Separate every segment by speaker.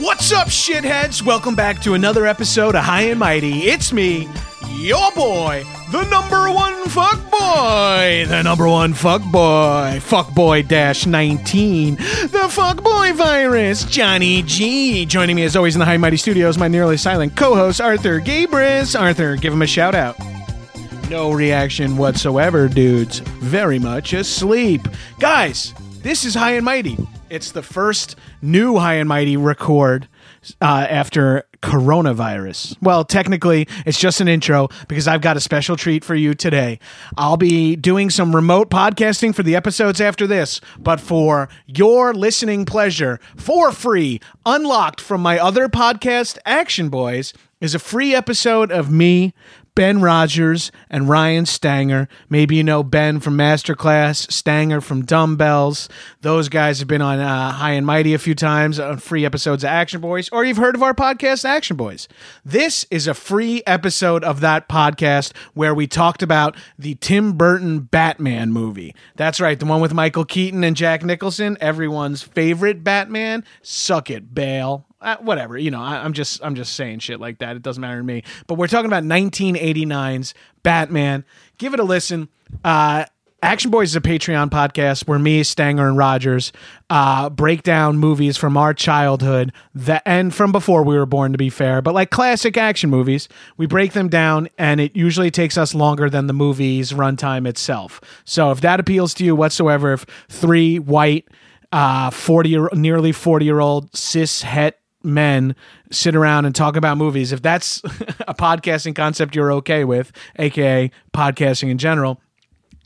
Speaker 1: What's up, shitheads? Welcome back to another episode of High and Mighty. It's me, your boy, the number one fuck boy, the number one fuck boy, fuck boy dash 19, the fuck boy virus, Johnny G. Joining me as always in the High and Mighty studios, my nearly silent co host, Arthur Gabris. Arthur, give him a shout out. No reaction whatsoever, dudes. Very much asleep. Guys, this is High and Mighty. It's the first new High and Mighty record uh, after coronavirus. Well, technically, it's just an intro because I've got a special treat for you today. I'll be doing some remote podcasting for the episodes after this, but for your listening pleasure, for free, unlocked from my other podcast, Action Boys, is a free episode of me Ben Rogers and Ryan Stanger. Maybe you know Ben from Masterclass, Stanger from Dumbbells. Those guys have been on uh, High and Mighty a few times on free episodes of Action Boys, or you've heard of our podcast, Action Boys. This is a free episode of that podcast where we talked about the Tim Burton Batman movie. That's right, the one with Michael Keaton and Jack Nicholson, everyone's favorite Batman. Suck it, Bale uh, whatever you know I, i'm just i'm just saying shit like that it doesn't matter to me but we're talking about 1989's batman give it a listen uh Action Boys is a Patreon podcast where me, Stanger, and Rogers uh, break down movies from our childhood that, and from before we were born, to be fair, but like classic action movies. We break them down, and it usually takes us longer than the movie's runtime itself. So if that appeals to you whatsoever, if three white, uh, 40 year, nearly 40 year old cis het men sit around and talk about movies, if that's a podcasting concept you're okay with, aka podcasting in general,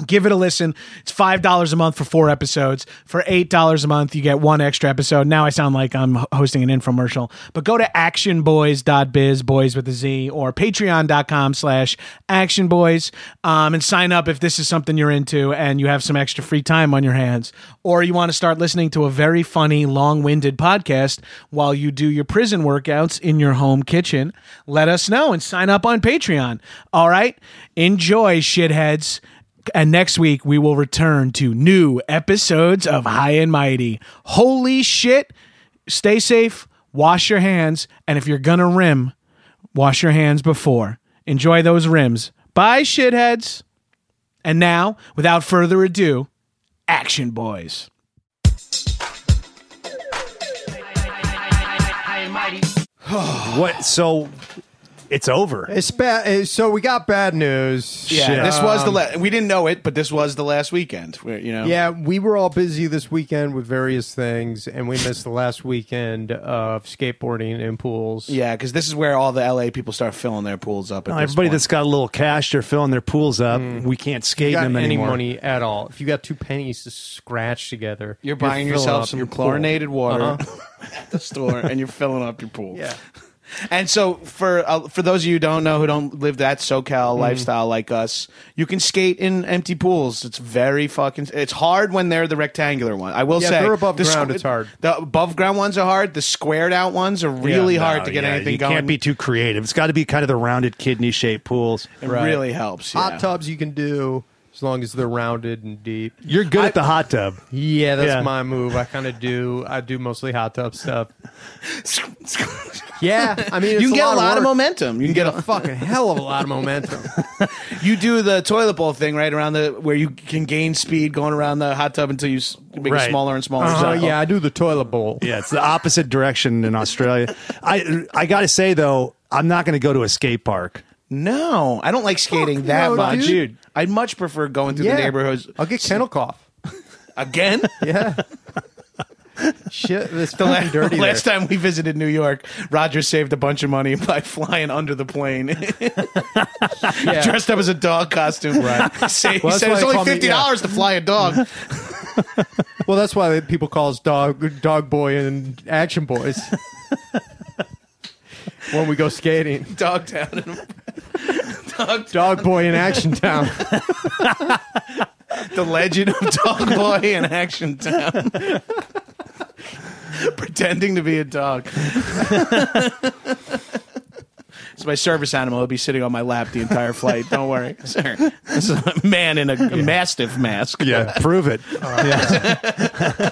Speaker 1: give it a listen. It's $5 a month for four episodes. For $8 a month, you get one extra episode. Now I sound like I'm ho- hosting an infomercial, but go to actionboys.biz, boys with a Z, or patreon.com slash actionboys um, and sign up if this is something you're into and you have some extra free time on your hands, or you want to start listening to a very funny, long-winded podcast while you do your prison workouts in your home kitchen. Let us know and sign up on Patreon. All right? Enjoy, shitheads. And next week, we will return to new episodes of High and Mighty. Holy shit. Stay safe, wash your hands, and if you're going to rim, wash your hands before. Enjoy those rims. Bye, shitheads. And now, without further ado, Action Boys.
Speaker 2: What? So it's over.
Speaker 3: It's bad. eh, So we got bad news.
Speaker 1: Yeah,
Speaker 2: Shit.
Speaker 1: this was the la- we didn't know it, but this was the last weekend. Where, you know,
Speaker 3: Yeah, we were all busy this weekend with various things, and we missed the last weekend of skateboarding and pools.
Speaker 1: yeah, because this is where all the LA people start filling their pools up. At
Speaker 2: Now,
Speaker 1: this point.
Speaker 2: Everybody
Speaker 1: Mm.
Speaker 2: that's got a little cash, they're filling their pools up. We can't skate
Speaker 3: If you got
Speaker 2: them
Speaker 3: any
Speaker 2: anymore.
Speaker 3: money at all? If you got two pennies to scratch together,
Speaker 1: You're buying
Speaker 3: filling
Speaker 1: yourself
Speaker 3: up
Speaker 1: some
Speaker 3: your pool.
Speaker 1: chlorinated water at the store, and you're filling up your pool.
Speaker 3: Yeah,
Speaker 1: And so for uh, for those of you who don't know who don't live that
Speaker 3: Mm-hmm.
Speaker 1: SoCal lifestyle like us, you can skate in empty pools. It's very fucking. It's hard when they're the rectangular one. I will
Speaker 3: Yeah, if
Speaker 1: say
Speaker 3: they're above
Speaker 1: the
Speaker 3: ground, it's hard.
Speaker 1: The above ground ones are hard. The squared out ones are really hard
Speaker 2: No,
Speaker 1: to get
Speaker 2: yeah,
Speaker 1: anything
Speaker 2: you
Speaker 1: going.
Speaker 2: can't be too creative. It's got to be kind of the rounded kidney shaped pools.
Speaker 1: it
Speaker 3: Right.
Speaker 1: really helps. yeah.
Speaker 3: Hot tubs you can do as long as they're rounded and deep.
Speaker 2: You're good at the hot tub.
Speaker 3: Yeah, that's
Speaker 2: Yeah.
Speaker 3: my move. I kind of do. I do mostly hot tub stuff. Yeah, I mean,
Speaker 1: you
Speaker 3: it's
Speaker 1: can get a lot of,
Speaker 3: work.
Speaker 1: momentum. You can get,
Speaker 3: a fucking hell of a lot of momentum.
Speaker 1: a, you do the toilet bowl thing right around the where you can gain speed going around the hot tub until you s- make it
Speaker 2: Right.
Speaker 1: smaller and smaller.
Speaker 3: Uh-huh,
Speaker 1: circle.
Speaker 3: yeah, I do the toilet bowl.
Speaker 2: Yeah, it's the opposite direction in Australia. I I got to say though, I'm not going to go to a skate park.
Speaker 1: No, I don't like skating
Speaker 3: Fuck
Speaker 1: that
Speaker 3: no,
Speaker 1: much.
Speaker 3: dude.
Speaker 1: I'd much prefer going through
Speaker 3: Yeah.
Speaker 1: the neighborhoods
Speaker 3: I'll get kennel cough.
Speaker 1: again.
Speaker 3: Yeah. Shit, it's
Speaker 1: The
Speaker 3: fucking
Speaker 1: last,
Speaker 3: dirty.
Speaker 1: last
Speaker 3: there.
Speaker 1: time we visited New York, Roger saved a bunch of money by flying under the plane,
Speaker 3: yeah.
Speaker 1: dressed up as a dog costume. Right? he said
Speaker 3: Well, that's why
Speaker 1: it's
Speaker 3: they
Speaker 1: only
Speaker 3: call me-
Speaker 1: fifty dollars to fly a dog.
Speaker 3: Well, that's why people call us dog, dog boy, and action boys when we go skating.
Speaker 1: dog town. dog,
Speaker 3: Dog boy in action town.
Speaker 1: the legend of Dog Boy in Action Town. Pretending to be a dog. It's my service animal. He'll be sitting on my lap the entire flight. Don't worry, sir. This is a man in a, a mastiff mask.
Speaker 2: Yeah, prove it. yeah.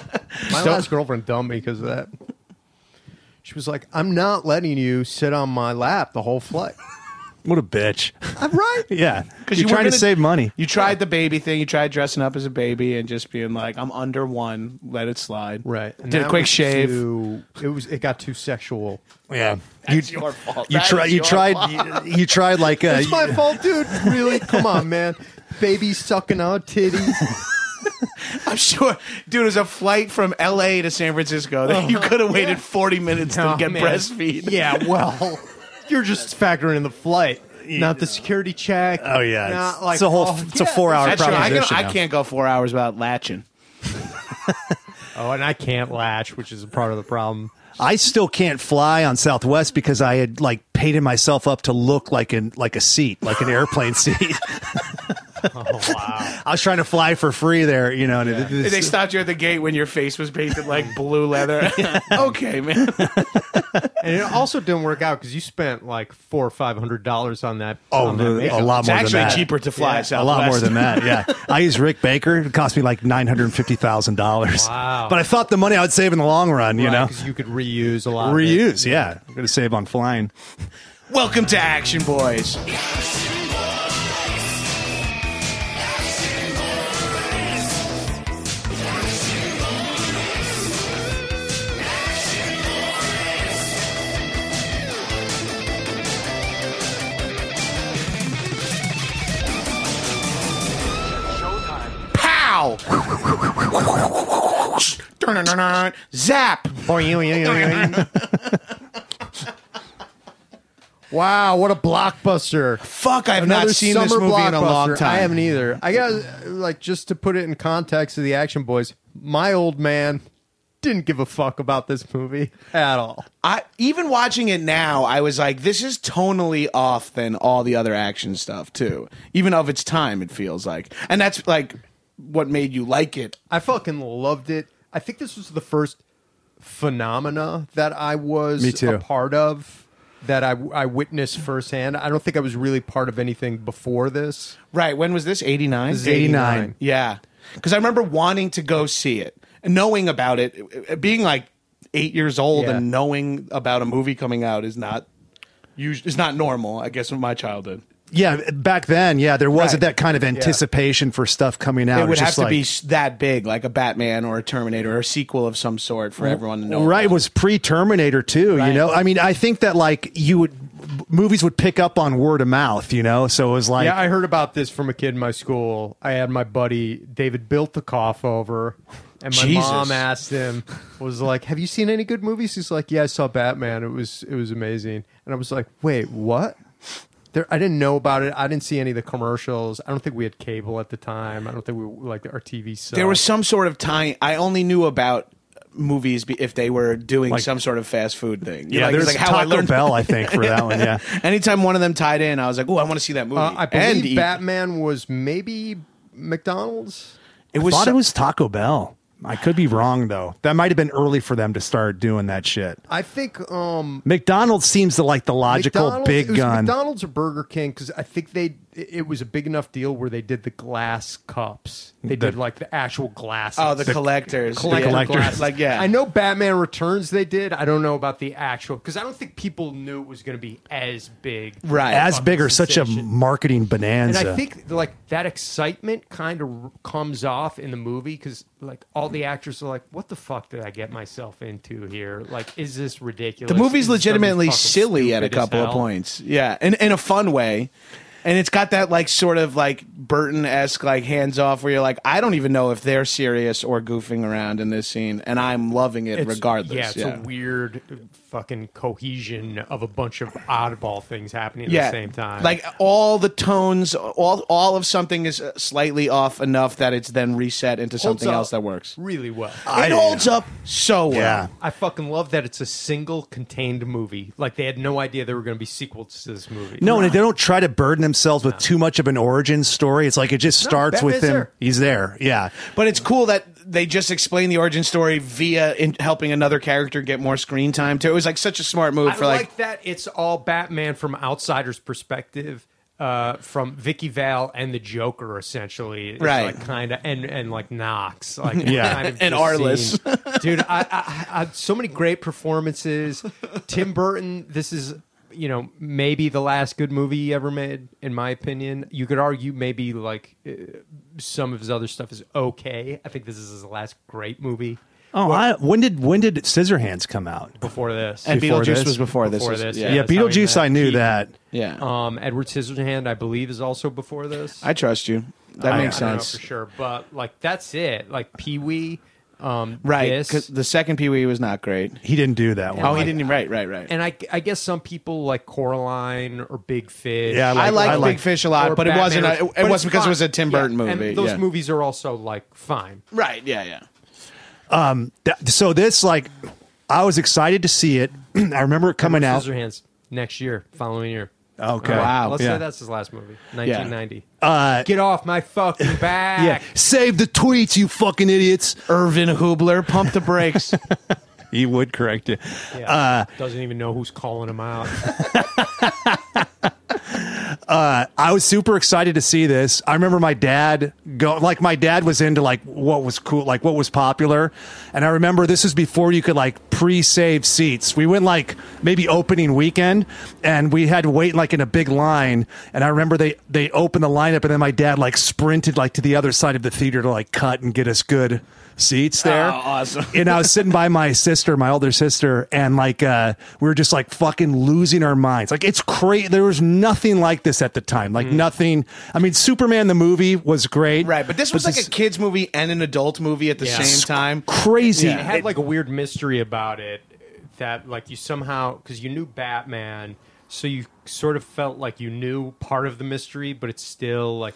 Speaker 3: My last girlfriend dumped me because of that. She was like, "I'm not letting you sit on my lap the whole flight."
Speaker 2: What a bitch.
Speaker 3: I'm right.
Speaker 2: Yeah, because you're
Speaker 1: were
Speaker 2: trying to
Speaker 1: gonna-
Speaker 2: save money.
Speaker 1: You tried the baby thing. You tried dressing up as a baby and just being like, "I'm under one. Let it slide."
Speaker 3: Right. And
Speaker 1: Did a
Speaker 3: that
Speaker 1: quick
Speaker 3: was
Speaker 1: shave.
Speaker 3: too- it was. It got too sexual.
Speaker 2: Yeah,
Speaker 1: That's your fault.
Speaker 2: You
Speaker 1: That
Speaker 2: tried.
Speaker 1: is
Speaker 2: You
Speaker 1: your
Speaker 2: tried. You, you tried like a.
Speaker 3: It's my fault, dude. Really? Come on, man. Baby sucking out titties.
Speaker 1: I'm sure, dude. It was a flight from L.A. to San Francisco.
Speaker 3: Oh,
Speaker 1: you could have waited 40 minutes to get breastfeed.
Speaker 3: Yeah. Well, you're just factoring in the flight, not the security check.
Speaker 2: Oh yeah,
Speaker 3: Not
Speaker 2: it's,
Speaker 3: like
Speaker 2: it's a whole.
Speaker 3: oh,
Speaker 2: it's a
Speaker 3: yeah,
Speaker 2: four-hour
Speaker 1: That's true. I,
Speaker 2: proposition.
Speaker 1: can, I
Speaker 2: now.
Speaker 1: can't go four hours without latching.
Speaker 3: Oh, and I can't latch, which is a part of the problem.
Speaker 2: I still can't fly on Southwest because I had like painted myself up to look like an like a seat, like an airplane seat.
Speaker 1: Oh,
Speaker 3: Wow.
Speaker 2: I was trying to fly for free there, you know. And it, it's-
Speaker 1: They stopped you at the gate when your face was painted like blue leather. okay, man.
Speaker 3: and it also didn't work out because you spent like four or five hundred dollars on that.
Speaker 2: oh,
Speaker 3: on that
Speaker 2: a
Speaker 3: makeup.
Speaker 2: lot
Speaker 1: It's
Speaker 2: more
Speaker 1: actually
Speaker 2: than that.
Speaker 1: cheaper to fly.
Speaker 3: Yeah,
Speaker 1: at
Speaker 2: A lot more
Speaker 1: Southwest.
Speaker 2: than that, yeah. I used Rick Baker. It cost me like nine hundred and fifty thousand dollars.
Speaker 3: Wow.
Speaker 2: But I thought the money I would save in the long run, you know,
Speaker 3: because you could reuse a lot. of it.
Speaker 2: reuse. Yeah, I'm gonna save on flying.
Speaker 1: Welcome to Action Boys. Pow! Zap!
Speaker 3: Wow, what a blockbuster!
Speaker 1: Fuck, I have not
Speaker 3: Another
Speaker 1: seen this
Speaker 3: summer
Speaker 1: movie in a long
Speaker 3: blockbuster.
Speaker 1: time.
Speaker 3: I haven't either. I got like just to put it in context of the Action Boys. My old man didn't give a fuck about this movie at all.
Speaker 1: I even watching it now, I was like, this is tonally off than all the other action stuff too. Even of its time, it feels like, and that's like what made you like it.
Speaker 3: I fucking loved it. I think this was the first phenomena that I was
Speaker 2: Me too.
Speaker 3: a part of that I, I witnessed firsthand. I don't think I was really part of anything before this.
Speaker 1: Right? When was this? Eighty nine.
Speaker 3: is 89.
Speaker 1: Yeah, because I remember wanting to go see it, knowing about it, being like eight years old,
Speaker 3: Yeah.
Speaker 1: and knowing about a movie coming out is not. us- It's not normal, I guess, in my childhood.
Speaker 2: Yeah, back then, yeah, there wasn't
Speaker 1: Right.
Speaker 2: that kind of anticipation for stuff coming out.
Speaker 1: It would
Speaker 2: was
Speaker 1: have
Speaker 2: just
Speaker 1: to
Speaker 2: like,
Speaker 1: be s- that big, like a Batman or a Terminator or a sequel of some sort for everyone to know.
Speaker 2: right. It
Speaker 1: about.
Speaker 2: was pre Terminator too.
Speaker 1: Right.
Speaker 2: You know, I mean, I think that like you would b- movies would pick up on word of mouth. You know, so it was like
Speaker 3: Yeah, I heard about this from a kid in my school. I had my buddy David Biltikoff over, and my
Speaker 1: Jesus.
Speaker 3: mom asked him, was like, "Have you seen any good movies?" He's like, "Yeah, I saw Batman. It was it was amazing." And I was like, "Wait, what?" There, I didn't know about it. I didn't see any of the commercials. I don't think we had cable at the time. I don't think we like our TV. Sucked.
Speaker 1: There was some sort of tie. I only knew about movies be- if they were doing
Speaker 2: Like-
Speaker 1: some sort of fast food thing. You
Speaker 2: yeah,
Speaker 1: know, like,
Speaker 2: there's
Speaker 1: it's like how
Speaker 2: Taco
Speaker 1: I learned.
Speaker 2: Bell, I think, for that one. Yeah.
Speaker 1: Anytime one of them tied in, I was like, "Oh, I want to see that movie."
Speaker 3: Uh, I
Speaker 1: and e
Speaker 3: believe
Speaker 1: eat.
Speaker 3: Batman was maybe McDonald's.
Speaker 1: It was.
Speaker 2: Thought
Speaker 1: so-
Speaker 2: it was Taco Bell. I could be wrong though. That might have been early for them to start doing that shit.
Speaker 3: I think um,
Speaker 2: McDonald's seems to like the logical
Speaker 3: McDonald's, it
Speaker 2: big
Speaker 3: was
Speaker 2: gun.
Speaker 3: McDonald's or Burger King because I think they it it was a big enough deal where they did the glass cups. They
Speaker 2: The-
Speaker 3: did like the actual glasses.
Speaker 1: oh, the, collectors.
Speaker 3: collector
Speaker 1: Yeah.
Speaker 2: collectors.
Speaker 3: glasses.
Speaker 1: Like yeah,
Speaker 3: I know Batman Returns they did. I don't know about the actual because I don't think people knew it was going to be as big.
Speaker 1: Right.
Speaker 2: As
Speaker 3: Fucking
Speaker 2: big or such a uh,
Speaker 3: sensation.
Speaker 2: marketing bonanza.
Speaker 3: And I think like that excitement kind of comes off in the movie because like all the actors are like, "What the fuck did I get myself into here? Like, is this ridiculous?"
Speaker 1: The movie's
Speaker 3: Is this gonna be
Speaker 1: legitimately
Speaker 3: fucking
Speaker 1: silly at a
Speaker 3: stupid as
Speaker 1: couple of
Speaker 3: hell?"
Speaker 1: points. Yeah, in in a fun way. And it's got that like sort of like Burton esque like hands off where you're like I don't even know if they're serious or goofing around in this scene and I'm loving it
Speaker 3: It's-
Speaker 1: regardless.
Speaker 3: yeah, it's a weird fucking cohesion of a bunch of oddball things happening at
Speaker 1: Yeah.
Speaker 3: the same time.
Speaker 1: Like all the tones, all all of something is uh, slightly off enough that it's then reset into
Speaker 3: Holds
Speaker 1: something
Speaker 3: up
Speaker 1: else that works. Uh,
Speaker 3: really well.
Speaker 1: it holds up so well.
Speaker 2: yeah.
Speaker 3: I fucking love that it's a single contained movie. Like they had no idea there were going to be sequels to this movie.
Speaker 2: No, and they don't try to burden themselves with too much of an origin story. It's like it just
Speaker 3: No,
Speaker 2: starts with
Speaker 3: Batman's
Speaker 2: him.
Speaker 3: there.
Speaker 2: He's there. Yeah.
Speaker 1: But it's cool that they just explain the origin story via in helping another character get more screen time. Too. It was like such a smart move
Speaker 3: I
Speaker 1: for
Speaker 3: like,
Speaker 1: like
Speaker 3: that it's all Batman from outsider's perspective, uh, from Vicky Vale and the Joker essentially, It's
Speaker 1: Right.
Speaker 3: Like kind of and and like Knox, like
Speaker 2: Yeah.
Speaker 3: kind of
Speaker 1: And
Speaker 3: just
Speaker 1: Arliss.
Speaker 3: seen- dude. I, I, I, so many great performances. Tim Burton, this is. You know, maybe the last good movie he ever made, in my opinion. You could argue maybe like uh, some of his other stuff is okay. I think this is his last great movie
Speaker 2: Oh, I, when did when did Scissorhands come out?
Speaker 3: before this.
Speaker 1: And
Speaker 2: Before
Speaker 1: Beetlejuice
Speaker 2: this?
Speaker 1: was before this.
Speaker 3: Before
Speaker 1: was-
Speaker 3: this,
Speaker 1: yeah.
Speaker 2: Yeah,
Speaker 3: that's how he
Speaker 2: Beetlejuice.
Speaker 3: met
Speaker 2: I knew
Speaker 3: Keaton.
Speaker 2: that.
Speaker 1: Yeah.
Speaker 3: Um, Edward Scissorhand, I believe, is also before this.
Speaker 1: I trust you. That
Speaker 3: I-
Speaker 1: makes
Speaker 3: I don't know
Speaker 1: sense.
Speaker 3: for sure, but like that's it. Like Pee Wee, um,
Speaker 1: Right.
Speaker 3: this.
Speaker 1: 'cause the second Pee Wee was not great.
Speaker 2: He didn't do that one.
Speaker 1: Oh, he didn't even. Right, right, right.
Speaker 3: and I, I guess some people like Coraline or Big Fish.
Speaker 2: Yeah,
Speaker 1: I
Speaker 2: I
Speaker 1: like
Speaker 2: like-
Speaker 1: Big Fish a lot,
Speaker 3: or
Speaker 1: but it wasn't.
Speaker 3: Batman
Speaker 1: A,
Speaker 3: or-
Speaker 1: it
Speaker 3: but
Speaker 1: wasn't
Speaker 3: it's
Speaker 1: because
Speaker 3: fine.
Speaker 1: it was a Tim
Speaker 3: Yeah,
Speaker 1: Burton
Speaker 3: and
Speaker 1: movie.
Speaker 3: those
Speaker 1: yeah.
Speaker 3: movies are also like fine.
Speaker 1: Right. Yeah. Yeah.
Speaker 2: That- so this like, I was excited to see it. I remember it coming out.
Speaker 3: Scissorhands next year, following year.
Speaker 2: Okay.
Speaker 3: All
Speaker 1: Oh, Wow,
Speaker 3: Let's
Speaker 2: yeah.
Speaker 3: say that's his last movie, 1990.
Speaker 2: Uh,
Speaker 3: Get off my fucking back.
Speaker 2: yeah. Save the tweets, you fucking idiots.
Speaker 1: Irvin Hubler, pump the brakes.
Speaker 2: He would correct you.
Speaker 3: Yeah.
Speaker 1: Uh,
Speaker 3: Doesn't even know who's calling him out.
Speaker 2: I was super excited to see this. I remember my dad go like my dad was into like what was cool, like what was popular. And I remember this was before you could like pre-save seats. We went like maybe opening weekend and we had to wait like in a big line. And I remember they they opened the lineup and then my dad like sprinted like to the other side of the theater to like cut and get us good seats there.
Speaker 1: Oh, awesome.
Speaker 2: and I was sitting by my sister, my older sister, and like uh, we were just like fucking losing our minds. Like it's crazy. There was nothing like this at the time. Like nothing. I mean, Superman the movie was great,
Speaker 1: Mm. right. But this was like a kids movie and an adult movie at the
Speaker 3: Yeah.
Speaker 1: same time.
Speaker 2: crazy.
Speaker 1: Yeah.
Speaker 3: it had like a weird mystery about it that like you somehow because you knew batman so you sort of felt like you knew part of the mystery but it's still like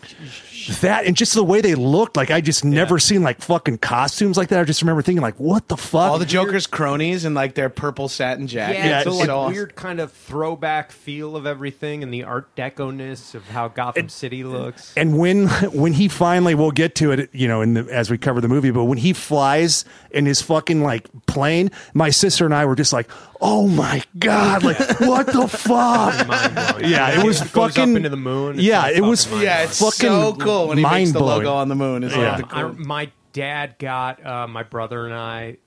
Speaker 2: that and just the way they looked. Like I just never seen like fucking costumes like that. I just remember thinking like, what the fuck?
Speaker 1: All the Joker's cronies and like their purple satin jacket.
Speaker 2: Yeah,
Speaker 3: it's a
Speaker 2: it's
Speaker 3: like,
Speaker 2: so
Speaker 1: awesome.
Speaker 3: weird kind of throwback feel of everything and the art deco-ness of how gotham city looks
Speaker 2: and when when he finally we'll get to it you know in the as we cover the movie but when he flies in his fucking like plane my sister and i were just like oh my god like what the fuck
Speaker 3: Mind-blowing.
Speaker 2: yeah it was
Speaker 3: goes
Speaker 2: fucking
Speaker 3: up into the moon It's
Speaker 2: yeah
Speaker 3: like
Speaker 2: it was
Speaker 3: fucking
Speaker 1: Yeah, it's
Speaker 2: fucking
Speaker 1: so cool when he makes the
Speaker 2: mind-blowing.
Speaker 1: logo on the moon. It's
Speaker 2: Yeah.
Speaker 1: like the
Speaker 3: I,
Speaker 1: cool-
Speaker 3: my dad got uh, my brother and I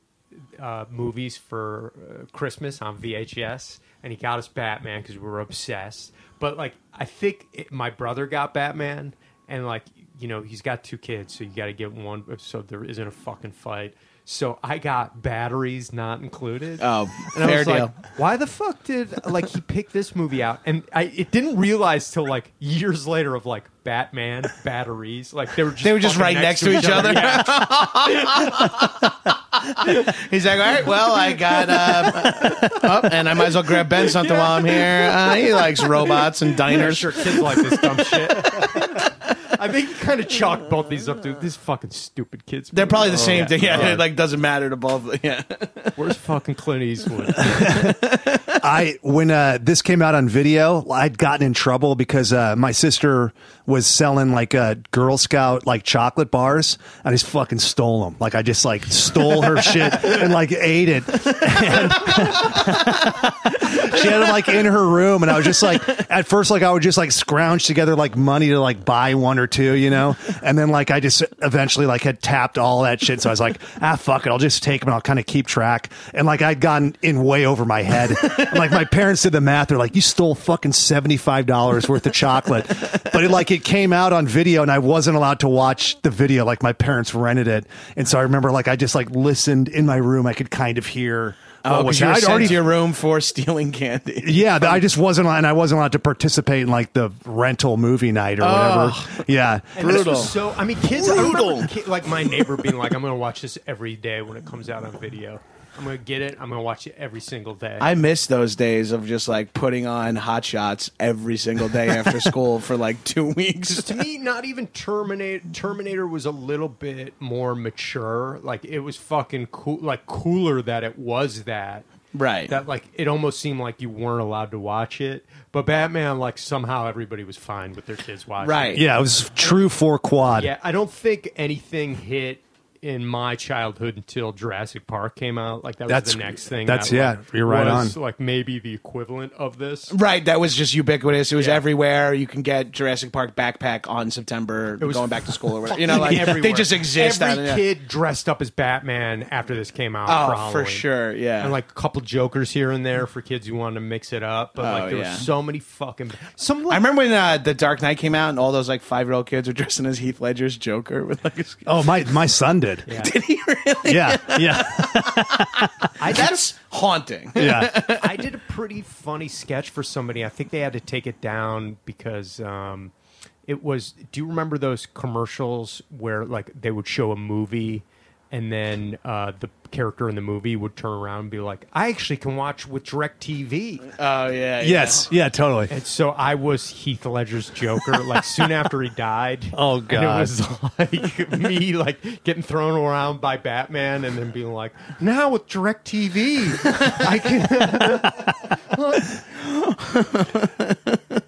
Speaker 3: uh, movies for uh, Christmas on VHS, and he got us Batman because we were obsessed. But like, I think it, my brother got Batman, and like, you know, he's got two kids, so you got to get one, so there isn't a fucking fight. So I got batteries not included.
Speaker 1: Oh,
Speaker 3: And I
Speaker 1: fair
Speaker 3: was
Speaker 1: deal.
Speaker 3: Like, Why the fuck did like he pick this movie out? And I it didn't realize till like years later of like Batman batteries. Like they were just
Speaker 1: They were just
Speaker 3: fucking
Speaker 1: right next to each other.
Speaker 3: Yeah.
Speaker 1: He's like, all right, well, I got uh, up, and I might as well grab Ben something while I'm here. Uh, he likes robots and
Speaker 3: I'm
Speaker 1: diners.
Speaker 3: sure kids like this dumb shit. I think you kind of chalk both these up to these fucking stupid kids.
Speaker 1: They're
Speaker 3: movie.
Speaker 2: Oh,
Speaker 1: probably the same thing. Yeah,
Speaker 3: Yeah.
Speaker 1: it like doesn't matter to both. Yeah,
Speaker 3: Where's fucking Clint Eastwood?
Speaker 2: I when uh, this came out on video, I'd gotten in trouble because uh, my sister was selling like uh, Girl Scout like chocolate bars, and I just fucking stole them. Like I just like stole her shit and like ate it. And- she had them like in her room, and I was just like, at first like I would just like scrounge together like money to like buy one or two, you know, and then like I just eventually like had tapped all that shit, so I was like, ah fuck it, I'll just take them and I'll kind of keep track, and like I'd gotten in way over my head, And, like my parents did the math, they're like, you stole fucking seventy five dollars worth of chocolate, but it like it came out on video, and I wasn't allowed to watch the video, like my parents rented it, and so I remember like I just like listened in my room, I could kind of hear. what was
Speaker 1: you were
Speaker 2: Oh, I'd
Speaker 1: sent
Speaker 2: already
Speaker 1: to your room for stealing candy.
Speaker 2: yeah, th- I just wasn't, and I wasn't allowed to participate in like the rental movie night or whatever. Yeah,
Speaker 3: And this
Speaker 1: Brutal.
Speaker 3: was so I mean, kids. I
Speaker 1: Brutal.
Speaker 3: remember ki- like my neighbor being like, "I'm going to watch this every day when it comes out on video. I'm going to get it. I'm going to watch it every single day."
Speaker 1: I miss those days of just like putting on hot shots every single day after school for like two weeks.
Speaker 3: to me, not even Terminator. Terminator was a little bit more mature. Like it was fucking cool. Like cooler that it was that.
Speaker 1: Right.
Speaker 3: That like it almost seemed like you weren't allowed to watch it. But Batman, like somehow everybody was fine with their kids watching.
Speaker 1: Right.
Speaker 3: It.
Speaker 2: yeah, it was true for quad.
Speaker 3: Yeah, I don't think anything hit in my childhood until Jurassic Park came out. Like that was
Speaker 2: That's-
Speaker 3: the next thing.
Speaker 2: that's-
Speaker 3: that,
Speaker 2: yeah,
Speaker 3: like,
Speaker 2: you're right
Speaker 3: was,
Speaker 2: on.
Speaker 3: Like maybe the equivalent of this.
Speaker 1: Right, that was just ubiquitous. It was
Speaker 3: Yeah.
Speaker 1: everywhere. You can get Jurassic Park backpack on September
Speaker 3: was
Speaker 1: going back to school or whatever. You know, like they
Speaker 3: everywhere.
Speaker 1: just exist. out of-
Speaker 3: Every
Speaker 1: yeah.
Speaker 3: kid dressed up as Batman after this came out.
Speaker 1: Oh,
Speaker 3: for,
Speaker 1: for
Speaker 3: Halloween.
Speaker 1: sure, yeah.
Speaker 3: and like a couple jokers here and there for kids who wanted to mix it up. But
Speaker 1: Oh,
Speaker 3: like there
Speaker 1: yeah.
Speaker 3: were so many fucking some.
Speaker 1: I
Speaker 3: Like,
Speaker 1: remember when uh, the Dark Knight came out and all those like five year old kids were dressing as Heath Ledger's Joker with like. his-
Speaker 2: Oh my, my son did. Yeah,
Speaker 1: Did he really?
Speaker 2: yeah, yeah.
Speaker 1: That's haunting.
Speaker 3: I did a pretty funny sketch for somebody. I think they had to take it down because um, it was. Do you remember those commercials where like they would show a movie and then uh, the character in the movie would turn around and be like, "I actually can watch with Direct TV."
Speaker 1: Oh yeah. yeah.
Speaker 2: Yes, yeah, totally.
Speaker 3: And so I was Heath Ledger's Joker. Like soon after he died.
Speaker 2: Oh,
Speaker 3: And
Speaker 2: God.
Speaker 3: it was like me like getting thrown around by Batman and then being like, now with Direct TV, I can.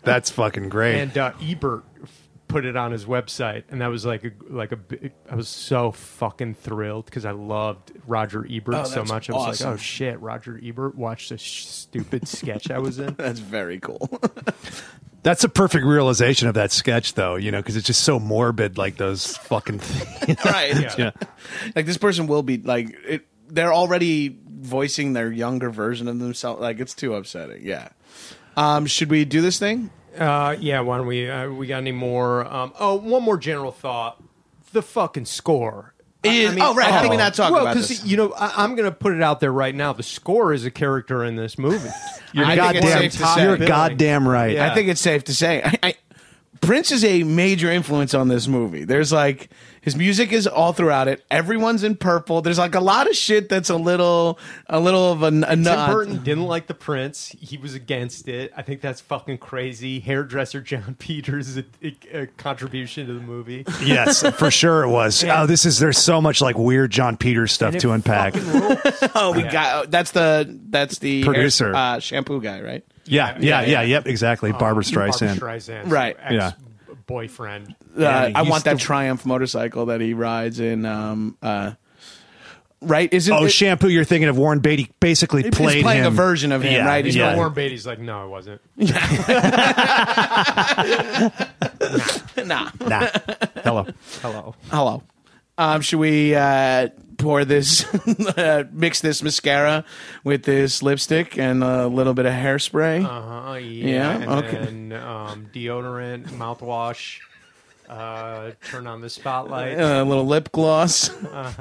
Speaker 2: That's fucking great.
Speaker 3: and uh, Ebert f- put it on his website, and that was like a like a big- I was so fucking thrilled because I loved Roger Ebert
Speaker 1: Oh,
Speaker 3: so
Speaker 1: that's
Speaker 3: much. I was
Speaker 1: awesome.
Speaker 3: like, oh shit, Roger Ebert watched this sh- stupid sketch I was in.
Speaker 1: That's very cool.
Speaker 2: That's a perfect realization of that sketch, though. You know, because it's just so morbid, like those fucking. Things.
Speaker 1: right.
Speaker 2: yeah.
Speaker 1: Like this person will be like it, they're already voicing their younger version of themselves. Like it's too upsetting. Yeah. Um, should we do this thing?
Speaker 3: Uh, yeah, why don't we? Uh, we got any more? Um, oh, one more general thought: the fucking score.
Speaker 1: Is- oh, right, how did we not talk
Speaker 3: well,
Speaker 1: about
Speaker 3: 'cause,
Speaker 1: this?
Speaker 3: You know, I, I'm going to put it out there right now. The score is a character in this movie.
Speaker 1: You're I think it's
Speaker 2: goddamn.
Speaker 1: safe to say.
Speaker 2: You're goddamn right.
Speaker 3: Yeah.
Speaker 1: I think it's safe to say I, I, Prince is a major influence on this movie. There's like his music is all throughout it. Everyone's in purple. There's like a lot of shit that's a little, a little of a, n- a
Speaker 3: Tim
Speaker 1: nod.
Speaker 3: Burton didn't like the prince. He was against it. I think that's fucking crazy. Hairdresser John Peters a, a- a contribution to the movie.
Speaker 2: Yes, for sure it was. Oh, this is there's so much like weird John Peters stuff
Speaker 3: And it
Speaker 2: to unpack.
Speaker 3: fucking rules.
Speaker 1: Oh, we
Speaker 3: Yeah.
Speaker 1: got that's the that's the hair-
Speaker 2: Producer.
Speaker 1: uh, shampoo guy, right?
Speaker 2: Yeah, yeah, yeah,
Speaker 1: yeah.
Speaker 2: yep, exactly. Barbara Streisand.
Speaker 3: Barbra Streisand's
Speaker 1: Right.
Speaker 3: Ex-
Speaker 2: Yeah.
Speaker 3: Boyfriend.
Speaker 1: Uh, I
Speaker 3: he's
Speaker 1: want that
Speaker 3: the-
Speaker 1: Triumph motorcycle that he rides in. Um, uh, right? Is it?
Speaker 2: Oh,
Speaker 1: it-
Speaker 2: shampoo! You're thinking of Warren Beatty basically
Speaker 1: he's
Speaker 2: played
Speaker 1: playing
Speaker 2: him.
Speaker 1: a version of him,
Speaker 2: Yeah,
Speaker 1: right? He's
Speaker 3: You know,
Speaker 2: yeah.
Speaker 3: Warren Beatty's like, no, it wasn't.
Speaker 1: Nah.
Speaker 2: Nah. Hello.
Speaker 3: Hello.
Speaker 1: Hello. Um, should we uh, pour this, uh, mix this mascara with this lipstick and a little bit of hairspray?
Speaker 3: Uh huh. Yeah.
Speaker 1: Yeah,
Speaker 3: and
Speaker 1: okay.
Speaker 3: then um, deodorant, mouthwash. Uh, turn on the spotlight
Speaker 1: Uh, a little lip gloss. uh,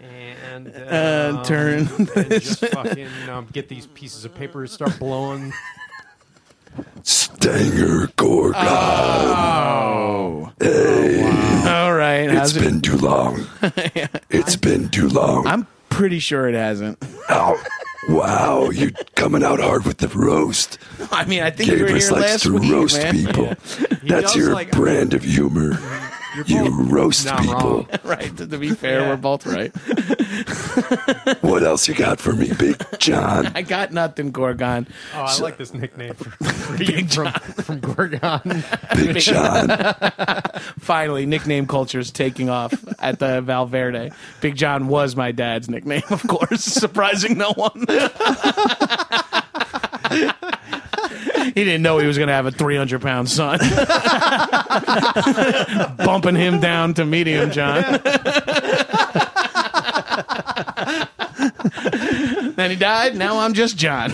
Speaker 3: and uh,
Speaker 1: Uh, turn
Speaker 3: and just fucking um, get these pieces of paper to start blowing
Speaker 4: Stanger
Speaker 1: Uh,
Speaker 4: Gorgon.
Speaker 1: All right.
Speaker 4: it's
Speaker 1: How's it?
Speaker 4: been too long. It's been too long.
Speaker 1: I'm pretty sure it hasn't.
Speaker 4: Ow. wow, you're coming out hard with the roast.
Speaker 1: I mean, I think you were
Speaker 4: Gabris
Speaker 1: here
Speaker 4: likes
Speaker 1: last
Speaker 4: to
Speaker 1: week,
Speaker 4: roast
Speaker 1: man.
Speaker 4: people.
Speaker 3: He
Speaker 4: That's
Speaker 3: does
Speaker 4: your
Speaker 3: like-
Speaker 1: uh,
Speaker 4: brand of humor. you roast
Speaker 3: not
Speaker 4: people.
Speaker 3: wrong. Oh,
Speaker 1: Right. To, to be fair,
Speaker 3: Yeah.
Speaker 1: we're both right.
Speaker 4: What else you got for me, Big John?
Speaker 1: I got nothing, Gorgon.
Speaker 3: Oh, I like this nickname for, for you from, from Gorgon.
Speaker 4: Big John.
Speaker 1: Finally, nickname culture is taking off at the Valverde. Big John was my dad's nickname, of course, surprising no one. he didn't know he was going to have a 300 pound son. Bumping him down to medium, John. then he died. Now I'm just John.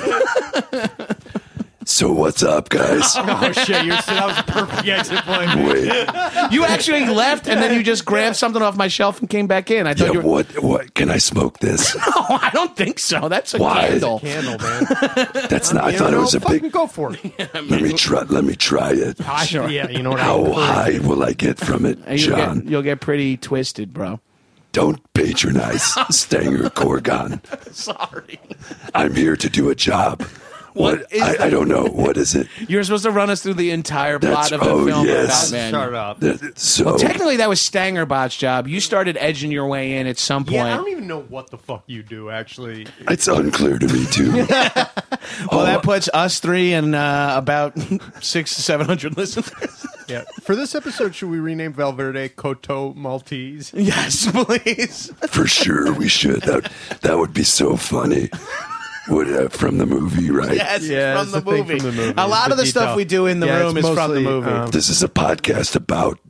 Speaker 4: So what's up, guys?
Speaker 3: Oh shit! You're so that was a perfect exit point.
Speaker 4: Wait,
Speaker 1: You actually left, and then you just grabbed something off my shelf and came back in. I thought
Speaker 4: yeah,
Speaker 1: you were.
Speaker 4: what? What? Can I smoke this?
Speaker 1: Oh, I don't think so. That's a
Speaker 4: Why?
Speaker 1: candle.
Speaker 3: Candle, man.
Speaker 4: That's not. I thought it was a
Speaker 3: fucking
Speaker 4: big.
Speaker 3: go for it.
Speaker 4: Let me try. Let me try it.
Speaker 3: I,
Speaker 1: Sure.
Speaker 3: Yeah, you know what? I
Speaker 4: How
Speaker 3: encourage-
Speaker 4: high will I get from it,
Speaker 1: And You'll
Speaker 4: John?
Speaker 1: get, you'll get pretty twisted, bro.
Speaker 4: Don't patronize Stanger Gorgon.
Speaker 1: Sorry.
Speaker 4: I'm here to do a job. What?
Speaker 1: What is
Speaker 4: I, I don't know. What is it?
Speaker 1: You're supposed to run us through the entire plot
Speaker 4: That's-
Speaker 1: of the
Speaker 4: oh,
Speaker 1: film
Speaker 4: yes.
Speaker 1: about
Speaker 3: Shut
Speaker 1: Batman.
Speaker 3: up.
Speaker 4: That- So
Speaker 1: Technically, that was Stangerbot's job. You started edging your way in at some point.
Speaker 3: Yeah, I don't even know what the fuck you do actually.
Speaker 4: it's unclear to me too.
Speaker 1: well, that puts us three and uh, about six to seven hundred listeners.
Speaker 3: Yeah. For this episode, should we rename Valverde Coto Maltese?
Speaker 1: yes, please.
Speaker 4: For sure, we should. That that would be so funny. Would, uh, from the movie, right?
Speaker 1: Yes,
Speaker 3: Yeah,
Speaker 1: it's from,
Speaker 3: it's the
Speaker 1: the
Speaker 3: thing
Speaker 1: movie.
Speaker 3: from the movie.
Speaker 1: A lot
Speaker 3: The
Speaker 1: of the stuff
Speaker 3: detail.
Speaker 1: we do in the
Speaker 3: Yeah,
Speaker 1: room is
Speaker 3: it's
Speaker 1: from the
Speaker 3: mostly,
Speaker 1: movie.
Speaker 3: um,
Speaker 4: This is a podcast about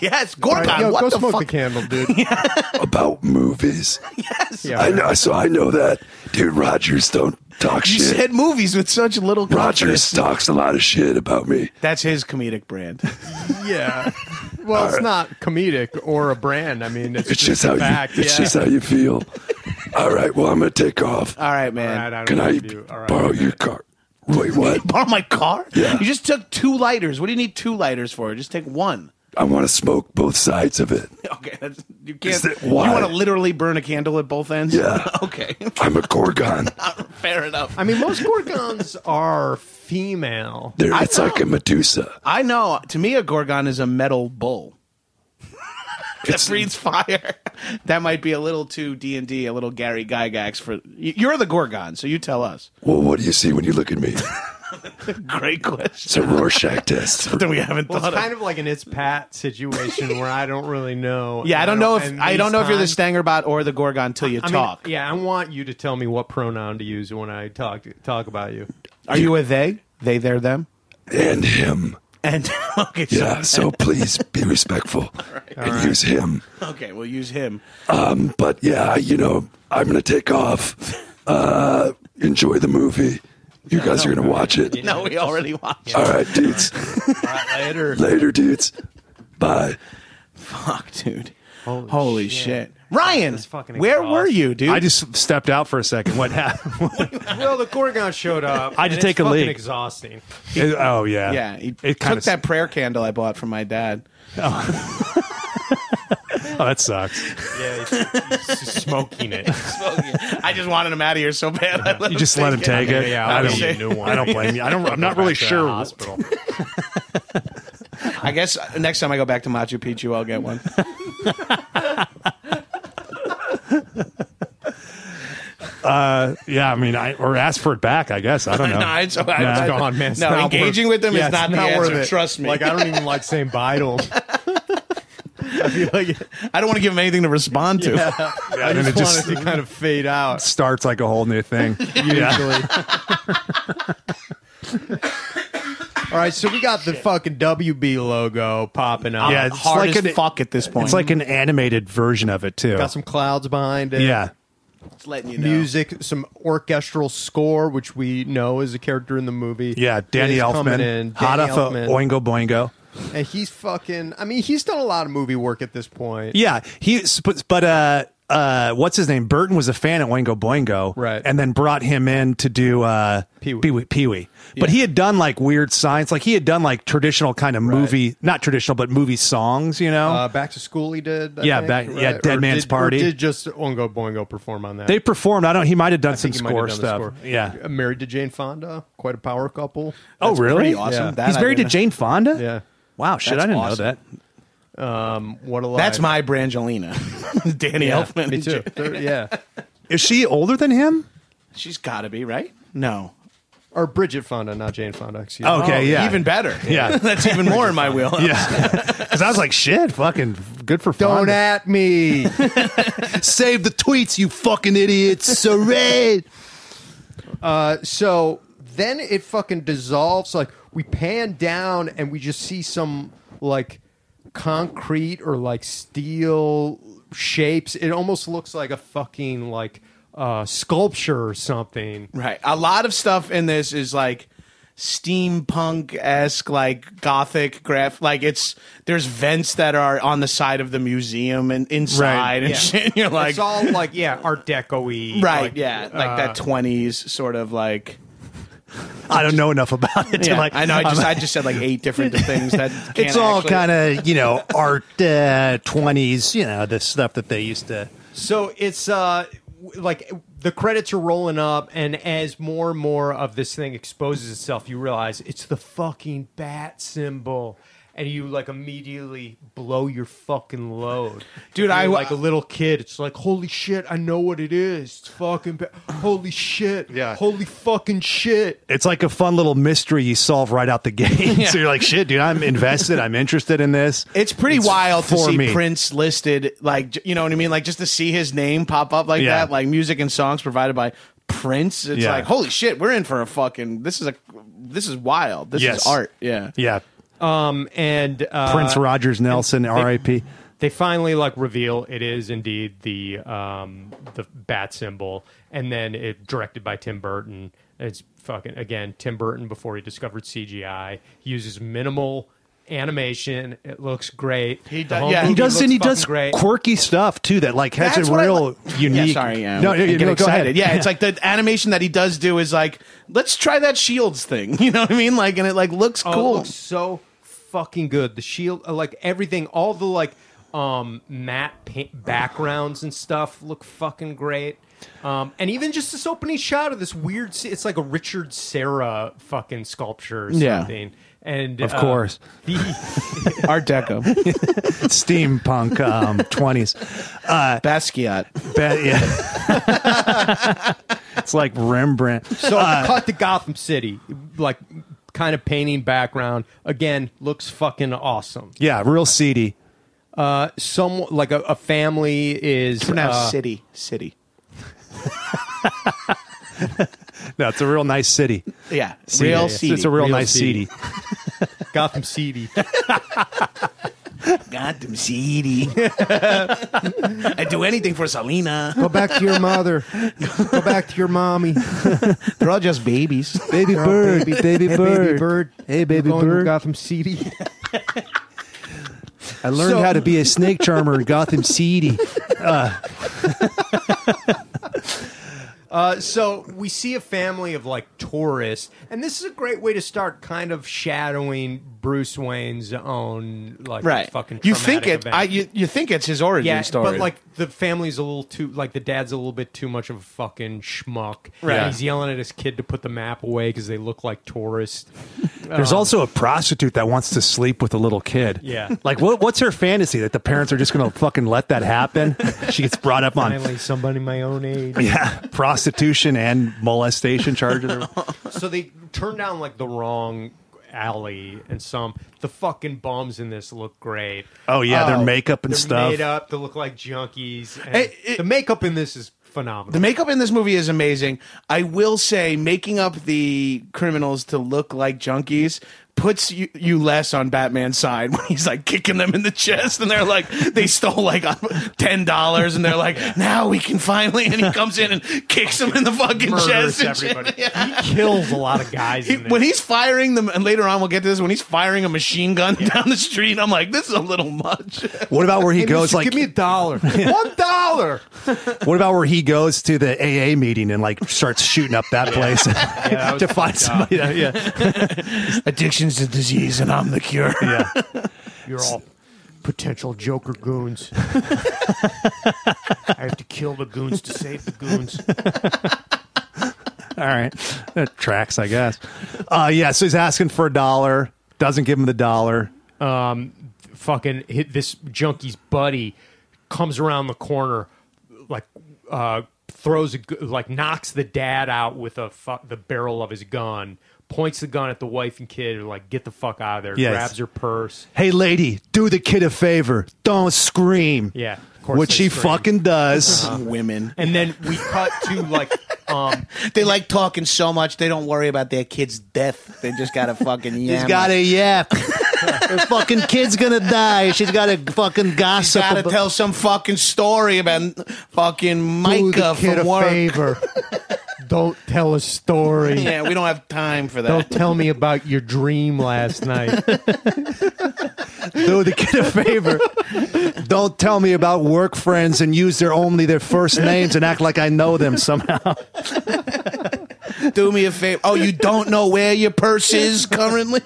Speaker 1: yes, Gorgon.
Speaker 3: Yo,
Speaker 1: what
Speaker 3: go
Speaker 1: the
Speaker 3: smoke
Speaker 1: fuck?
Speaker 3: the candle, dude.
Speaker 4: about movies.
Speaker 1: Yes.
Speaker 3: Yeah.
Speaker 4: I know, so I know that, dude. Rogers don't talk
Speaker 1: You
Speaker 4: shit.
Speaker 1: said movies with such little
Speaker 4: Rogers
Speaker 1: confidence.
Speaker 4: talks a lot of shit about me.
Speaker 1: That's his comedic brand.
Speaker 3: Yeah. Well, it's not comedic or a brand. I mean, it's,
Speaker 4: It's just how
Speaker 3: a fact.
Speaker 4: you. It's
Speaker 3: yeah.
Speaker 4: just how you feel. All right. Well, I'm gonna take off.
Speaker 1: All right,
Speaker 3: All
Speaker 1: man.
Speaker 3: right, I don't
Speaker 4: Can
Speaker 3: know what
Speaker 4: I
Speaker 3: to do. All right.
Speaker 4: borrow your car? Wait, what?
Speaker 1: Borrow my car?
Speaker 4: Yeah.
Speaker 1: You just took two lighters. What do you need two lighters for? Just take one.
Speaker 4: I want to smoke both sides of it.
Speaker 1: Okay, that's, you can't.
Speaker 4: Is that-
Speaker 1: you
Speaker 4: why?
Speaker 1: want to literally burn a candle at both ends?
Speaker 4: Yeah.
Speaker 1: okay,
Speaker 4: I'm a Gorgon.
Speaker 1: fair enough.
Speaker 3: I mean, most Gorgons are female.
Speaker 4: There, it's like a Medusa.
Speaker 1: I know. To me, a gorgon is a metal bull that breathes fire. That might be a little too D and D, a little Gary Gygax for. You're the gorgon, so you tell us.
Speaker 4: Well, what do you see when you look at me?
Speaker 1: Great question.
Speaker 4: It's a Rorschach test.
Speaker 1: Something we haven't
Speaker 3: Well,
Speaker 1: thought
Speaker 3: it's
Speaker 1: of.
Speaker 3: kind of like an it's Pat situation where I don't really know.
Speaker 1: yeah, I don't know if
Speaker 3: and
Speaker 1: I
Speaker 3: these
Speaker 1: don't know if you're the
Speaker 3: times-
Speaker 1: Stangerbot or the Gorgon till you
Speaker 3: I mean,
Speaker 1: talk.
Speaker 3: yeah, I want you to tell me what pronoun to use when I talk talk about you.
Speaker 1: Are you a they? They, there, them?
Speaker 4: And him.
Speaker 1: And okay, so-
Speaker 4: Yeah, so please be respectful and use him.
Speaker 1: okay, we'll use him.
Speaker 4: But yeah, you know, I'm going to take off. Uh, enjoy the movie. You guys are going to watch it.
Speaker 1: No, we already watched.
Speaker 4: All right, dudes.
Speaker 3: Later.
Speaker 4: Later, dudes. Bye.
Speaker 1: Fuck, dude. Holy,
Speaker 3: Holy
Speaker 1: shit.
Speaker 3: shit.
Speaker 1: Ryan,
Speaker 3: That's fucking
Speaker 1: where were
Speaker 3: exhausting.
Speaker 1: you, dude?
Speaker 2: I just stepped out for a second. What happened?
Speaker 3: Well, the Gorgon showed up.
Speaker 2: I had to
Speaker 3: and
Speaker 2: take
Speaker 3: it's
Speaker 2: a
Speaker 3: fucking
Speaker 2: leak.
Speaker 3: Exhausting.
Speaker 2: oh yeah,
Speaker 1: yeah, he
Speaker 2: It kind
Speaker 1: took
Speaker 2: of
Speaker 1: that prayer candle I bought from my dad.
Speaker 2: Oh, that sucks.
Speaker 3: Yeah, he's, he's smoking it.
Speaker 1: I just wanted him out of here so bad. I
Speaker 2: You just let him take it.
Speaker 3: Yeah,
Speaker 2: I
Speaker 3: I'll
Speaker 2: don't.
Speaker 3: get you a new one.
Speaker 2: I don't blame you. I don't. I'm not really
Speaker 3: Back to the
Speaker 2: sure.
Speaker 3: Hospital.
Speaker 1: I guess uh, next time I go back to Machu Picchu, I'll get one.
Speaker 2: Yeah, I mean, I or ask for it back. I guess I don't know.
Speaker 1: No, it's,
Speaker 2: Nah.
Speaker 1: I-
Speaker 3: gone, man. It's
Speaker 1: No,
Speaker 3: not
Speaker 1: engaging
Speaker 3: worth-
Speaker 1: with them
Speaker 3: Yeah,
Speaker 1: is not,
Speaker 3: it's
Speaker 1: the
Speaker 3: worth
Speaker 1: answer.
Speaker 3: it.
Speaker 1: Trust me.
Speaker 3: Like I don't even like saying bye to him. I feel like
Speaker 1: I don't want to give him anything to respond to.
Speaker 2: Yeah,
Speaker 3: I
Speaker 2: and it just
Speaker 3: just, want it to kind of fade out.
Speaker 2: starts like a whole new thing. yeah.
Speaker 3: Usually. All right, so we got the fucking WB logo popping up.
Speaker 2: Yeah, it's
Speaker 1: Hard
Speaker 2: like
Speaker 1: as
Speaker 2: an-
Speaker 1: fuck at this point.
Speaker 2: It's like an animated version of it too.
Speaker 3: got some clouds behind it.
Speaker 2: yeah.
Speaker 1: It's letting you know.
Speaker 3: music, some orchestral score, which we know is a character in the movie.
Speaker 2: Yeah, Danny
Speaker 3: is
Speaker 2: Elfman,
Speaker 3: coming in.
Speaker 2: hot
Speaker 3: Danny
Speaker 2: off of
Speaker 3: Elfman.
Speaker 2: Oingo Boingo.
Speaker 3: and he's fucking. I mean, he's done a lot of movie work at this point.
Speaker 2: Yeah, he but, but uh, uh, what's his name? Burton was a fan at Oingo Boingo,
Speaker 1: Right.
Speaker 2: And then brought him in to do uh,
Speaker 3: Pee Wee.
Speaker 2: Pee-wee, Pee-wee. But
Speaker 1: Yeah.
Speaker 2: he had done like weird science, like he had done like traditional kind of movie, not traditional, but movie songs, you know.
Speaker 3: Uh, back to school, he did. I
Speaker 2: Yeah,
Speaker 3: think,
Speaker 2: back- yeah,
Speaker 3: right?
Speaker 2: Dead
Speaker 3: Or
Speaker 2: Man's
Speaker 3: did,
Speaker 2: Party.
Speaker 3: Or did just Oingo Boingo perform on that?
Speaker 2: they performed. I don't. He might have done
Speaker 3: I
Speaker 2: some
Speaker 3: think he might have
Speaker 2: score
Speaker 3: done the
Speaker 2: stuff.
Speaker 3: score.
Speaker 2: Yeah.
Speaker 3: Uh, Married to Jane Fonda, quite a power couple.
Speaker 2: oh, really?
Speaker 1: pretty awesome.
Speaker 3: Yeah.
Speaker 1: That
Speaker 2: He's
Speaker 1: I
Speaker 2: married to
Speaker 1: didn't know.
Speaker 2: Jane Fonda.
Speaker 3: Yeah.
Speaker 2: Wow. Shit,
Speaker 1: That's
Speaker 2: I didn't
Speaker 1: awesome.
Speaker 2: know that.
Speaker 3: Um, What a lie.
Speaker 1: That's my Brangelina, Danny
Speaker 3: yeah,
Speaker 1: Elfman.
Speaker 3: Me too. They're- yeah.
Speaker 2: Is she older than him?
Speaker 1: She's got to be right. No.
Speaker 3: Or Bridget Fonda, not Jane Fonda. Excuse
Speaker 1: Oh,
Speaker 3: me.
Speaker 2: Okay. yeah.
Speaker 1: Even better.
Speaker 2: Yeah.
Speaker 1: That's even more in my wheel.
Speaker 2: Yeah. Because I was like, shit, fucking good for
Speaker 3: Don't
Speaker 2: Fonda.
Speaker 3: at me. Uh,
Speaker 2: Save the tweets, you fucking idiots. So red.
Speaker 3: so then it fucking dissolves. Like we pan down and we just see some like concrete or like steel shapes. It almost looks like a fucking like uh, sculpture or something.
Speaker 1: Right. A lot of stuff in this is like steampunk esque, like gothic graph. Like it's there's vents that are on the side of the museum and inside
Speaker 2: Right.
Speaker 1: and
Speaker 3: Yeah.
Speaker 1: shit. And you're like,
Speaker 3: it's all Uh, like yeah, Art Deco-y.
Speaker 1: right?
Speaker 3: like,
Speaker 1: yeah, like that twenties sort of like.
Speaker 2: I don't know enough about it. to,
Speaker 1: Yeah,
Speaker 2: like,
Speaker 1: I know. I just
Speaker 2: I'm-
Speaker 1: I just said like eight different things that
Speaker 2: it's all kind of, you know, art uh, 20s, you know, the stuff that they used to.
Speaker 3: So it's uh w- like the credits are rolling up, and as more and more of this thing exposes itself, you realize it's the fucking bat symbol. And you like immediately blow your fucking load,
Speaker 1: Dude,
Speaker 3: You're
Speaker 1: I-
Speaker 3: like a little kid. It's like holy shit, I know what it is. It's fucking ba- holy shit,
Speaker 2: Yeah.
Speaker 3: holy fucking shit.
Speaker 2: It's like a fun little mystery you solve right out the gate. so you're like, shit, dude, I'm invested. I'm interested in this.
Speaker 1: It's pretty wild to
Speaker 2: for
Speaker 1: see
Speaker 2: me.
Speaker 1: Prince listed, like j- you know what I mean, like just to see his name pop up like
Speaker 2: Yeah.
Speaker 1: that, like music and songs provided by Prince. It's
Speaker 2: Yeah.
Speaker 1: like holy shit, we're in for a fucking. This is a this is wild. This
Speaker 2: Yes.
Speaker 1: is art. Yeah,
Speaker 2: yeah.
Speaker 3: Um, and uh,
Speaker 2: Prince Rogers Nelson, RIP.
Speaker 3: they finally like reveal it is indeed the um the bat symbol and then it directed by tim burton it's fucking again tim burton before he discovered cgi he uses minimal animation it looks great he
Speaker 1: does- yeah.
Speaker 2: He
Speaker 1: He
Speaker 2: does, and he does
Speaker 3: great
Speaker 2: quirky stuff too. That like has
Speaker 1: That's
Speaker 2: a
Speaker 1: what I
Speaker 2: real
Speaker 1: li-
Speaker 2: unique.
Speaker 1: Yeah, sorry, yeah,
Speaker 2: no,
Speaker 1: I'm
Speaker 2: no,
Speaker 1: getting
Speaker 2: no, go
Speaker 1: excited.
Speaker 2: ahead.
Speaker 1: Yeah, it's like the animation that he does do is like, let's try that shields thing. You know what I mean? Like, and it like looks
Speaker 3: Oh, it
Speaker 1: cool.
Speaker 3: looks so fucking good. The shield, uh, like everything, all the like um matte paint backgrounds and stuff look fucking great. Um, and even just this opening shot of this weird, se- it's like a Richard Serra fucking sculpture or
Speaker 1: Yeah.
Speaker 3: something. And
Speaker 2: Of
Speaker 3: uh,
Speaker 2: course.
Speaker 3: the-
Speaker 1: Art Deco,
Speaker 2: steampunk um, 20s.
Speaker 1: Basquiat.
Speaker 2: Bet, yeah. it's like Rembrandt.
Speaker 3: so
Speaker 1: Uh.
Speaker 3: cut to Gotham City, like kind of painting background. Again, looks fucking awesome.
Speaker 2: Yeah, real seedy.
Speaker 3: Some like a, a family is
Speaker 1: Pronounced
Speaker 3: uh,
Speaker 1: city, city.
Speaker 2: No, it's a real nice city.
Speaker 1: Yeah,
Speaker 2: Seedy.
Speaker 1: real
Speaker 2: It's-
Speaker 1: city.
Speaker 2: It's a real,
Speaker 3: Real
Speaker 2: nice city.
Speaker 3: seedy. Gotham City.
Speaker 1: goddamn city. I'd do anything for Selena.
Speaker 3: Go back to your mother. Go back to your mommy.
Speaker 1: They're all just babies.
Speaker 2: Baby bird, baby,
Speaker 3: Hey, baby bird.
Speaker 2: Hey, baby
Speaker 3: Going to
Speaker 2: bird.
Speaker 3: Gotham City.
Speaker 2: I learned
Speaker 3: So-
Speaker 2: how to be a snake charmer in Gotham City.
Speaker 3: Uh, so we see a family of like tourists, and this is a great way to start kind of shadowing Bruce Wayne's own like
Speaker 1: Right.
Speaker 3: fucking.
Speaker 1: you think
Speaker 3: traumatic
Speaker 1: it?
Speaker 3: event.
Speaker 1: I you, you think it's his origin
Speaker 3: yeah,
Speaker 1: story?
Speaker 3: but like the family's a little too like the dad's a little bit too much of a fucking schmuck.
Speaker 1: Right.
Speaker 3: He's yelling at his kid to put the map away because they look like tourists.
Speaker 2: There's also a prostitute that wants to sleep with a little kid.
Speaker 3: Yeah.
Speaker 2: Like, what, what's her fantasy that the parents are just going to fucking let that happen? She gets brought up on
Speaker 3: Finally, somebody my own age.
Speaker 2: yeah, prostitution and molestation charges.
Speaker 3: so they turn down like the wrong alley and some the fucking bums in this look great.
Speaker 2: Oh, yeah, their makeup and
Speaker 3: they're
Speaker 2: stuff.
Speaker 3: Made up to look like junkies. and
Speaker 1: It- it-
Speaker 3: the makeup in this is phenomenal.
Speaker 1: The makeup in this movie is amazing. I will say, making up the criminals to look like junkies puts you, you less on Batman's side when he's like kicking them in the chest, and they're like they stole like ten dollars, and they're like now we can finally, and he comes in and kicks them in the fucking
Speaker 3: Murders
Speaker 1: chest. and shit.
Speaker 3: everybody. He kills a lot of guys.
Speaker 1: He-
Speaker 3: in this.
Speaker 1: when he's firing them, and later on we'll get to this. When he's firing a machine gun down the street, I'm like, this is a little much.
Speaker 2: What about where he
Speaker 3: Hey,
Speaker 2: goes?
Speaker 3: mister,
Speaker 2: Like,
Speaker 3: give me a dollar, one dollar.
Speaker 2: what about where he goes to the AA meeting and like starts shooting up that place
Speaker 3: that was
Speaker 2: to find
Speaker 3: fucked up.
Speaker 2: somebody? That, yeah,
Speaker 1: Addiction's a disease, and I'm the cure.
Speaker 2: yeah.
Speaker 3: You're all potential Joker goons. I have to kill the goons to save the goons.
Speaker 2: All right, that tracks, I guess. Uh, yeah, so he's asking for a dollar. Doesn't give him the dollar.
Speaker 3: Fucking hit this junkie's buddy comes around the corner, like uh, throws a gu- like knocks the dad out with a fu- the barrel of his gun. Points the gun at the wife and kid, and like get the fuck out of there.
Speaker 2: Yes.
Speaker 3: Grabs her purse.
Speaker 2: Hey, lady, do the kid a favor. Don't scream.
Speaker 3: Yeah, of course
Speaker 2: Which
Speaker 3: they
Speaker 2: she
Speaker 3: scream.
Speaker 2: fucking does.
Speaker 1: Women.
Speaker 3: And then we cut to like um,
Speaker 1: They like talking so much they don't worry about their kid's death. They just gotta fucking yammer.
Speaker 2: He's got a yap. Her fucking kid's gonna die. She's got to fucking gossip.
Speaker 1: gotta
Speaker 2: about-
Speaker 1: tell some fucking story about fucking
Speaker 3: do the
Speaker 1: Micah
Speaker 3: kid
Speaker 1: from
Speaker 3: a
Speaker 1: work.
Speaker 3: favor. Don't tell a story.
Speaker 1: Yeah, we don't have time for
Speaker 3: Don't
Speaker 1: that.
Speaker 3: tell me about your dream last night.
Speaker 2: do the kid a favor. Don't tell me about work friends and use their only their first names and act like I know them somehow.
Speaker 1: Do me a favor. Oh, you don't know where your purse is currently?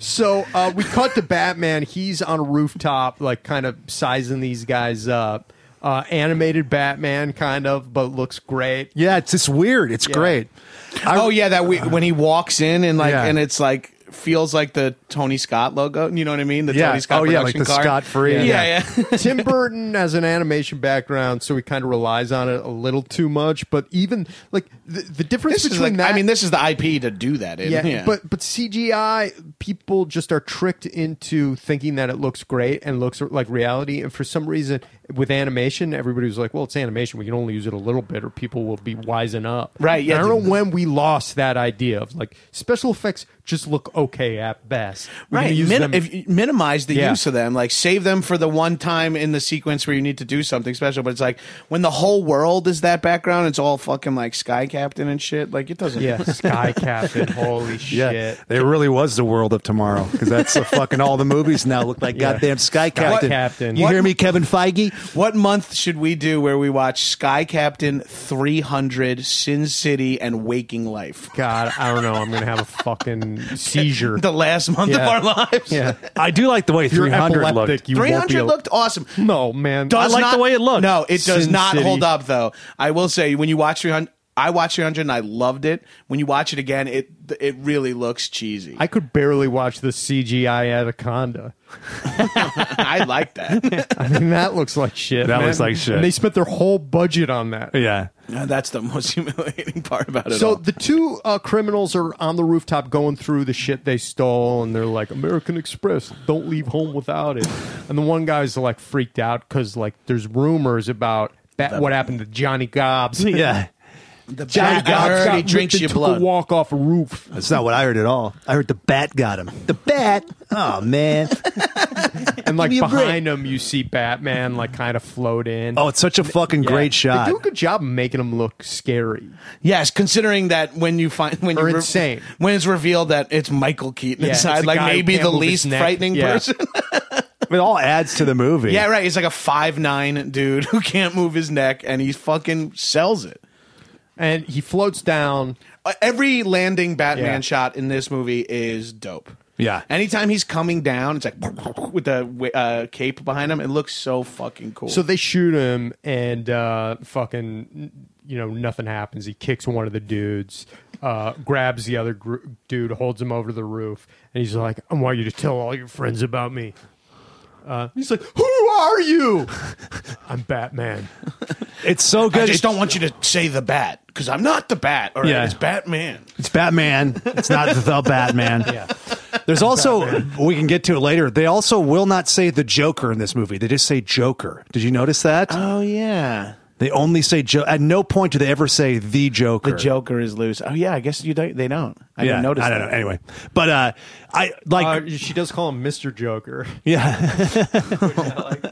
Speaker 3: So uh, we cut to Batman. He's on a rooftop, like kind of sizing these guys up. Uh, animated Batman, kind of, but looks great.
Speaker 2: Yeah, it's just weird. It's great. I-
Speaker 1: oh yeah, that we, when he walks in and like
Speaker 2: Yeah.
Speaker 1: and it's like feels like the Tony Scott logo. You know what I mean? The
Speaker 2: Yeah.
Speaker 1: Tony Scott.
Speaker 2: Oh, yeah, like
Speaker 1: production
Speaker 2: the
Speaker 1: card.
Speaker 2: Scott-free.
Speaker 1: Yeah, yeah.
Speaker 3: Tim Burton has an animation background, so he kind of relies on it a little too much. But even like the, the difference
Speaker 1: this is
Speaker 3: between
Speaker 1: like.
Speaker 3: that,
Speaker 1: I mean, this is the IP to do that. In.
Speaker 3: yeah, but but CGI people just are tricked into thinking that it looks great and looks like reality, and for some reason with animation, everybody was like, "Well, it's animation; we can only use it a little bit, or people will be wising up."
Speaker 1: Right, yeah.
Speaker 3: And I don't know when we lost that idea of like special effects just look okay at best. We're
Speaker 1: Right,
Speaker 3: gonna use
Speaker 1: Min-
Speaker 3: them-
Speaker 1: if you minimize the
Speaker 3: Yeah.
Speaker 1: use of them, like save them for the one time in the sequence where you need to do something special. But it's like when the whole world is that background, it's all fucking like Sky Captain and shit. Like it doesn't.
Speaker 3: yeah, Sky Captain, holy
Speaker 2: Yeah,
Speaker 3: shit!
Speaker 2: it really was the world of tomorrow because that's a fucking all the movies now look like
Speaker 3: Yeah.
Speaker 2: goddamn Sky Captain.
Speaker 3: Captain.
Speaker 2: You
Speaker 3: What-
Speaker 2: hear me, Kevin Feige?
Speaker 1: What month should we do where we watch Sky Captain, Three Hundred, Sin City, and Waking Life?
Speaker 3: God, I don't know. I'm gonna have a fucking seizure.
Speaker 1: The last month
Speaker 3: Yeah.
Speaker 1: of our lives.
Speaker 3: yeah,
Speaker 2: I do like the way
Speaker 3: If you're
Speaker 2: 300
Speaker 3: epileptic,
Speaker 2: looked.
Speaker 3: you
Speaker 1: Three
Speaker 3: won't be
Speaker 1: hundred
Speaker 3: able-
Speaker 1: looked awesome.
Speaker 3: No, man.
Speaker 1: Does
Speaker 2: I like
Speaker 1: not-
Speaker 2: the way it looked.
Speaker 1: No, it does
Speaker 3: Sin
Speaker 1: not
Speaker 3: City.
Speaker 1: hold up though. I will say when you watch 300 I watched 300 and I loved it. When you watch it again, it it really looks cheesy.
Speaker 3: I could barely watch the CGI Anaconda.
Speaker 1: I like that.
Speaker 3: I mean, that looks like shit.
Speaker 2: That
Speaker 3: man.
Speaker 2: looks like shit.
Speaker 3: And they spent their whole budget on that.
Speaker 2: Yeah.
Speaker 1: No, Uh, That's the most humiliating part about it.
Speaker 3: So
Speaker 1: all.
Speaker 3: the two uh, criminals are on the rooftop going through the shit they stole, and they're like, "American Express, don't leave home without it." And the one guy's like freaked out because like there's rumors about that, what happened to Johnny Gobbs.
Speaker 2: Yeah.
Speaker 1: the
Speaker 3: Johnny
Speaker 1: bat already
Speaker 3: got
Speaker 1: drinks
Speaker 3: ripped
Speaker 1: your
Speaker 3: and took
Speaker 1: blood.
Speaker 3: A walk off a roof.
Speaker 2: That's not what I heard at all. I heard the bat got him. The bat? Oh, man.
Speaker 3: And like
Speaker 2: Give me a break.
Speaker 3: behind him, you see Batman like kind of float in.
Speaker 2: Oh, it's such a fucking
Speaker 3: Yeah.
Speaker 2: great shot.
Speaker 3: They do a good job of making him look scary.
Speaker 1: Yes, considering that when you find when
Speaker 3: Or
Speaker 1: you
Speaker 3: insane.
Speaker 1: when it's revealed that it's Michael Keaton
Speaker 3: Yeah, it's
Speaker 1: inside,
Speaker 3: a
Speaker 1: like
Speaker 3: guy who
Speaker 1: maybe
Speaker 3: can't
Speaker 1: the
Speaker 3: move his
Speaker 1: least
Speaker 3: neck.
Speaker 1: frightening
Speaker 3: Yeah.
Speaker 1: person.
Speaker 2: It all adds to the movie.
Speaker 1: yeah, right. He's like a five nine dude who can't move his neck, and he fucking sells it.
Speaker 3: And he floats down.
Speaker 1: Uh, every landing Batman
Speaker 3: Yeah.
Speaker 1: shot in this movie is dope.
Speaker 2: Yeah.
Speaker 1: Anytime he's coming down, it's like with the uh, cape behind him. It looks so fucking cool.
Speaker 3: So they shoot him, and uh, fucking, you know, nothing happens. He kicks one of the dudes, uh, grabs the other gr- dude, holds him over the roof, and he's like, "I want you to tell all your friends about me." Uh, he's like, "Who are you?" I'm Batman.
Speaker 2: It's so good.
Speaker 1: I just
Speaker 2: It's-
Speaker 1: don't want you to say the bat because I'm not the bat. All right,
Speaker 2: Yeah.
Speaker 1: it's Batman.
Speaker 2: It's Batman. It's not the Batman.
Speaker 3: Yeah.
Speaker 2: There's also we can get to it later. They also will not say the Joker in this movie. They just say Joker. Did you notice that?
Speaker 1: Oh yeah,
Speaker 2: they only say jo- at no point do they ever say the Joker.
Speaker 1: the Joker is loose. Oh yeah, I guess you don't. They don't. I didn't notice
Speaker 2: I don't
Speaker 1: that.
Speaker 2: know. Anyway, but uh, I like
Speaker 3: Uh, she does call him Mr. Joker.
Speaker 2: yeah,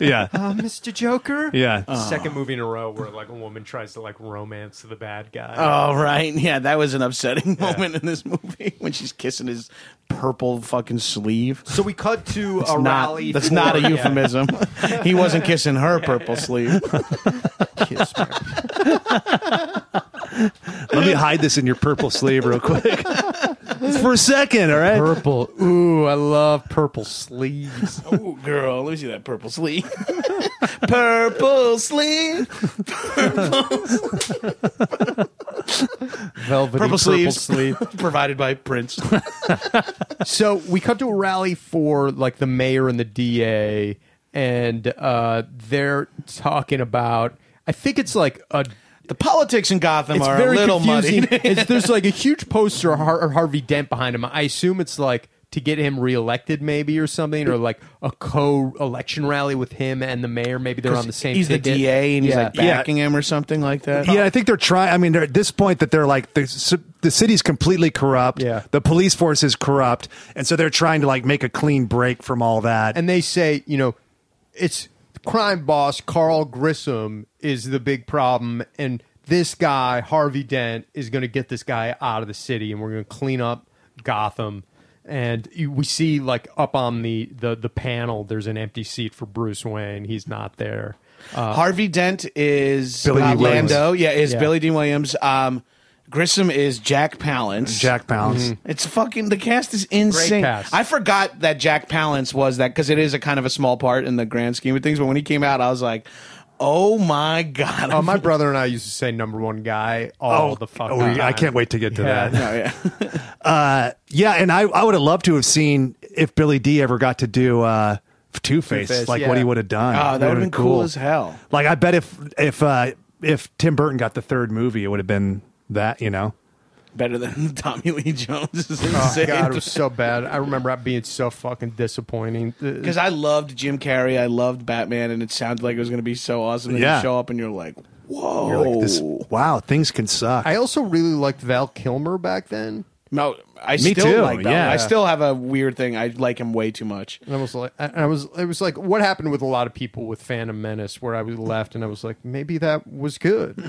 Speaker 2: yeah,
Speaker 3: Uh, Mr. Joker.
Speaker 2: yeah.
Speaker 3: Second movie in a row where like a woman tries to like romance the bad guy.
Speaker 1: Oh right, yeah, that was an upsetting moment in this movie when she's kissing his purple fucking sleeve.
Speaker 3: so we cut to a
Speaker 1: not,
Speaker 3: rally.
Speaker 1: That's
Speaker 3: for-
Speaker 1: not a
Speaker 3: Yeah.
Speaker 1: euphemism. he wasn't kissing her purple sleeve. Kiss me.
Speaker 2: Let me hide this in your purple sleeve real quick for a second. All right.
Speaker 3: Purple. Ooh, I love purple sleeves.
Speaker 1: Ooh, girl, let me see that purple sleeve. purple sleeve.
Speaker 3: Velvety
Speaker 1: Purple sleeves.
Speaker 3: sleeve.
Speaker 1: Provided by Prince.
Speaker 3: so we cut to a rally for like the mayor and the DA, and uh, they're talking about. I think it's like a.
Speaker 1: The politics in Gotham
Speaker 3: It's
Speaker 1: are
Speaker 3: very
Speaker 1: a little
Speaker 3: confusing.
Speaker 1: muddy.
Speaker 3: It's- there's like a huge poster of Har- of Harvey Dent behind him. I assume it's like to get him reelected, maybe or something, or like a co-election rally with him and the mayor. Maybe they're on the same.
Speaker 1: He's the
Speaker 3: ticket.
Speaker 1: DA and he's like
Speaker 2: Yeah.
Speaker 1: backing him or something like that.
Speaker 2: Yeah, I think they're trying. I mean, they're, at this point, that they're like the ci- the city's completely corrupt.
Speaker 3: Yeah.
Speaker 2: the police force is corrupt, and so they're trying to like make a clean break from all that.
Speaker 3: and they say, you know, it's crime boss Carl Grissom is the big problem, and this guy Harvey Dent is going to get this guy out of the city, and we're going to clean up Gotham. And you- we see like up on the, the the panel, there's an empty seat for Bruce Wayne. He's not there.
Speaker 1: Uh-huh. Harvey Dent is
Speaker 2: Billy
Speaker 1: uh,
Speaker 2: D. Williams.
Speaker 1: Lando. Yeah, is
Speaker 3: Yeah.
Speaker 1: Billy D. Williams. Um, Grissom is Jack Palance.
Speaker 2: Jack Palance.
Speaker 1: It's fucking the cast is insane.
Speaker 3: cast.
Speaker 1: I forgot that Jack Palance was that because it is a kind of a small part in the grand scheme of things. But when he came out, I was like, "Oh my god!"
Speaker 3: Uh, my brother and I used to say number one guy all the fuck.
Speaker 2: oh, we- I can't wait to get to that. Uh,
Speaker 1: Oh, Mm-hmm. Uh-huh. yeah.
Speaker 2: Yeah, and I, I would have loved to have seen if Billy D ever got to do uh, Two Face,
Speaker 3: Two-Face,
Speaker 2: like what
Speaker 3: yeah.
Speaker 2: he would have done.
Speaker 1: Oh, that
Speaker 2: It
Speaker 1: would have been
Speaker 2: been
Speaker 1: cool. as hell.
Speaker 2: Like I bet if if uh, if Tim Burton got the third movie, it would have been that. You know,
Speaker 1: Better than Tommy Lee Jones.
Speaker 3: Oh, God, it was so bad. I remember that being so fucking disappointing.
Speaker 1: Because I loved Jim Carrey, I loved Batman, and it sounded like it was going to be so awesome. And
Speaker 2: Yeah.
Speaker 1: you show up and you're like, "Whoa!"
Speaker 2: You're like, this-
Speaker 1: Oh.
Speaker 2: wow, things can suck.
Speaker 3: I also really liked Val Kilmer back then.
Speaker 1: No, I
Speaker 2: Me
Speaker 1: still
Speaker 2: too,
Speaker 1: like that.
Speaker 2: yeah.
Speaker 1: I still have a weird thing. I like him way too much.
Speaker 3: And I was like, and I was, it was like, what happened with a lot of people with Phantom Menace, where I was left, and I was like, maybe that was good.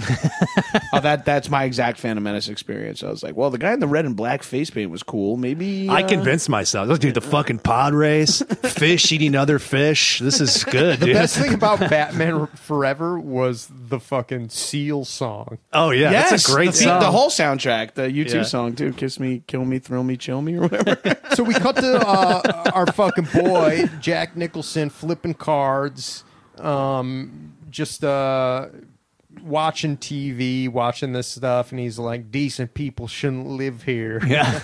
Speaker 1: oh, that that's my exact Phantom Menace experience. I was like, well, the guy in the red and black face paint was cool. Maybe
Speaker 2: I
Speaker 1: uh,
Speaker 2: convinced myself. Let's do the fucking pod race, fish eating other fish. This is good, dude.
Speaker 3: Best thing about Batman Forever was the fucking Seal song.
Speaker 2: Oh yeah,
Speaker 1: Yes,
Speaker 2: that's a great
Speaker 1: the,
Speaker 2: song.
Speaker 1: The whole soundtrack, the U2
Speaker 3: Yeah.
Speaker 1: song too, "Kiss Me, Kill Me, Thrill Me, Chill Me" or whatever.
Speaker 3: So we cut to uh, our fucking boy Jack Nicholson flipping cards, um, just uh, watching TV, watching this stuff, and he's like, decent people shouldn't live here.
Speaker 2: yeah,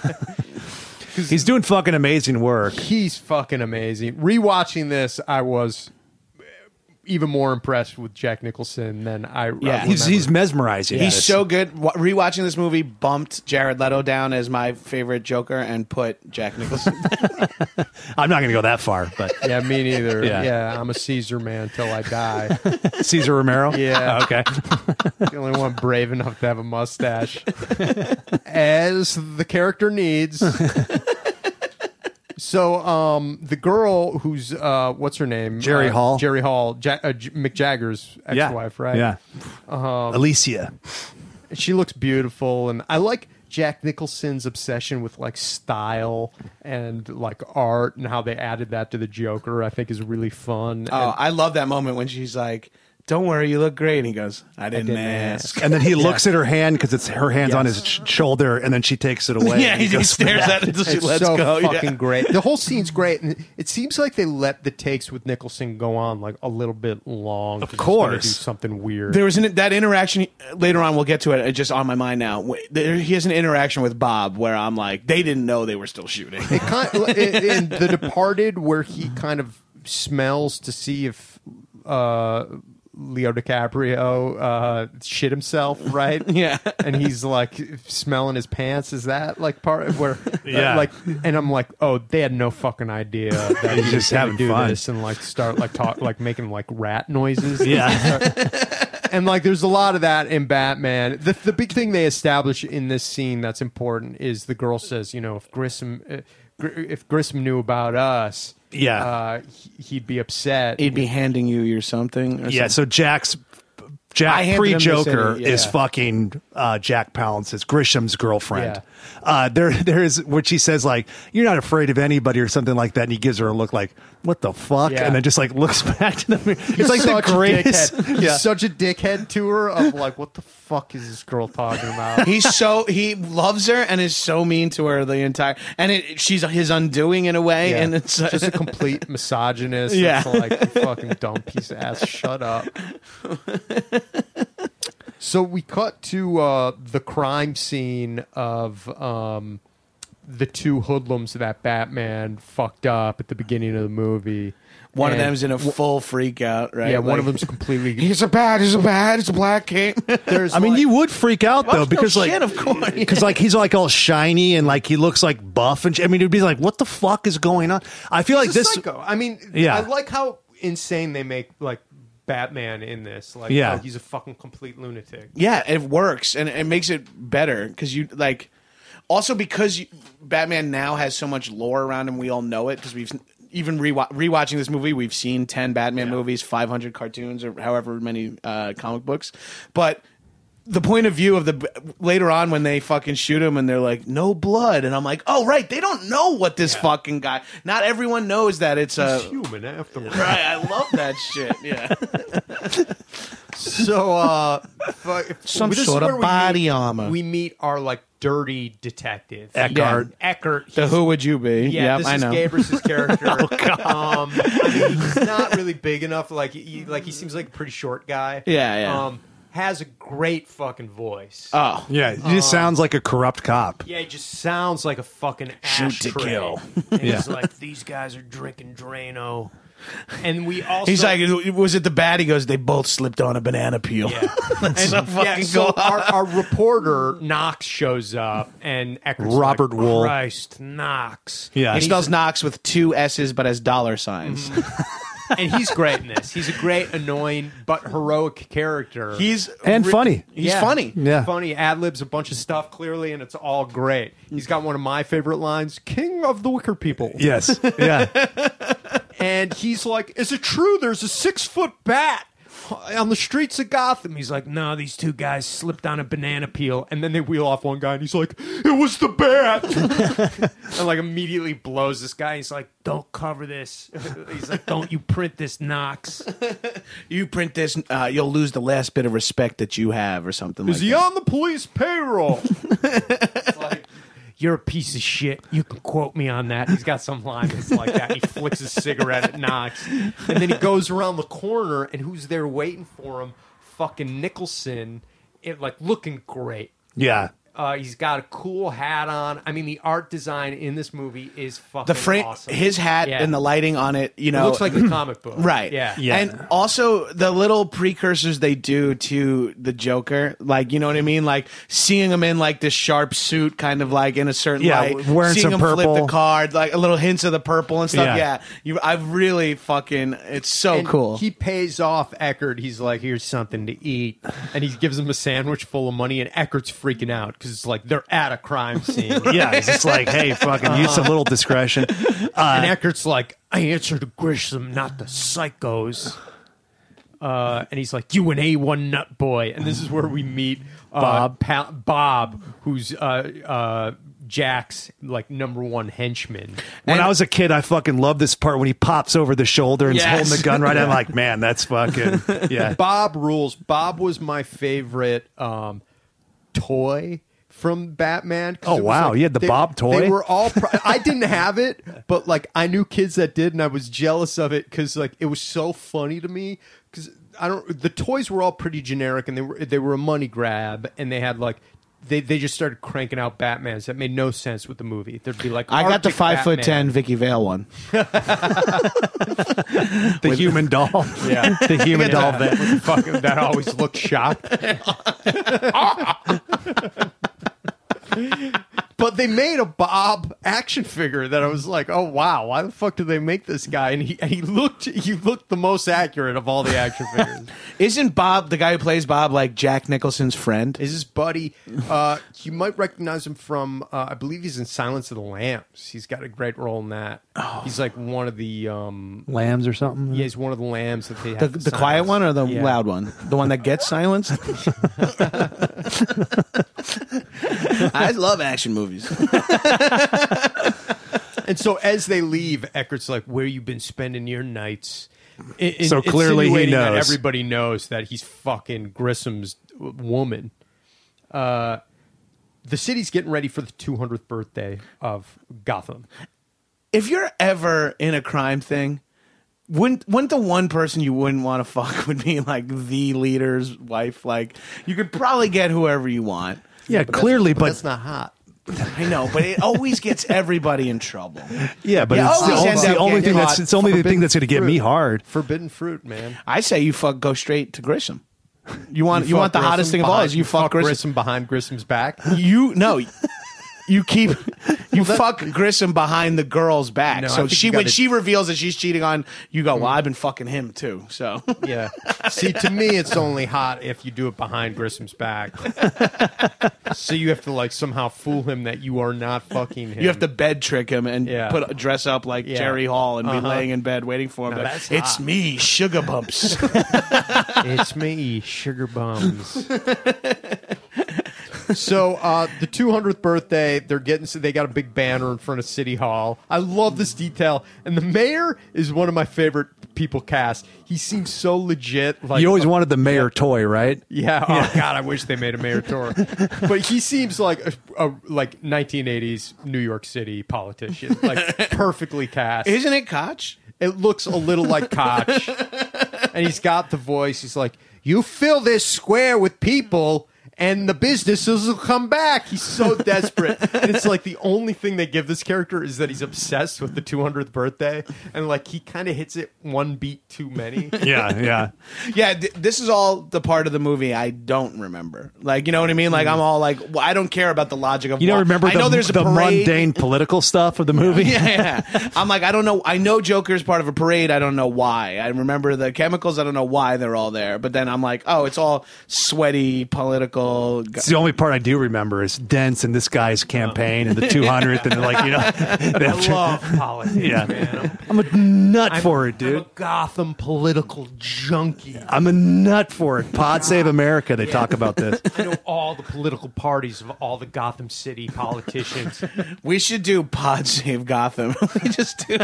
Speaker 2: he's doing fucking amazing work.
Speaker 3: he's fucking amazing. Rewatching this, I was even more impressed with Jack Nicholson than I.
Speaker 1: Yeah.
Speaker 3: I
Speaker 2: He's he's
Speaker 3: remember.
Speaker 2: mesmerizing.
Speaker 1: He's so good. Wa- Rewatching this movie bumped Jared Leto down as my favorite Joker and put Jack Nicholson.
Speaker 2: I'm not going to go that far, but
Speaker 3: yeah, me neither.
Speaker 2: Yeah.
Speaker 3: yeah. I'm a Caesar man till I die.
Speaker 2: Caesar Romero.
Speaker 3: Yeah.
Speaker 2: okay.
Speaker 3: the only one brave enough to have a mustache, as the character needs. So, um, the girl who's uh, what's her name?
Speaker 2: Jerry
Speaker 3: Uh,
Speaker 2: Hall.
Speaker 3: Jerry Hall. Ja- uh, J- Mick Jagger's ex-wife, right?
Speaker 2: Yeah. Alicia.
Speaker 3: she looks beautiful and i like jack nicholson's obsession with like style and like art and how they added that to the joker i think is really fun
Speaker 1: oh,
Speaker 3: And-
Speaker 1: I love that moment when she's like, "Don't worry, you look great," and he goes, "I didn't,
Speaker 3: didn't
Speaker 1: ask."
Speaker 2: And then he looks at her hand because it's her hand's on his sh- shoulder, and then she takes it away.
Speaker 1: Yeah,
Speaker 2: and
Speaker 1: he, just stares at it until she
Speaker 3: it's
Speaker 1: lets
Speaker 3: so
Speaker 1: go. yeah.
Speaker 3: fucking great. The whole scene's great, and it seems like they let the takes with Nicholson go on like a little bit long. Of
Speaker 2: course.
Speaker 3: do something weird.
Speaker 1: There was an, that interaction later on. We'll get to it. It's just on my mind now. Wh- There, he has an interaction with Bob where I'm like, they didn't know they were still shooting.
Speaker 3: It kind in, in the Departed, where he kind of smells to see if uh, Leo DiCaprio uh, shit himself, right?
Speaker 1: Yeah.
Speaker 3: and he's like smelling his pants. Is that like part of where? uh,
Speaker 2: Yeah.
Speaker 3: like, and I'm like, oh, they had no fucking idea that
Speaker 2: He's
Speaker 3: he was
Speaker 2: just
Speaker 3: gonna
Speaker 2: having
Speaker 3: do
Speaker 2: fun.
Speaker 3: this and like start like talk like making like rat noises.
Speaker 2: Yeah.
Speaker 3: and like there's a lot of that in Batman. The, the big thing they establish in this scene that's important is the girl says, you know, if Grissom uh, Gr- if Grissom knew about us,
Speaker 2: Yeah.
Speaker 3: uh, he- he'd be upset.
Speaker 1: He'd be handing you your something. Or
Speaker 2: Yeah, so Jack's
Speaker 1: I handed
Speaker 2: Jack
Speaker 1: him
Speaker 2: pre
Speaker 1: the city,
Speaker 2: Joker
Speaker 1: yeah.
Speaker 2: is fucking uh, Jack Palance is Grisham's girlfriend.
Speaker 3: Yeah.
Speaker 2: Uh, there, there is which he says like you're not afraid of anybody or something like that, and he gives her a look like what the fuck,
Speaker 3: Yeah.
Speaker 2: and then just like looks back to the mirror. It's like the
Speaker 3: such a
Speaker 2: greatest.
Speaker 3: dickhead. He's such a dickhead to her of like, what the fuck is this girl talking about?
Speaker 1: He's so he loves her and is so mean to her the entire and it, she's his undoing in a way
Speaker 3: Yeah.
Speaker 1: and it's
Speaker 3: just a complete misogynist.
Speaker 1: Yeah.
Speaker 3: It's like you fucking dumb piece of ass. Shut up. So we cut to uh, the crime scene of um, the two hoodlums that Batman fucked up at the beginning of the movie.
Speaker 1: one of
Speaker 3: And-
Speaker 1: them's in a full freak out right
Speaker 3: yeah, one
Speaker 1: Like,
Speaker 3: of them's completely.
Speaker 1: he's a bad he's a bad it's a black king
Speaker 3: There's
Speaker 2: I mean,
Speaker 3: like-
Speaker 2: you would freak out though because
Speaker 1: no
Speaker 2: like
Speaker 1: shit, of course
Speaker 2: because like he's like all shiny and like he looks like buff and sh- I mean it'd be like what the fuck is going on? I feel like
Speaker 3: It's a
Speaker 2: this
Speaker 3: psycho. I mean,
Speaker 2: Yeah.
Speaker 3: I like how insane they make like Batman in this. Like,
Speaker 2: Yeah.
Speaker 3: oh, he's a fucking complete lunatic.
Speaker 1: yeah it works and it makes it better because you like also because you, batman now has so much lore around him we all know it because we've even rewa- rewatching this movie we've seen 10 batman movies 500 cartoons or however many uh, comic books but the point of view of the later on when they fucking shoot him and they're like no blood and i'm like oh right they don't know what this fucking guy not everyone knows that it's
Speaker 3: He's
Speaker 1: a
Speaker 3: human after all.
Speaker 1: right i love that shit yeah
Speaker 3: So, uh, fuck-
Speaker 1: Some
Speaker 3: this is
Speaker 1: sort of
Speaker 3: where we
Speaker 1: body
Speaker 3: meet-
Speaker 1: armor.
Speaker 3: We meet our like dirty detective
Speaker 2: Eckhart.
Speaker 3: Yeah, Eckert.
Speaker 1: the who would you be Yep,
Speaker 3: Yeah, this
Speaker 1: i
Speaker 3: is
Speaker 1: know Oh,
Speaker 3: Gabrus's character. Um, I mean, he's not really big enough. Like, he, like he seems like a pretty short guy.
Speaker 1: Yeah, yeah.
Speaker 3: Um, has a great fucking voice.
Speaker 1: oh
Speaker 2: yeah, he just sounds like a corrupt cop.
Speaker 3: Yeah, he just sounds like a fucking
Speaker 1: Shoot to
Speaker 3: ashtray.
Speaker 1: kill.
Speaker 3: And he's like, these guys are drinking Drano. And we also
Speaker 1: He's like, was it the bad? He goes, they both slipped on a banana peel.
Speaker 3: Yeah.
Speaker 1: That's so
Speaker 3: yeah,
Speaker 1: fucking
Speaker 3: so
Speaker 1: cool.
Speaker 3: our, our reporter Knox shows up and Eckert's
Speaker 2: Robert
Speaker 3: like,
Speaker 2: Wool.
Speaker 3: Christ Knox.
Speaker 2: Yeah.
Speaker 1: He Mm-hmm.
Speaker 3: and
Speaker 2: He
Speaker 1: spells
Speaker 3: he's,
Speaker 1: Knox with two S's, but as dollar signs.
Speaker 3: and he's great in this. He's a great, annoying but heroic character.
Speaker 1: He's
Speaker 2: And funny.
Speaker 1: He's
Speaker 3: Yeah.
Speaker 1: funny.
Speaker 2: Yeah.
Speaker 3: funny ad libs a bunch of stuff clearly, and it's all great. He's got one of my favorite lines: "King of the Wicker People."
Speaker 2: Yes, yeah.
Speaker 3: and he's like, "Is it true? There's a six foot bat on the streets of Gotham." He's like, "No, these two guys slipped on a banana peel," and then they wheel off one guy, and he's like, "It was the bat," and like immediately blows this guy. He's like, "Don't cover this." he's like, "Don't you print this, Knox?"
Speaker 1: You print this, uh, you'll lose the last bit of respect that you have, or something
Speaker 3: Is
Speaker 1: like
Speaker 3: he
Speaker 1: that.
Speaker 3: on the police payroll? It's like, You're a piece of shit. You can quote me on that. He's got some line that's like that. He flicks his cigarette at Knox. And then he goes around the corner, and who's there waiting for him? Fucking Nicholson, it, like looking great.
Speaker 2: Yeah.
Speaker 3: Uh, he's got a cool hat on. I mean, the art design in this movie is fucking
Speaker 1: The frame,
Speaker 3: awesome.
Speaker 1: his hat,
Speaker 3: Yeah.
Speaker 1: and the lighting on it. You
Speaker 3: it
Speaker 1: know,
Speaker 3: looks like the comic book.
Speaker 1: Right.
Speaker 3: Yeah.
Speaker 2: Yeah.
Speaker 1: And also the little precursors they do to the Joker, like you know what I mean, like seeing him in like this sharp suit, kind of like in a certain
Speaker 2: Yeah,
Speaker 1: light,
Speaker 2: wearing
Speaker 1: seeing
Speaker 2: some
Speaker 1: him flip
Speaker 2: purple.
Speaker 1: the card, like a little hints of the purple and stuff. Yeah.
Speaker 2: Yeah.
Speaker 1: You, I really fucking, it's so
Speaker 2: Oh,
Speaker 3: And
Speaker 1: cool.
Speaker 3: He pays off Eckert. He's like, "Here's something to eat," and he gives him a sandwich full of money. And Eckert's freaking out because it's like they're at a crime scene.
Speaker 2: Yeah, it's just like, hey, fucking use a little discretion.
Speaker 3: and
Speaker 2: uh,
Speaker 3: Eckert's like, "I answer to Grisham, not the psychos." Uh, and he's like, "You an A one nut boy," and this is where we meet uh,
Speaker 2: Bob.
Speaker 3: Pa- Bob, who's uh, uh, Jack's like number one henchman.
Speaker 2: When
Speaker 1: And-
Speaker 2: I was a kid, I fucking loved this part when he pops over the shoulder and is
Speaker 1: Yes.
Speaker 2: holding the gun right. I'm like, man, that's fucking yeah.
Speaker 3: Bob rules. Bob was my favorite um, toy from Batman. 'cause
Speaker 2: Oh,
Speaker 3: it was
Speaker 2: wow. You had the
Speaker 3: they-
Speaker 2: Bob toy?
Speaker 3: They were all. Pro- I didn't have it, but like I knew kids that did, and I was jealous of it because like it was so funny to me. Because I don't. The toys were all pretty generic, and they were they were a money grab, and they had like. They, they just started cranking out Batmans that made no sense with the movie. There'd be like
Speaker 1: I got the
Speaker 3: Arctic
Speaker 1: five foot
Speaker 3: Batman.
Speaker 1: ten Vicky Vale one.
Speaker 2: The human doll. Yeah, the human doll.
Speaker 3: that was fucking that always looked shocked. but they made a Bob action figure that I was like, oh wow, why the fuck did they make this guy? And he and he looked he looked the most accurate of all the action figures.
Speaker 1: Isn't Bob the guy who plays Bob like Jack Nicholson's friend?
Speaker 3: is his buddy. Uh, you might recognize him from, uh, I believe he's in Silence of the Lambs. He's got a great role in that.
Speaker 1: Oh.
Speaker 3: He's like one of the, um,
Speaker 2: Lambs or something.
Speaker 3: yeah, he's one of the lambs that they have.
Speaker 1: The,
Speaker 3: to
Speaker 1: the quiet
Speaker 3: silence.
Speaker 1: one or the
Speaker 3: Yeah.
Speaker 1: loud one? The one that gets silenced? I love action movies.
Speaker 3: And so as they leave, Eckert's like, "Where you been spending your nights?" In- in-
Speaker 2: So clearly he
Speaker 3: insinuating that
Speaker 2: knows.
Speaker 3: everybody knows that he's fucking Grissom's w- woman. Uh, the city's getting ready for the 200th birthday of Gotham.
Speaker 1: if you're ever in a crime thing, wouldn't wouldn't the one person you wouldn't want to fuck would be like the leader's wife? Like you could probably get whoever you want.
Speaker 2: yeah, clearly, but,
Speaker 3: That's not hot.
Speaker 1: I know, but it always gets everybody in trouble.
Speaker 2: yeah, but
Speaker 1: Yeah,
Speaker 2: it's, the,
Speaker 1: always
Speaker 2: only-
Speaker 1: end
Speaker 2: it's the
Speaker 1: up
Speaker 2: only
Speaker 1: getting
Speaker 2: thing that's
Speaker 1: caught
Speaker 2: it's only the thing that's going to get me
Speaker 3: fruit.
Speaker 2: hard.
Speaker 3: Forbidden fruit, man.
Speaker 1: I say you fuck go straight to Grisham. You want you,
Speaker 3: fuck
Speaker 1: want the hottest
Speaker 3: Grissom
Speaker 1: thing of all
Speaker 3: behind-
Speaker 1: is you fuck, Grisham.
Speaker 3: Grissom behind Grissom's back.
Speaker 1: You no. You keep you fuck Grissom behind the girl's back.
Speaker 3: No, I
Speaker 1: so
Speaker 3: think
Speaker 1: she
Speaker 3: you
Speaker 1: when
Speaker 3: gotta-
Speaker 1: she reveals that she's cheating on you, go well. I've been fucking him too. So
Speaker 3: Yeah. See, to me, it's only hot if you do it behind Grissom's back. so you have to like somehow fool him that you are not fucking him.
Speaker 1: You have to bed trick him and
Speaker 3: Yeah.
Speaker 1: put dress up like
Speaker 3: Yeah.
Speaker 1: Jerry Hall and be
Speaker 3: Uh-huh.
Speaker 1: laying in bed waiting for him.
Speaker 3: Now
Speaker 1: like,
Speaker 3: that's
Speaker 1: it's
Speaker 3: hot."
Speaker 1: me, sugar bumps.
Speaker 3: It's me, sugar bums. so uh, the 200th birthday, they're getting. So they got a big banner in front of City Hall. I love this detail, and the mayor is one of my favorite people cast. He seems so legit. Like
Speaker 2: You always
Speaker 3: a-
Speaker 2: wanted the mayor toy, right?
Speaker 3: Yeah. Oh God, I wish they made a mayor tour. but he seems like a, a like 1980s New York City politician, like perfectly cast.
Speaker 1: Isn't it Koch?
Speaker 3: it looks a little like Koch, and he's got the voice. He's like, "You fill this square with people." And the businesses will come back. He's so desperate. And it's like the only thing they give this character is that he's obsessed with the 200th birthday. And like he kind of hits it one beat too many.
Speaker 2: Yeah, yeah.
Speaker 1: Yeah, th- this is all the part of the movie I don't remember. Like, you know what I mean? Like, I'm all like, well, I don't care about the logic of.
Speaker 2: You don't
Speaker 1: why-
Speaker 2: remember
Speaker 1: I know
Speaker 2: the,
Speaker 1: there's a
Speaker 2: the
Speaker 1: parade.
Speaker 2: mundane political stuff of the movie?
Speaker 1: yeah, yeah. I'm like, I don't know. I know Joker's part of a parade. I don't know why. I remember the chemicals. I don't know why they're all there. But then I'm like, oh, it's all sweaty political. gu-
Speaker 2: It's the only part I do remember is dense and this guy's campaign and the 200th and like you know,
Speaker 3: I
Speaker 2: that,
Speaker 3: love politics,
Speaker 2: Yeah.
Speaker 3: man.
Speaker 2: I'm
Speaker 3: I'm
Speaker 2: a nut
Speaker 3: I'm-
Speaker 2: for it,
Speaker 3: I'm
Speaker 2: dude.
Speaker 3: a Gotham political junkie.
Speaker 2: I'm a nut for it. Pod Save America. They talk about this.
Speaker 3: I know all the political parties of all the Gotham City politicians.
Speaker 1: We should do Pod Save Gotham. we just do.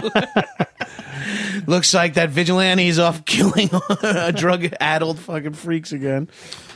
Speaker 1: Looks like that vigilante's off killing drug addled fucking freaks again.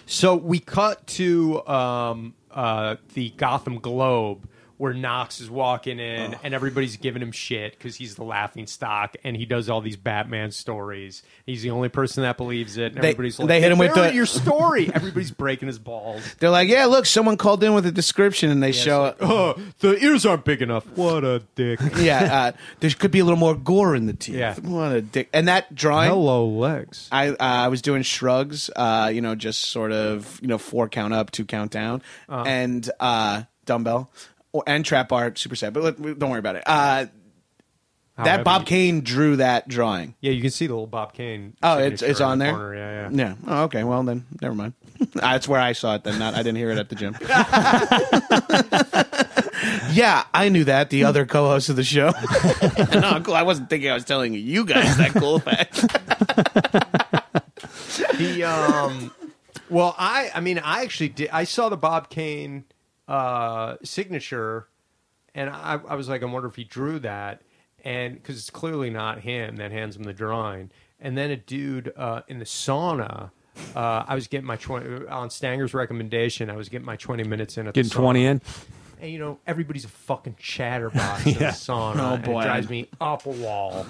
Speaker 3: so we cut to um, uh, the Gotham Globe where Knox is walking in and everybody's giving him shit because he's the laughing stock and he does all these Batman stories. He's the only person that believes it. And
Speaker 1: They-
Speaker 3: everybody's like,
Speaker 1: they hit him with
Speaker 3: "Barry,
Speaker 1: the-
Speaker 3: your story. Everybody's breaking his balls.
Speaker 1: They're like, yeah, look, someone called in with a description, and they show it.
Speaker 3: Oh, the ears aren't big enough. What a dick.
Speaker 1: yeah, uh, there could be a little more gore in the teeth.
Speaker 3: Yeah.
Speaker 1: What a dick. And that drawing.
Speaker 3: Hello, legs.
Speaker 1: I uh, I was doing shrugs, uh, you know, just sort of you know four count up, two count down,
Speaker 3: Uh-huh.
Speaker 1: and uh, dumbbell or, and trap bar super set. But let- don't worry about it. Uh,
Speaker 3: However
Speaker 1: that Bob
Speaker 3: you-
Speaker 1: Kane drew that drawing.
Speaker 3: Yeah, you can see the little Bob Kane.
Speaker 1: Oh, it's
Speaker 3: signature
Speaker 1: it's
Speaker 3: in
Speaker 1: on
Speaker 3: the
Speaker 1: there.
Speaker 3: corner. Yeah, yeah.
Speaker 1: Oh, okay. Well, then never mind. That's where I saw it. Then not I didn't hear it at the gym. yeah, I knew that. The other co-host of the show. no, cool. I wasn't thinking. I was telling you guys that cool fact.
Speaker 3: The um, well, I I mean, I actually did. I saw the Bob Kane uh signature, and I I was like, I wonder if he drew that, and because it's clearly not him that hands him the drawing, and then a dude uh, in the sauna. Uh, I was getting my twenty on Stanger's recommendation. I was getting my twenty minutes in at
Speaker 2: Getting
Speaker 3: the sauna.
Speaker 2: 20 in.
Speaker 3: and you know everybody's a fucking chatterbox in the sauna.
Speaker 1: Oh,
Speaker 3: and
Speaker 1: boy.
Speaker 3: it drives me up a wall.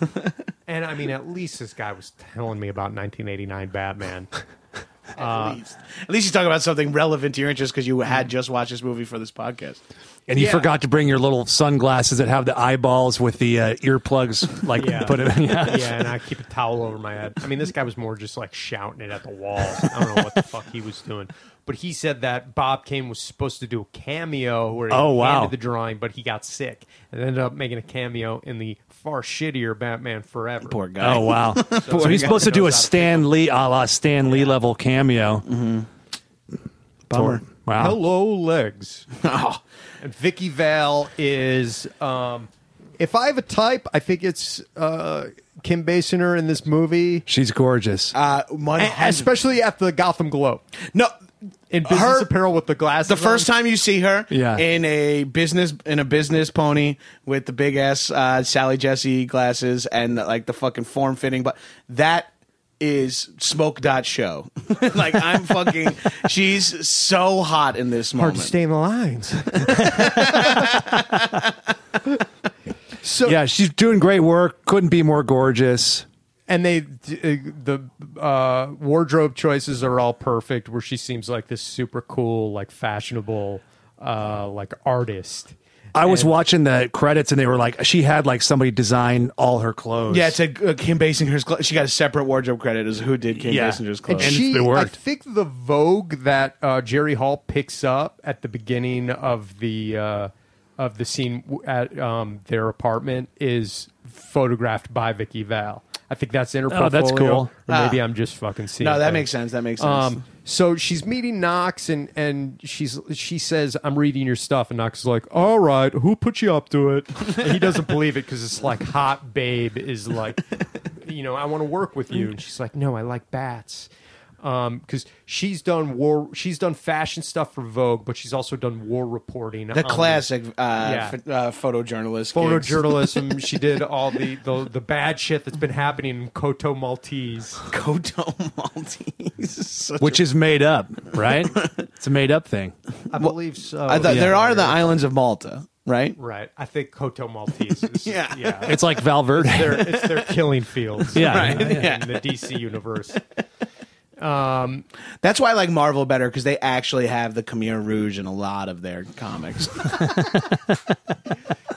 Speaker 3: and I mean, at least this guy was telling me about 1989 Batman. uh,
Speaker 1: at least, at least you talk about something relevant to your interest because you had just watched this movie for this podcast.
Speaker 2: And you
Speaker 3: Yeah.
Speaker 2: forgot to bring your little sunglasses that have the eyeballs with the uh, earplugs, like
Speaker 3: Yeah.
Speaker 2: put it in. Yeah.
Speaker 3: yeah, and I keep a towel over my head. I mean, this guy was more just like shouting it at the walls. I don't know what the fuck he was doing. But he said that Bob Kane was supposed to do a cameo where he
Speaker 2: Oh, wow.
Speaker 3: handed the drawing, but he got sick and ended up making a cameo in the far shittier Batman Forever.
Speaker 1: Poor guy.
Speaker 2: Oh wow! so he's supposed to do a Stan Lee, a la Stan Lee level cameo. Mm-hmm. Bummer. Wow.
Speaker 1: Ah.
Speaker 3: Hello, legs.
Speaker 1: Oh.
Speaker 3: And Vicky Vale is, um, if I have a type, I think it's uh, Kim Basinger in this movie,
Speaker 2: She's gorgeous.
Speaker 1: Uh, one
Speaker 3: and especially at the Gotham Globe
Speaker 1: no.
Speaker 3: in business
Speaker 1: Her-
Speaker 3: apparel with the glasses.
Speaker 1: The first
Speaker 3: on.
Speaker 1: time you see her
Speaker 2: Yeah.
Speaker 1: in a business in a business pony with the big ass uh, Sally Jesse glasses and like the fucking form fitting, but that is smoke dot show. like I'm fucking, she's so hot in this
Speaker 3: hard
Speaker 1: moment.
Speaker 3: to stay in the lines. so
Speaker 2: yeah, she's doing great work. Couldn't be more gorgeous.
Speaker 3: and they the uh, wardrobe choices are all perfect where she seems like this super cool like fashionable uh, like artist
Speaker 2: I was watching the credits and they were like, she had like somebody design all her clothes.
Speaker 1: Yeah, it's a, uh, Kim Basinger's. Cl- she got a separate wardrobe credit as who did Kim
Speaker 2: Yeah.
Speaker 1: Basinger's
Speaker 3: and
Speaker 1: clothes.
Speaker 3: she
Speaker 2: it
Speaker 3: i
Speaker 2: worked.
Speaker 3: think the vogue that uh, jerry hall picks up at the beginning of the uh, of the scene w- at um, their apartment is photographed by vicky val i think that's in her
Speaker 2: Oh, that's
Speaker 3: portfolio,
Speaker 2: cool. Ah.
Speaker 3: or maybe i'm just fucking seeing
Speaker 1: no, that
Speaker 3: things.
Speaker 1: makes sense. That makes sense.
Speaker 3: Um, so she's meeting Knox, and and she's she says, "I'm reading your stuff," and Knox is like, "All right, who put you up to it?" And he doesn't believe it because it's like hot babe is like, you know, I want to work with you, and she's like, "No, I like bats." Because she's done war, she's done fashion stuff for Vogue, but she's also done war reporting.
Speaker 1: the
Speaker 3: on-
Speaker 1: classic uh,
Speaker 3: um, yeah.
Speaker 1: ph- uh, photojournalist. gigs.
Speaker 3: photojournalism. she did all the, the the bad shit that's been happening in Koto Maltese.
Speaker 1: Koto
Speaker 3: Oh,
Speaker 1: Maltese.
Speaker 2: Which is made up, right? it's a made up thing.
Speaker 3: I believe so.
Speaker 1: I thought there are the islands of Malta, right?
Speaker 3: Right. I think Koto Maltese. Is,
Speaker 1: Yeah.
Speaker 3: yeah.
Speaker 2: It's like Valverde.
Speaker 3: They're, it's their killing fields.
Speaker 2: Yeah.
Speaker 3: in,
Speaker 2: Right,
Speaker 1: yeah.
Speaker 3: the DC universe.
Speaker 1: That's why I like Marvel better because they actually have the Khmer Rouge in a lot of their comics.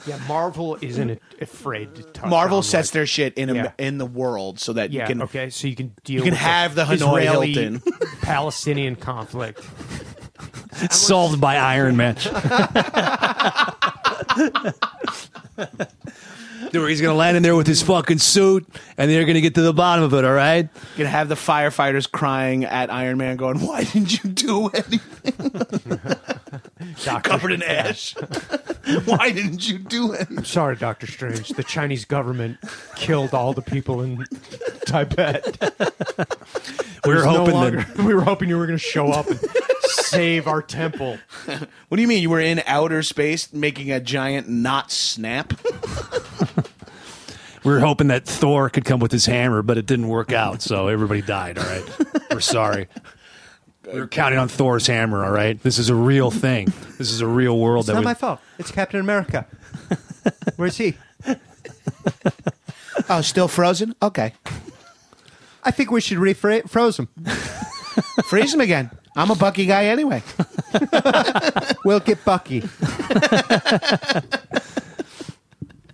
Speaker 3: Yeah, Marvel isn't a- afraid to touch.
Speaker 1: Marvel
Speaker 3: on,
Speaker 1: sets
Speaker 3: like-
Speaker 1: their shit in a,
Speaker 3: Yeah.
Speaker 1: in the world so that
Speaker 3: Yeah.
Speaker 1: you can.
Speaker 3: okay, so you can deal.
Speaker 1: can
Speaker 3: with
Speaker 1: have the Hanoi
Speaker 3: Israeli
Speaker 1: Hilton.
Speaker 3: Palestinian conflict.
Speaker 2: solved by Iron Man. Dude, he's gonna land in there with his fucking suit, and they're gonna get to the bottom of it. All right,
Speaker 1: You can have the firefighters crying at Iron Man, going, "Why didn't you do anything?"
Speaker 3: Doctor,
Speaker 1: Covered in ash. Why didn't you do anything?
Speaker 3: I'm sorry, Doctor Strange. The Chinese government killed all the people in Tibet.
Speaker 2: we were
Speaker 3: There's no
Speaker 2: hoping
Speaker 3: longer-
Speaker 2: that
Speaker 3: we were hoping you were going to show up and save our temple.
Speaker 1: What do you mean you were in outer space making a giant not snap?
Speaker 2: we were hoping that Thor could come with his hammer, but it didn't work out. So everybody died. All right, we're sorry. We were counting on Thor's hammer. All right, this is a real thing. This is a real world. that we-
Speaker 3: fault. It's Captain America. Where's he?
Speaker 1: oh, still frozen? Okay,
Speaker 3: I think we should refroze him.
Speaker 1: freeze him again. I'm a Bucky guy anyway.
Speaker 3: We'll get Bucky.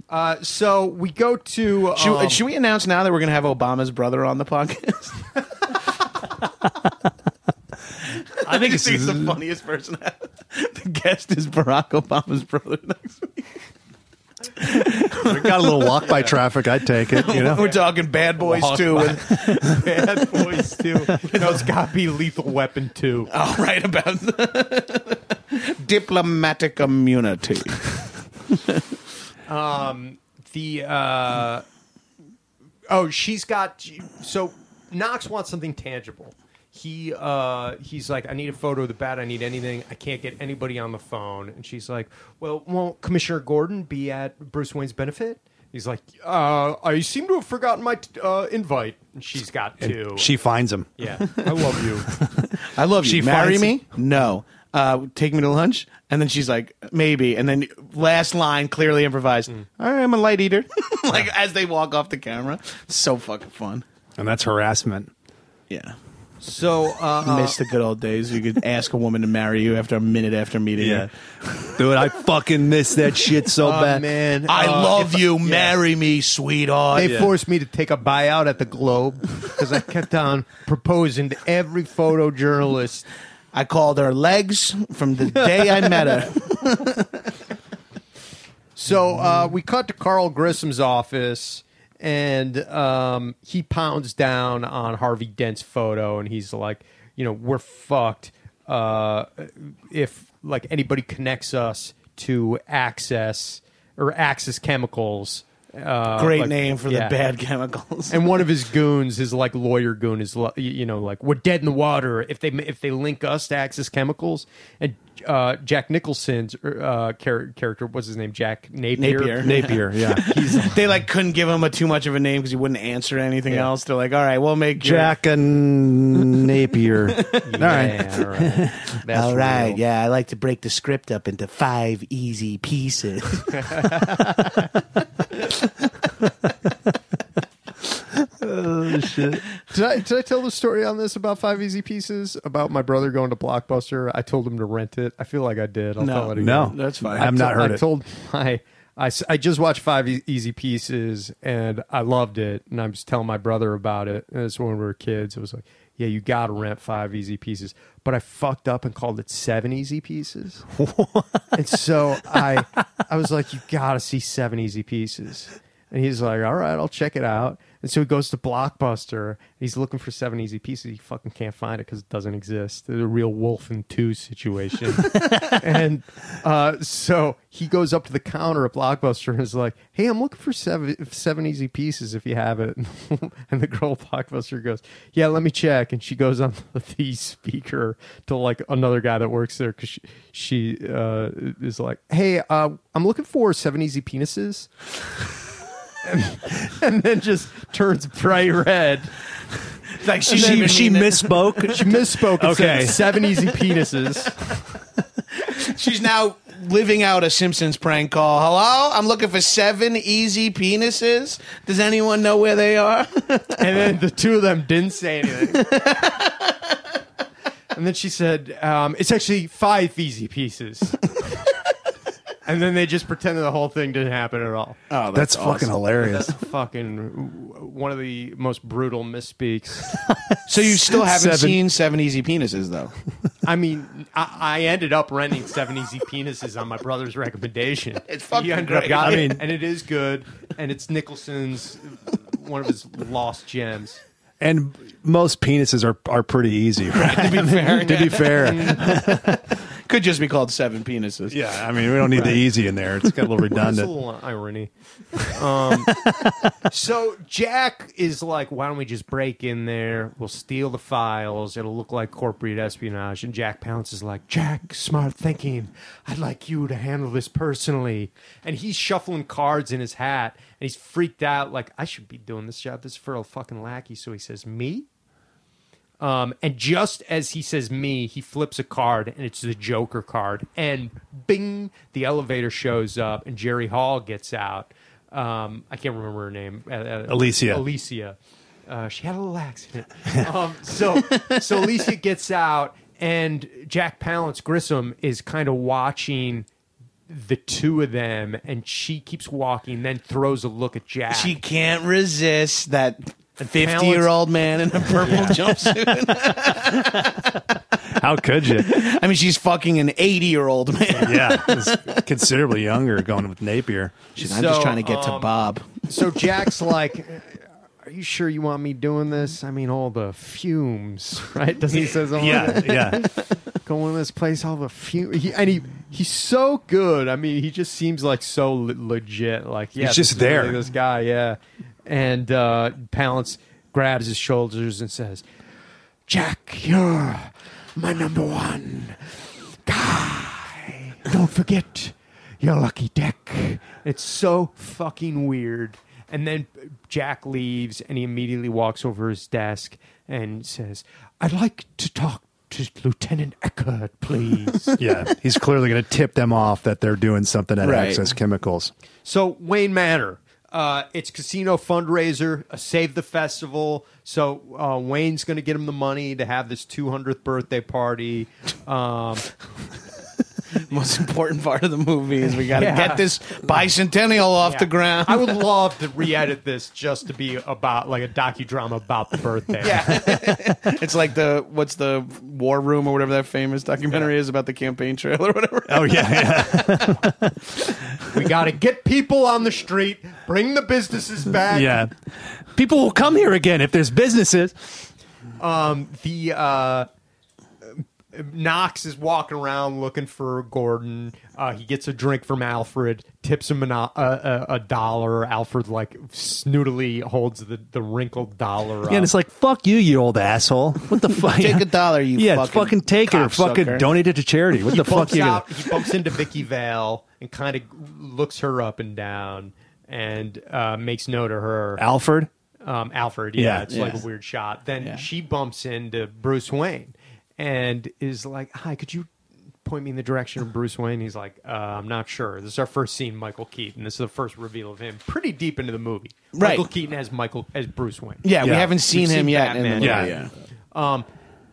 Speaker 3: uh, so we go to.
Speaker 1: Should,
Speaker 3: um,
Speaker 1: should we announce now that we're going to have Obama's brother on the podcast?
Speaker 2: I think
Speaker 1: I
Speaker 2: it's
Speaker 1: think he's the funniest person. the guest is Barack Obama's brother next week.
Speaker 2: we got a little walk by traffic. I'd take it. You know,
Speaker 1: We're talking Bad Boys
Speaker 3: Walk
Speaker 1: too.
Speaker 3: by.
Speaker 1: With,
Speaker 3: Bad Boys 2? No, it's got to be Lethal Weapon 2.
Speaker 1: all right about diplomatic immunity.
Speaker 3: The. Uh, oh, she's got. So Knox wants something tangible. He uh, he's like, I need a photo of the bat. I need anything. I can't get anybody on the phone. And she's like, Well, won't Commissioner Gordon be at Bruce Wayne's benefit? He's like, uh, I seem to have forgotten my t- uh, invite. And she's got two.
Speaker 2: she finds him.
Speaker 3: yeah, I love you.
Speaker 1: I love you.
Speaker 2: She
Speaker 1: Marry
Speaker 2: finds-
Speaker 1: me? No. Uh, take me to lunch, and then she's like, maybe, and then last line clearly improvised. All right, I'm a light eater. like as they walk off the camera, so fucking fun.
Speaker 2: and that's harassment.
Speaker 1: Yeah,
Speaker 3: So uh,
Speaker 1: miss the good old days. You could ask a woman to marry you after a minute after meeting
Speaker 2: Yeah.
Speaker 1: her.
Speaker 2: Dude, I fucking miss that shit so bad.
Speaker 3: uh, man,
Speaker 1: Uh, I love you. Marry me, sweetheart.
Speaker 3: They forced me to take a buyout at the Globe because I kept on proposing to every photojournalist.
Speaker 1: I called her legs from the day I met her.
Speaker 3: So uh, we cut to Carl Grissom's office, and um, he pounds down on Harvey Dent's photo, and he's like, "You know, we're fucked uh, if like anybody connects us to Access or Access Chemicals." Uh,
Speaker 1: Great
Speaker 3: like-
Speaker 1: name for
Speaker 3: yeah.
Speaker 1: the bad chemicals.
Speaker 3: And one of his goons, his like lawyer goon, is li- you know like we're dead in the water if they if they link us to Axis Chemicals. And uh, Jack Nicholson's uh, char- character, what's his name? Jack Napier.
Speaker 1: Napier.
Speaker 2: Napier, yeah.
Speaker 1: they like couldn't give him a too much of a name because he wouldn't answer anything
Speaker 3: Yeah.
Speaker 1: else. They're like, all right, we'll make your-
Speaker 2: Jack and Napier. All right.
Speaker 3: Yeah, all right. That's
Speaker 1: All right,
Speaker 3: real.
Speaker 1: yeah, I like to break the script up into five easy pieces.
Speaker 3: Did I did I tell the story on this about Five Easy Pieces about my brother going to Blockbuster? I told him to rent it. I feel like I did. I'll
Speaker 1: No.
Speaker 3: tell it again.
Speaker 2: No,
Speaker 1: That's fine.
Speaker 2: I have
Speaker 3: I
Speaker 2: not
Speaker 3: to-
Speaker 2: heard
Speaker 3: I
Speaker 2: it.
Speaker 3: told my I, s- I just watched Five E- Easy Pieces and I loved it, and I'm just telling my brother about it. And it's when we were kids. It was like, yeah, you got to rent Five Easy Pieces, but I fucked up and called it Seven Easy Pieces, and so I I was like, you got to see Seven Easy Pieces, and he's like, all right, I'll check it out. And so he goes to Blockbuster. He's looking for seven easy pieces. He fucking can't find it because it doesn't exist. It's a real Wolf and Two situation. and uh, so he goes up to the counter at Blockbuster and is like, "Hey, I'm looking for seven seven easy pieces if you have it." and the girl at Blockbuster goes, "Yeah, let me check." And she goes on the speaker to like another guy that works there because she, she uh, is like, "Hey, uh, I'm looking for seven easy penises." and, and then just turns bright red.
Speaker 1: like she,
Speaker 2: She,
Speaker 1: she,
Speaker 2: she
Speaker 3: She
Speaker 2: misspoke.
Speaker 3: misspoke. And
Speaker 2: Okay.
Speaker 3: said seven easy penises.
Speaker 1: she's now living out a Simpsons prank call. Hello, I'm looking for seven easy penises. Does anyone know where they are?
Speaker 3: And then the two of them didn't say anything. and then she said, um, "It's actually five easy pieces." and then they just pretended the whole thing didn't happen at all.
Speaker 1: Oh,
Speaker 2: That's fucking hilarious.
Speaker 3: Fucking w- one of the most brutal misspeaks.
Speaker 1: so you still haven't
Speaker 2: Seven.
Speaker 1: seen seven easy penises though.
Speaker 3: I mean, I, I ended up renting Seven Easy Penises on my brother's recommendation.
Speaker 1: It's fucking
Speaker 3: He ended up
Speaker 1: great.
Speaker 3: got
Speaker 1: I
Speaker 3: it, and it is good, and it's Nicholson's one of his lost gems.
Speaker 2: And most penises are, are pretty easy, right?
Speaker 1: to be fair,
Speaker 2: to be fair.
Speaker 1: could just be called seven penises.
Speaker 2: Yeah, I mean, we don't need the easy in there. It's got a little
Speaker 3: That's a
Speaker 2: redundant.
Speaker 3: little irony. Um, so Jack is like, "Why don't we just break in there? We'll steal the files. It'll look like corporate espionage." And Jack Pounce is like, "Jack, smart thinking. I'd like you to handle this personally." And he's shuffling cards in his hat, and he's freaked out. Like, I should be doing this job. This is for a fucking lackey. So he says, "Me." Um, and just as he says me, he flips a card and it's the Joker card. And bing, the elevator shows up and Jerry Hall gets out. Um, I can't remember her name. Uh, uh,
Speaker 2: Alicia.
Speaker 3: Alicia. Uh, she had a little accident. um, so, so Alicia gets out and Jack Palance Grissom is kind of watching the two of them and she keeps walking, then throws a look at Jack.
Speaker 1: She can't resist that
Speaker 3: Talents-
Speaker 1: fifty-year-old man in a purple jumpsuit.
Speaker 2: How could you?
Speaker 1: I mean, she's fucking an eighty-year-old man.
Speaker 2: Yeah, it's considerably younger going with Napier.
Speaker 1: She's, I'm just
Speaker 3: So,
Speaker 1: trying to get to
Speaker 3: um,
Speaker 1: Bob.
Speaker 3: So Jack's like, "Are you sure you want me doing this? I mean, all the fumes, right?" Doesn't he says, something like
Speaker 2: Yeah, yeah.
Speaker 3: that? Going to this place, all the fumes." He, and he he's so good. I mean, he just seems like so le- legit. Like, yeah,
Speaker 2: He's
Speaker 3: this
Speaker 2: just
Speaker 3: is really
Speaker 2: there.
Speaker 3: This guy, yeah. And uh, Palance grabs his shoulders and says, "Jack, you're my number one guy. Don't forget." your lucky deck. It's so fucking weird. And then Jack leaves and he immediately walks over his desk and says, I'd like to talk to Lieutenant Eckert, please.
Speaker 2: Yeah, he's clearly going to tip them off that they're doing something at
Speaker 1: Right.
Speaker 2: Access Chemicals.
Speaker 3: so, Wayne Manor. Uh, it's casino fundraiser, uh, save the festival. So uh, Wayne's going to get him the money to have this 200th birthday party. Um,
Speaker 1: most important part of the movie is we got to get this bicentennial off the ground.
Speaker 3: I would love to re-edit this just to be about like a docudrama about the birthday. Yeah,
Speaker 1: it's like the what's the war room or whatever that famous documentary is about the campaign trail or whatever.
Speaker 2: Oh yeah, yeah.
Speaker 3: we got to get people on the street, bring the businesses back.
Speaker 2: yeah. People will come here again if there's businesses.
Speaker 3: the uh, Knox is walking around looking for Gordon. Uh, he gets a drink from Alfred, tips him an, uh, a, a dollar. Alfred like snootily holds the, the wrinkled dollar. up.
Speaker 2: Yeah, and it's like fuck you, you old asshole. What the fuck?
Speaker 1: Take a dollar, you
Speaker 2: yeah,
Speaker 1: fucking
Speaker 2: take it or fucking
Speaker 1: cocksucker.
Speaker 2: donate it to charity. What the fuck
Speaker 3: bumps
Speaker 2: you? Gonna...
Speaker 3: out- he bumps into Vicky Vale and kind of looks her up and down and uh, makes no to her.
Speaker 2: Alfred.
Speaker 3: um, Alfred. Yeah,
Speaker 2: Yeah.
Speaker 3: it's like a
Speaker 1: Yeah.
Speaker 3: weird shot. Then
Speaker 1: Yeah.
Speaker 3: she bumps into Bruce Wayne and is like, "Hi, could you point me in the direction of Bruce Wayne?" He's like, uh, "I'm not sure." This is our first scene, Michael Keaton. This is the first reveal of him, pretty deep into the movie.
Speaker 1: Right.
Speaker 3: Michael Keaton as Michael as Bruce Wayne.
Speaker 1: Yeah, we
Speaker 2: Yeah.
Speaker 1: haven't seen
Speaker 3: We've
Speaker 1: him
Speaker 3: seen
Speaker 1: yet. in the
Speaker 3: Batman.
Speaker 1: movie,
Speaker 2: Yeah.
Speaker 1: yeah.
Speaker 3: Um,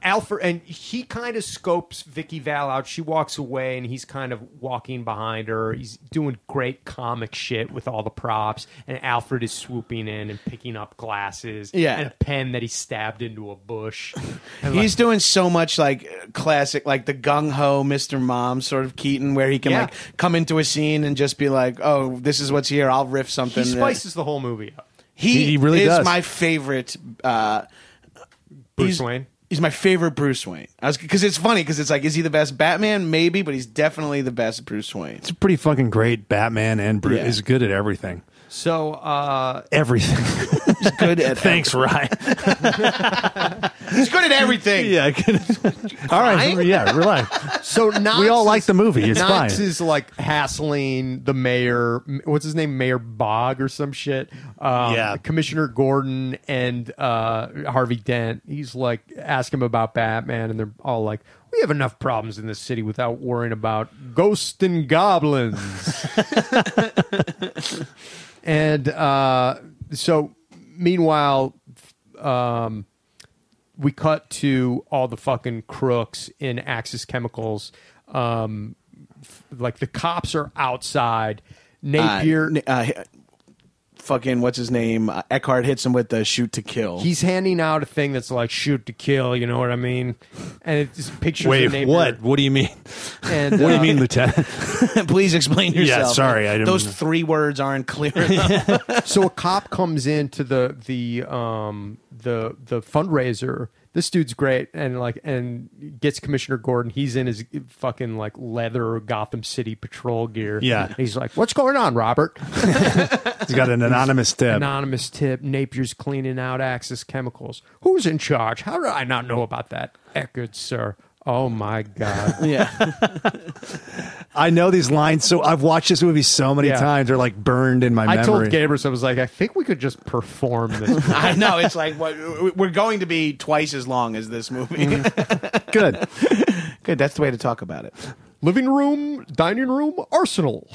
Speaker 3: Alfred, and he kind of scopes Vicky Val out. She walks away, and he's kind of walking behind her. He's doing great comic shit with all the props, and Alfred is swooping in and picking up glasses
Speaker 1: Yeah.
Speaker 3: and a pen that he stabbed into a bush. And
Speaker 1: He's doing so much like classic, like the gung ho Mr. Mom sort of Keaton, where he can
Speaker 3: Yeah.
Speaker 1: like come into a scene and just be like, "Oh, this is what's here. I'll riff something."
Speaker 3: like, he spices the whole movie up.
Speaker 1: He,
Speaker 2: He really
Speaker 1: is
Speaker 2: does.
Speaker 1: my favorite. Uh,
Speaker 3: Bruce
Speaker 1: he's-
Speaker 3: Wayne.
Speaker 1: He's my favorite Bruce Wayne. I was because it's funny because it's like, is he the best Batman? Maybe, but he's definitely the best Bruce Wayne.
Speaker 2: It's a pretty fucking great Batman, and Bruce
Speaker 1: Yeah.
Speaker 2: is good at everything.
Speaker 3: So uh,
Speaker 2: Everything.
Speaker 1: Good at
Speaker 2: Thanks, Ryan.
Speaker 1: he's good at everything.
Speaker 2: yeah. good. All right. Yeah. Relax.
Speaker 3: So Knox
Speaker 2: We all like
Speaker 3: is-
Speaker 2: the movie. It's
Speaker 3: Knox
Speaker 2: fine.
Speaker 3: is like hassling the mayor. What's his name? Mayor Bog or some shit. Um,
Speaker 2: Yeah.
Speaker 3: Commissioner Gordon and uh, Harvey Dent. He's like ask him about Batman, and they're all like, "We have enough problems in this city without worrying about ghosts and goblins." and uh, so, meanwhile, um, we cut to all the fucking crooks in Axis Chemicals. Um, f- like the cops are outside.
Speaker 1: Uh,
Speaker 3: Napier,
Speaker 1: n- uh, fucking what's his name? Uh, Eckhart hits him with the shoot to kill.
Speaker 3: he's handing out a thing that's like shoot to kill. You know what I mean? And it's just pictures. of
Speaker 2: Wait.
Speaker 3: Napier,
Speaker 2: What? What do you mean?
Speaker 3: And,
Speaker 2: What do you
Speaker 3: uh,
Speaker 2: mean, Lieutenant?
Speaker 1: Please explain
Speaker 2: Yeah,
Speaker 1: yourself.
Speaker 2: sorry, I didn't-
Speaker 1: Those three words aren't clear. enough.
Speaker 3: so a cop comes into the the um the the fundraiser. This dude's great, and like and gets Commissioner Gordon. He's in his fucking like leather Gotham City patrol gear.
Speaker 2: Yeah.
Speaker 3: he's like, "What's going on, Robert?"
Speaker 2: He's got an anonymous tip.
Speaker 3: Anonymous tip: Napier's cleaning out Axis Chemicals. Who's in charge? How did I not know about that? Eckert, sir. Oh my god.
Speaker 1: yeah,
Speaker 2: I know these lines, so I've watched this movie so many
Speaker 3: Yeah.
Speaker 2: times. They're like burned in my
Speaker 3: I
Speaker 2: memory.
Speaker 3: told Gabrus, I was like, I think we could just perform this.
Speaker 1: I know. It's like what, we're going to be twice as long as this movie.
Speaker 2: Good.
Speaker 1: Mm-hmm. Good. That's the way to talk about it.
Speaker 3: living room, dining room, arsenal.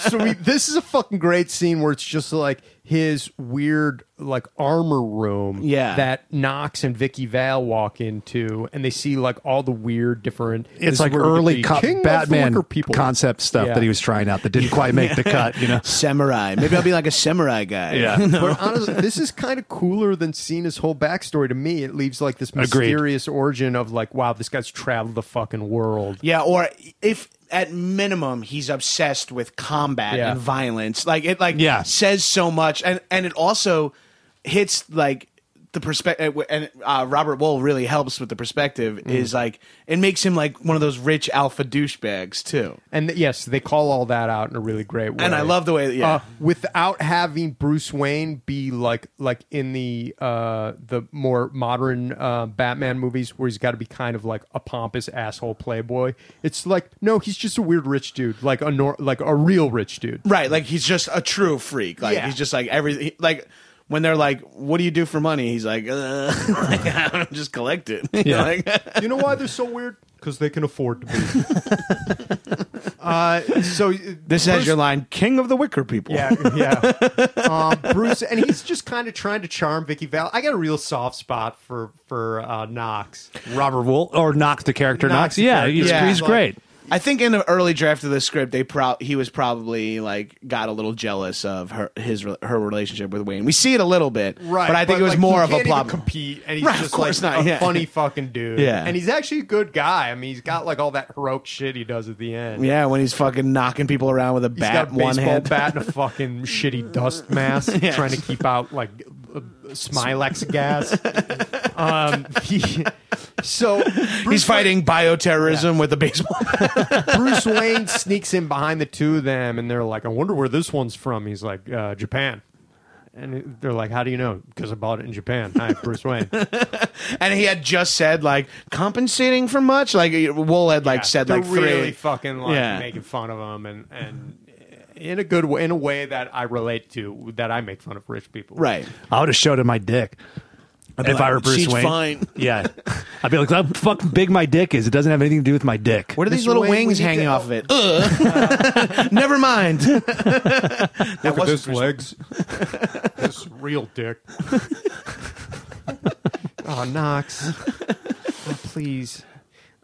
Speaker 3: so we, this is a fucking great scene where it's just like his weird like armor room
Speaker 1: Yeah.
Speaker 3: that Knox and Vicky Vale walk into and they see like all the weird different this
Speaker 2: It's
Speaker 3: is
Speaker 2: like
Speaker 3: where we get
Speaker 2: early
Speaker 3: the
Speaker 2: co-
Speaker 3: king of the
Speaker 2: Batman
Speaker 3: liquor people
Speaker 2: concept stuff
Speaker 3: Yeah.
Speaker 2: that he was trying out that didn't quite make the cut. You know.
Speaker 1: Samurai. Maybe I'll be like a samurai guy.
Speaker 2: Yeah.
Speaker 3: But honestly, this is kind of cooler than seeing his whole backstory to me. It leaves like this
Speaker 2: Agreed.
Speaker 3: mysterious origin of like, wow, this guy's traveled the fucking world.
Speaker 1: Yeah, or if at minimum he's obsessed with combat
Speaker 3: Yeah.
Speaker 1: and violence, like it like
Speaker 2: Yeah.
Speaker 1: says so much, and and it also hits like the perspective, and uh, Robert Wool really helps with the perspective. Is like it makes him like one of those rich alpha douchebags too.
Speaker 3: And th- yes, they call all that out in a really great way.
Speaker 1: And I love the way that yeah.
Speaker 3: uh, without having Bruce Wayne be like like in the uh, the more modern uh, Batman movies where he's got to be kind of like a pompous asshole playboy. It's like no, he's just a weird rich dude, like a nor- like a real rich dude.
Speaker 1: Right, like he's just a true freak. Like
Speaker 3: Yeah.
Speaker 1: he's just like every he- like when they're like, "What do you do for money?" He's like, uh, like, "I don't know, just collect it."
Speaker 2: Yeah.
Speaker 1: Like-
Speaker 3: You know why they're so weird? Because they can afford to be. uh, so
Speaker 1: this has your line, "King of the Wicker People."
Speaker 3: Yeah, yeah. Um, Bruce, and he's just kind of trying to charm Vicky Val. I got a real soft spot for for uh, Knox.
Speaker 2: Robert Wool or Knox the character Knox.
Speaker 3: Knox the
Speaker 2: Yeah,
Speaker 3: character.
Speaker 2: he's,
Speaker 1: Yeah.
Speaker 2: he's
Speaker 3: Like,
Speaker 2: great.
Speaker 1: I think in an early draft of the script, they pro- he was probably like got a little jealous of her his re- her relationship with Wayne. We see it a little bit,
Speaker 3: Right,
Speaker 1: But I think it was
Speaker 3: like,
Speaker 1: more
Speaker 3: he
Speaker 1: of a
Speaker 3: can't even
Speaker 1: plot.
Speaker 3: compete, and he's
Speaker 1: Right, of
Speaker 3: just
Speaker 1: course
Speaker 3: like
Speaker 1: not,
Speaker 3: a
Speaker 1: yeah.
Speaker 3: funny fucking dude.
Speaker 1: Yeah.
Speaker 3: and he's actually a good guy. I mean, he's got like all that heroic shit he does at the end.
Speaker 1: Yeah, when he's fucking knocking people around with a
Speaker 3: He's
Speaker 1: bat,
Speaker 3: got a
Speaker 1: in one
Speaker 3: baseball
Speaker 1: hand.
Speaker 3: bat and a fucking shitty dust mask, trying to keep out like uh, uh, Smilex gas. Um, he- so
Speaker 1: He's
Speaker 3: Bruce
Speaker 1: fighting bioterrorism with a baseball. bat.
Speaker 3: Wayne, Bruce Wayne sneaks in behind the two of them, and they're like, "I wonder where this one's from." He's like, uh, "Japan." And they're like, "How do you know?" Because I bought it in Japan. Hi, Bruce Wayne.
Speaker 1: and he had just said like compensating for much. Like Wool had like
Speaker 3: Yeah,
Speaker 1: said
Speaker 3: they're
Speaker 1: like three.
Speaker 3: really fucking like
Speaker 1: Yeah.
Speaker 3: making fun of him and and in a good way in a way that I relate to that I make fun of rich people
Speaker 1: right.
Speaker 2: I would have showed him my dick. If I were Bruce
Speaker 1: She's
Speaker 2: Wayne,
Speaker 1: fine.
Speaker 2: yeah, I'd be like, "How fucking big my dick is! It doesn't have anything to do with my dick."
Speaker 1: What are these little
Speaker 3: Wayne, we Uh.
Speaker 1: wings
Speaker 3: need to-
Speaker 1: hanging off of it? Ugh. Never mind. that
Speaker 3: Look at
Speaker 1: wasn't
Speaker 3: this legs this real dick oh Knox Oh, please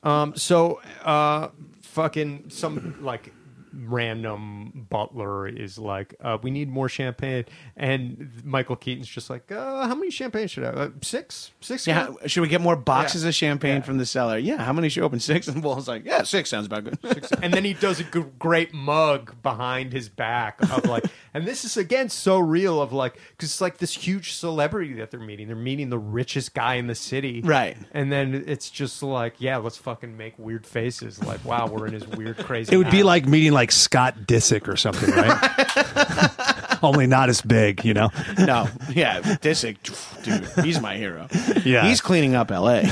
Speaker 3: um so uh fucking some like random butler is like uh we need more champagne and michael keaton's just like uh how many champagne should i uh, six six
Speaker 1: Yeah,
Speaker 3: good?
Speaker 1: how- should we get more boxes
Speaker 3: Yeah.
Speaker 1: of champagne
Speaker 3: Yeah.
Speaker 1: from the cellar? Yeah, how many should open? Six? And Wool's like, yeah, six sounds about good.
Speaker 3: and then he does a g- great mug behind his back of like and this is again so real of like because it's like this huge celebrity that they're meeting they're meeting the richest guy in the city
Speaker 1: Right.
Speaker 3: and then it's just like yeah let's fucking make weird faces like wow we're in his weird crazy
Speaker 2: It would be
Speaker 3: house.
Speaker 2: like meeting like Scott Disick or something, right? Only not as big, you know.
Speaker 1: no, yeah, Disick, dude, he's my hero.
Speaker 2: Yeah.
Speaker 1: he's cleaning up L.A.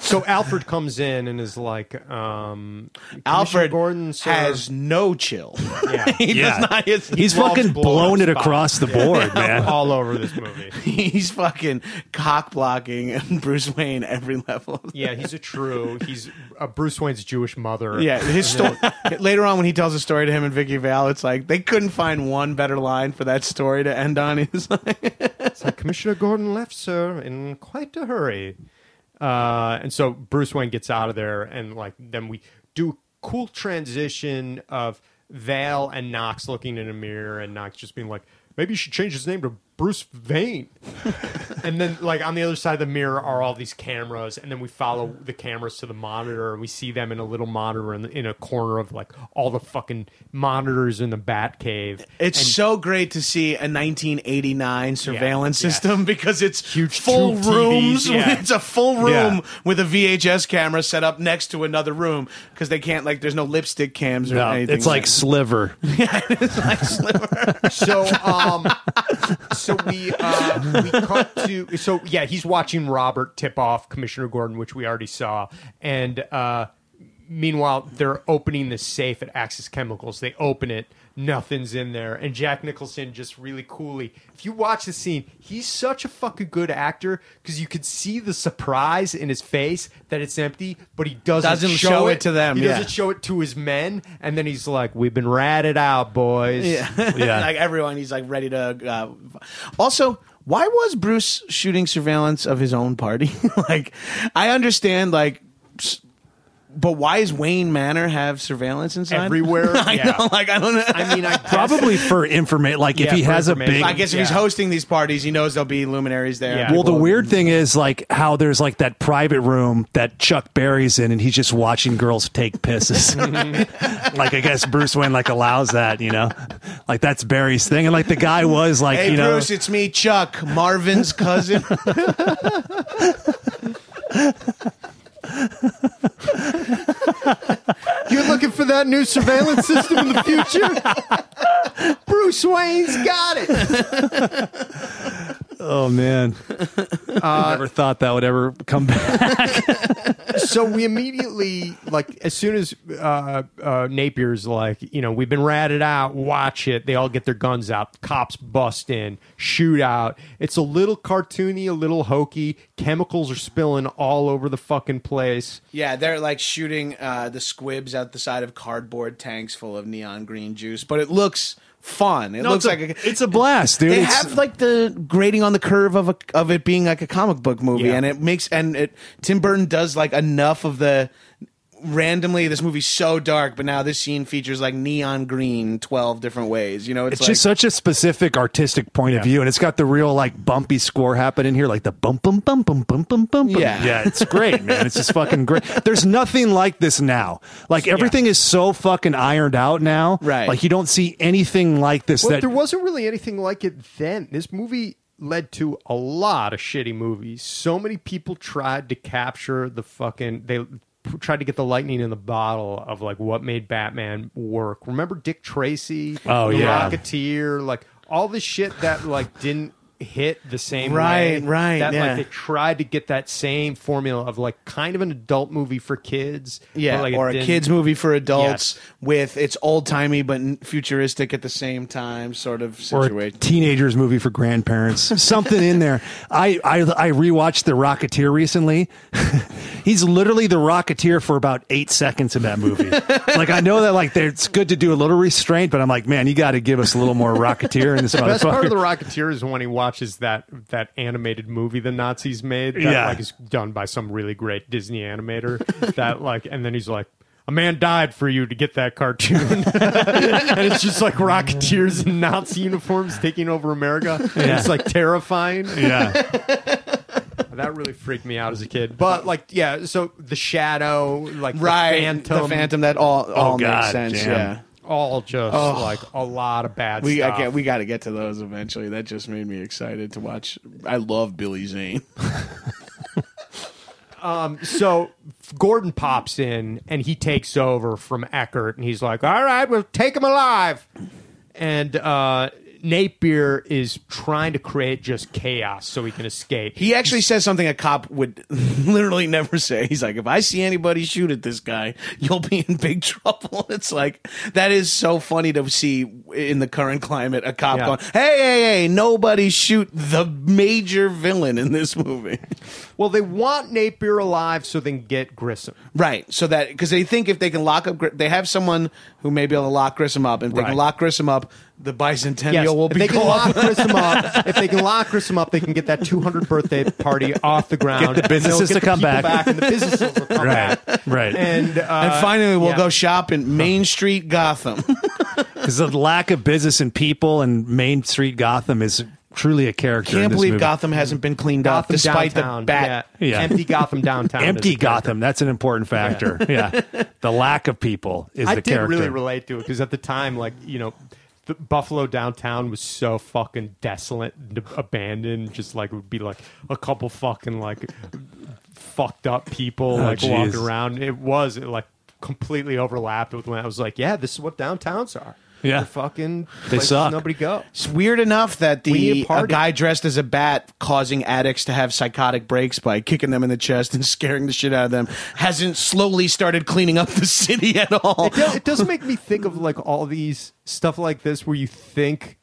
Speaker 3: so alfred comes in and is like um Commissioner
Speaker 1: Alfred
Speaker 3: gordon sir-
Speaker 1: has no chill.
Speaker 3: yeah
Speaker 1: he
Speaker 2: Yeah.
Speaker 1: does not. He's,
Speaker 2: He's
Speaker 3: loves
Speaker 2: fucking
Speaker 3: blow-up
Speaker 2: blown it
Speaker 3: spots.
Speaker 2: across the board, man.
Speaker 3: all over this movie
Speaker 1: he's fucking cock blocking Bruce Wayne every level.
Speaker 3: yeah he's a true he's uh, bruce wayne's jewish mother
Speaker 1: Yeah, his story. later on, when he tells a story to him and Vicky Vale, it's like they couldn't find one better line for that story to end on. He's like,
Speaker 3: It's like uh, Commissioner Gordon left, sir, in quite a hurry. Uh, and so Bruce Wayne gets out of there, and like then we do a cool transition of Vale and Knox looking in a mirror, and Knox just being like, "Maybe you should change his name to Bruce Vane." and then like on the other side of the mirror are all these cameras, and then we follow the cameras to the monitor, and we see them in a little monitor in, in a corner of like all the fucking monitors in the Bat Cave.
Speaker 1: It's
Speaker 3: And-
Speaker 1: so great to see a 1989 surveillance
Speaker 3: Yeah, yeah.
Speaker 1: system because it's
Speaker 3: Huge
Speaker 1: full
Speaker 3: tube TVs,
Speaker 1: rooms.
Speaker 3: yeah.
Speaker 1: It's a full room
Speaker 2: Yeah.
Speaker 1: with a VHS camera set up next to another room because they can't like. There's no lipstick cams or
Speaker 2: No,
Speaker 1: anything.
Speaker 2: it's like sliver.
Speaker 3: So um so we uh we cut to so yeah, he's watching Robert tip off Commissioner Gordon, which we already saw. And uh meanwhile they're opening the safe at Axis Chemicals. They open it, nothing's in there, and Jack Nicholson just really coolly. If you watch the scene, he's such a fucking good actor because you could see the surprise in his face that it's empty, but he doesn't,
Speaker 1: Doesn't show it to them,
Speaker 3: He
Speaker 1: yeah.
Speaker 3: doesn't show it to his men, and then he's like, We've been ratted out, boys.
Speaker 1: yeah,
Speaker 2: Yeah.
Speaker 1: like everyone. He's like ready to. Uh, also. Why was Bruce shooting surveillance of his own party? like, I understand, like, s- but why is Wayne Manor have surveillance inside
Speaker 3: Everywhere,
Speaker 1: I
Speaker 3: yeah.
Speaker 1: know, like, I don't know.
Speaker 3: I mean, I guess-
Speaker 2: Probably for information. Like if
Speaker 3: Yeah,
Speaker 2: he
Speaker 3: for
Speaker 2: has a
Speaker 3: information.
Speaker 2: big.
Speaker 1: I guess if he's
Speaker 3: Yeah.
Speaker 1: hosting these parties, he knows there'll be luminaries there.
Speaker 3: Yeah.
Speaker 2: well, the weird thing is like how there's like that private room that Chuck Berry's in, and he's just watching girls take pisses. like I guess Bruce Wayne like allows that, you know, like that's Barry's thing, and like the guy was like,
Speaker 1: Hey
Speaker 2: you know,
Speaker 1: Bruce, it's me, Chuck, Marvin's cousin.
Speaker 3: You're looking for that new surveillance system in the future? Bruce Wayne's got it.
Speaker 2: oh man, I never thought that would ever come back.
Speaker 3: So we immediately, like, as soon as uh, uh, Napier's like, you know, we've been ratted out, watch it. They all get their guns out. Cops bust in, shoot out. It's a little cartoony, a little hokey. Chemicals are spilling all over the fucking place.
Speaker 1: yeah, they're like shooting uh, the squibs out the side of cardboard tanks full of neon green juice, but it looks fun. It looks like a,
Speaker 2: it's a blast, dude.
Speaker 1: they
Speaker 2: It's-
Speaker 1: have like the grading on the curve of a, of it being like a comic book movie,
Speaker 3: Yeah.
Speaker 1: and it makes and it Tim Burton does like enough of the randomly this movie's so dark, but now this scene features like neon green twelve different ways. You know, it's,
Speaker 2: It's
Speaker 1: like,
Speaker 2: just such a specific artistic point of view, and it's got the real like bumpy score happening here, like the bump bum bum bum bum bum bum. bum.
Speaker 1: Yeah.
Speaker 2: yeah, it's great, man. It's just fucking great. There's nothing like this now. Like everything is so fucking ironed out now.
Speaker 1: Right.
Speaker 2: Like you don't see anything like this.
Speaker 3: Well,
Speaker 2: that
Speaker 3: there wasn't really anything like it then. This movie led to a lot of shitty movies. So many people tried to capture the fucking they p- tried to get the lightning in the bottle of like what made Batman work. Remember Dick Tracy,
Speaker 2: Oh,
Speaker 3: The
Speaker 2: yeah.
Speaker 3: Rocketeer, like all the shit that like didn't hit the same way.
Speaker 1: Right, right,
Speaker 3: That
Speaker 1: yeah.
Speaker 3: like they tried to get that same formula of like kind of an adult movie for kids.
Speaker 1: yeah,
Speaker 3: but, like, it
Speaker 1: or a
Speaker 3: didn't-
Speaker 1: kids movie for adults
Speaker 3: Yes.
Speaker 1: with it's old timey but n- futuristic at the same time sort of
Speaker 2: or a
Speaker 1: situation.
Speaker 2: teenagers movie for grandparents. Something in there. I, I I rewatched The Rocketeer recently. He's literally the Rocketeer for about eight seconds in that movie. like I know that like there- it's good to do a little restraint, but I'm like, man, you got to give us a little more Rocketeer in this motherfucker.
Speaker 3: Best part of the Rocketeer is when he watches that that animated movie the Nazis made. That,
Speaker 2: Yeah.
Speaker 3: like is done by some really great Disney animator. that like, and then he's like. A man died for you to get that cartoon, and it's just like Rocketeers in Nazi uniforms taking over America. And It's like terrifying.
Speaker 2: yeah,
Speaker 3: That really freaked me out as a kid. But like, yeah. So the shadow, like
Speaker 1: Right,
Speaker 3: the phantom,
Speaker 1: the Phantom. That all all makes
Speaker 2: God,
Speaker 1: sense.
Speaker 2: damn.
Speaker 1: Yeah,
Speaker 3: all just like a lot of bad
Speaker 1: we
Speaker 3: stuff.
Speaker 1: I get, we got to get to those eventually. That just made me excited to watch. I love Billy Zane.
Speaker 3: so Gordon pops in and he takes over from Eckert and he's like, "All right, we'll take him alive." And uh, Napier is trying to create just chaos so he can escape.
Speaker 1: He actually says something a cop would literally never say. He's like, if I see anybody shoot at this guy, you'll be in big trouble. It's like, that is so funny to see in the current climate a cop
Speaker 3: Yeah.
Speaker 1: going, hey, hey, hey, nobody shoot the major villain in this movie.
Speaker 3: well, they want Napier alive so they can get Grissom.
Speaker 1: Right. So that, because they think if they can lock up, Gr- they have someone who may be able to lock Grissom up. And if they
Speaker 3: Right.
Speaker 1: can lock Grissom up, the bicentennial
Speaker 3: Yes,
Speaker 1: will
Speaker 3: if
Speaker 1: be
Speaker 3: they can
Speaker 1: called.
Speaker 3: lock Grissom up, if they can lock Grissom up, they can get that 200 birthday party off the ground.
Speaker 2: Get the businesses to
Speaker 3: They'll the
Speaker 2: come
Speaker 3: people
Speaker 2: back.
Speaker 3: and the businesses will come
Speaker 2: right,
Speaker 3: back.
Speaker 2: right.
Speaker 3: And, uh,
Speaker 1: and finally, we'll
Speaker 3: yeah.
Speaker 1: go shop in Main Street, Gotham.
Speaker 2: Because the lack of business and people and Main Street Gotham is truly a character. in
Speaker 1: Can't
Speaker 2: this
Speaker 1: believe
Speaker 2: movie.
Speaker 1: Gotham hasn't been cleaned up
Speaker 3: Gotham
Speaker 1: despite
Speaker 3: downtown.
Speaker 1: the bat.
Speaker 3: Yeah.
Speaker 2: Yeah.
Speaker 3: Empty Gotham downtown. is
Speaker 2: Empty
Speaker 3: a character.
Speaker 2: Gotham. That's an important factor. Yeah, the lack of people is
Speaker 3: I
Speaker 2: the
Speaker 3: did
Speaker 2: character.
Speaker 3: really relate to it because at the time, like you know, the Buffalo downtown was so fucking desolate, and abandoned. Just like it would be like a couple fucking like fucked up people like
Speaker 2: Oh, jeez.
Speaker 3: walking around. It was it like completely overlapped with when I was like, yeah, this is what downtowns are.
Speaker 2: Yeah.
Speaker 3: They're fucking
Speaker 2: They
Speaker 3: places
Speaker 2: suck.
Speaker 3: Nobody go.
Speaker 1: It's weird enough that
Speaker 3: We need
Speaker 1: the
Speaker 3: a
Speaker 1: a,
Speaker 3: party.
Speaker 1: guy dressed as a bat causing addicts to have psychotic breaks by kicking them in the chest and scaring the shit out of them hasn't slowly started cleaning up the city at all.
Speaker 3: it, does, it does make me think of like all these stuff like this where you think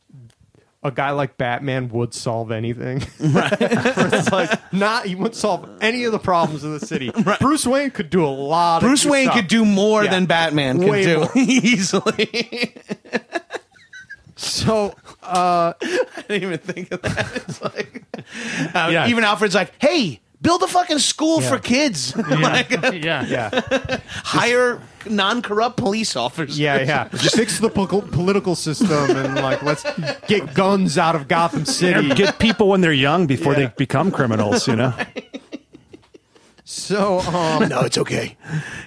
Speaker 3: a guy like Batman would solve anything. Right. it's like not he wouldn't solve any of the problems of the city. Bruce Wayne could do a lot of
Speaker 1: Bruce
Speaker 3: good
Speaker 1: Wayne
Speaker 3: stuff.
Speaker 1: could do more
Speaker 3: Yeah.
Speaker 1: than Batman could
Speaker 3: Way
Speaker 1: do
Speaker 3: more.
Speaker 1: easily.
Speaker 3: So
Speaker 1: I didn't even think of that. It's like um,
Speaker 2: Yeah.
Speaker 1: even Alfred's like, "Hey, build a fucking school for kids. like,
Speaker 2: yeah.
Speaker 3: yeah.
Speaker 1: hire non-corrupt police officers."
Speaker 3: Yeah, yeah. Fix the po- political system and like let's get guns out of Gotham City.
Speaker 2: Get people when they're young before they become criminals, you know?
Speaker 3: So um
Speaker 1: No, it's okay.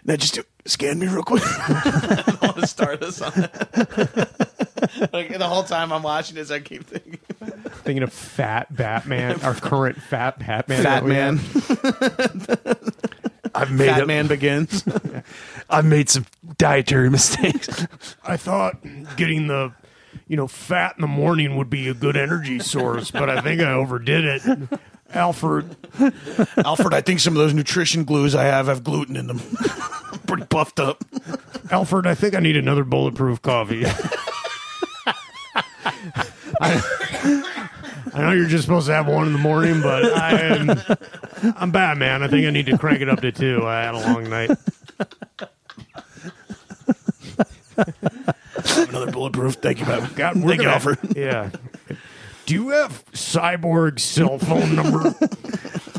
Speaker 1: Now just do- scan me real quick. I don't want to start this on. like, the whole time I'm watching this, I keep thinking.
Speaker 3: thinking of fat Batman, our current fat Batman. that we have.
Speaker 1: Batman.
Speaker 2: I've made a-
Speaker 1: Batman begins.
Speaker 2: I've made some dietary mistakes.
Speaker 5: I thought getting the, you know, fat in the morning would be a good energy source, but I think I overdid it. Alfred,
Speaker 1: Alfred, I think some of those nutrition glues I have have gluten in them. I'm pretty puffed up.
Speaker 5: Alfred, I think I need another bulletproof coffee. I know you're just supposed to have one in the morning, but I'm I'm bad, man. I think I need to crank it up to two. I had a long night.
Speaker 1: Another bulletproof. Thank you, Batman.
Speaker 5: God, we're
Speaker 1: Thank you,
Speaker 5: gonna-
Speaker 1: Alfred.
Speaker 5: Yeah. Do you have cyborg cell phone number?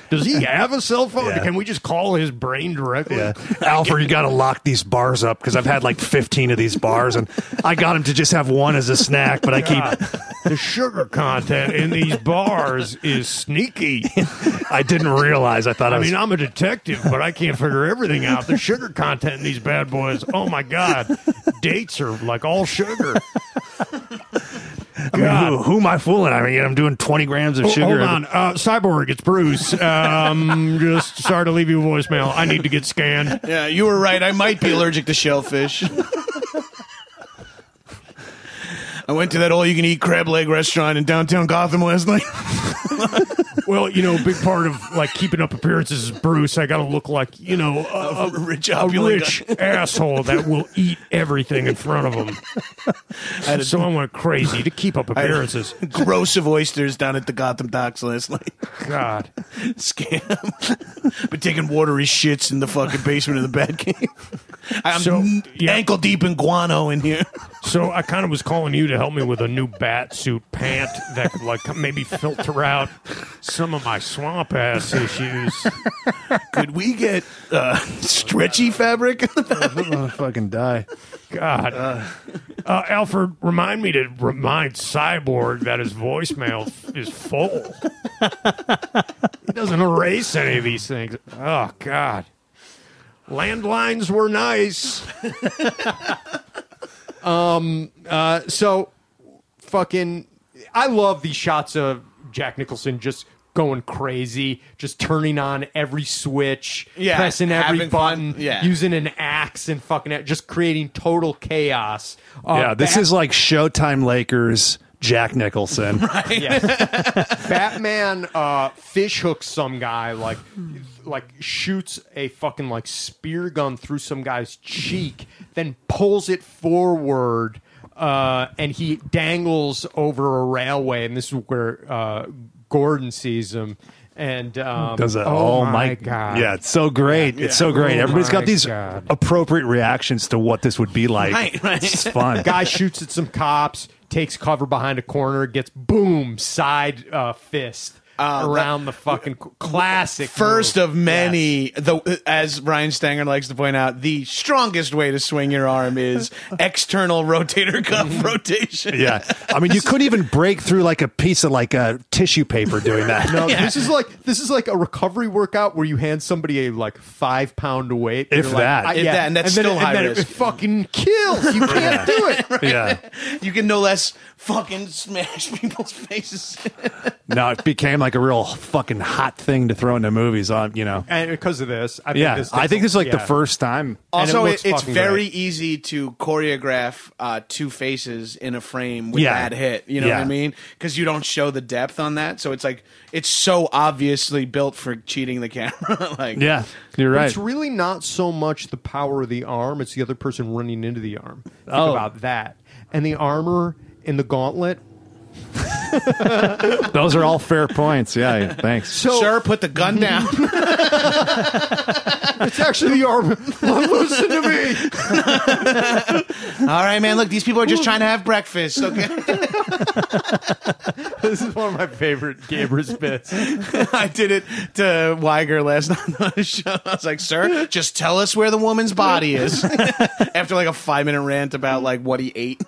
Speaker 5: Does he have a cell phone?
Speaker 2: Yeah.
Speaker 5: Can we just call his brain directly?
Speaker 2: Yeah. Alfred, you got to lock these bars up because I've had like 15 of these bars and I got him to just have one as a snack, but I keep,
Speaker 5: The sugar content in these bars is sneaky.
Speaker 2: I didn't realize. I thought I,
Speaker 5: I
Speaker 2: was.
Speaker 5: mean, I'm a detective, but I can't figure everything out. The sugar content in these bad boys, oh my God. Dates are like all sugar.
Speaker 2: I mean, who, who am I fooling? I mean, I'm doing 20 grams of
Speaker 5: Oh,
Speaker 2: sugar.
Speaker 5: Hold on. Uh, Cyborg, it's Bruce. Um, just sorry to leave you a voicemail. I need to get scanned.
Speaker 1: Yeah, you were right. I might be allergic to shellfish. I went to that all-you-can-eat crab leg restaurant in downtown Gotham last night.
Speaker 5: Well, you know, a big part of like keeping up appearances is Bruce. I got to look like, you know, a,
Speaker 1: A rich,
Speaker 5: a
Speaker 1: opulent
Speaker 5: rich asshole that will eat everything in front of him.
Speaker 1: had a-
Speaker 5: so I went crazy to keep up
Speaker 1: had-
Speaker 5: appearances.
Speaker 1: gross of oysters down at the Gotham docks last night.
Speaker 5: God.
Speaker 1: Scam. but taking watery shits in the fucking basement of the Bat Cave. I'm
Speaker 5: So, yeah.
Speaker 1: ankle deep in guano in here.
Speaker 5: So I kind of was calling you to help me with a new bat suit pant that could like maybe filter out some of my swamp ass issues.
Speaker 1: Could we get uh, stretchy fabric?
Speaker 2: I'm going to fucking die.
Speaker 5: God. Uh, Alfred, remind me to remind Cyborg that his voicemail f- is full. he doesn't erase any of these things. Oh, God. Landlines were nice.
Speaker 3: Uh, so fucking I love these shots of Jack Nicholson just going crazy, just turning on every switch,
Speaker 1: Yeah,
Speaker 3: pressing every
Speaker 1: having fun,
Speaker 3: button,
Speaker 1: yeah.
Speaker 3: using an axe and fucking just creating total chaos. Uh,
Speaker 2: yeah, this
Speaker 3: Bat-
Speaker 2: is like Showtime Lakers, Jack Nicholson.
Speaker 3: Batman uh, fish hooks some guy like like shoots a fucking like spear gun through some guy's cheek, then pulls it forward. Uh, and he dangles over a railway, and this is where uh, Gordon sees him. And um,
Speaker 2: Does it?
Speaker 3: Oh,
Speaker 2: my,
Speaker 3: god!
Speaker 2: Yeah, it's so great. It's so great.
Speaker 3: Oh
Speaker 2: Everybody's
Speaker 3: my
Speaker 2: got these
Speaker 3: God.
Speaker 2: appropriate reactions to what this would be like.
Speaker 1: Right, right.
Speaker 2: It's fun.
Speaker 3: guy shoots at some cops, takes cover behind a corner, gets boom side uh, fist around the fucking c- classic.
Speaker 1: Uh, First
Speaker 3: move.
Speaker 1: of many, the as Ryan Stanger likes to point out, the strongest way to swing your arm is external rotator cuff rotation.
Speaker 2: Yeah. I mean, you couldn't even break through like a piece of like a tissue paper doing that.
Speaker 3: No, this is like this is like a recovery workout where you hand somebody a like five pound weight.
Speaker 2: If
Speaker 3: You're like,
Speaker 2: that.
Speaker 3: I-
Speaker 1: If that, and that's
Speaker 3: then
Speaker 1: still
Speaker 3: it- and
Speaker 1: high
Speaker 3: then it-
Speaker 1: risk.
Speaker 3: It fucking kills. You can't do it.
Speaker 2: Yeah.
Speaker 1: You can no less fucking smash people's faces.
Speaker 2: No, it became like a real fucking hot thing to throw into movies on, you know.
Speaker 3: And because of this, I think
Speaker 2: Yeah.
Speaker 3: this
Speaker 2: I think this is like the
Speaker 3: yeah.
Speaker 2: first time.
Speaker 3: And it
Speaker 1: Also,
Speaker 3: looks
Speaker 1: it it's
Speaker 3: fucking
Speaker 1: very
Speaker 3: great.
Speaker 1: easy to choreograph uh, two faces in a frame with
Speaker 2: Yeah.
Speaker 1: that hit. You know
Speaker 2: Yeah.
Speaker 1: what I mean? Because you don't show the depth on that, so it's like it's so obviously built for cheating the camera. like,
Speaker 2: Yeah. You're right.
Speaker 3: It's really not so much the power of the arm; it's the other person running into the arm. Think
Speaker 2: Oh.
Speaker 3: about that. And the armor in the gauntlet.
Speaker 2: Those are all fair points. Yeah. yeah. Thanks.
Speaker 3: So
Speaker 1: Sir, put the gun down.
Speaker 3: it's actually the arm. Listen to me.
Speaker 1: All right, man. Look, these people are just trying to have breakfast. Okay,
Speaker 3: This is one of my favorite Gabriel's bits.
Speaker 1: I did it to Weiger last night on the show. I was like, "Sir, just tell us where the woman's body is." After like a five minute rant about like what he ate.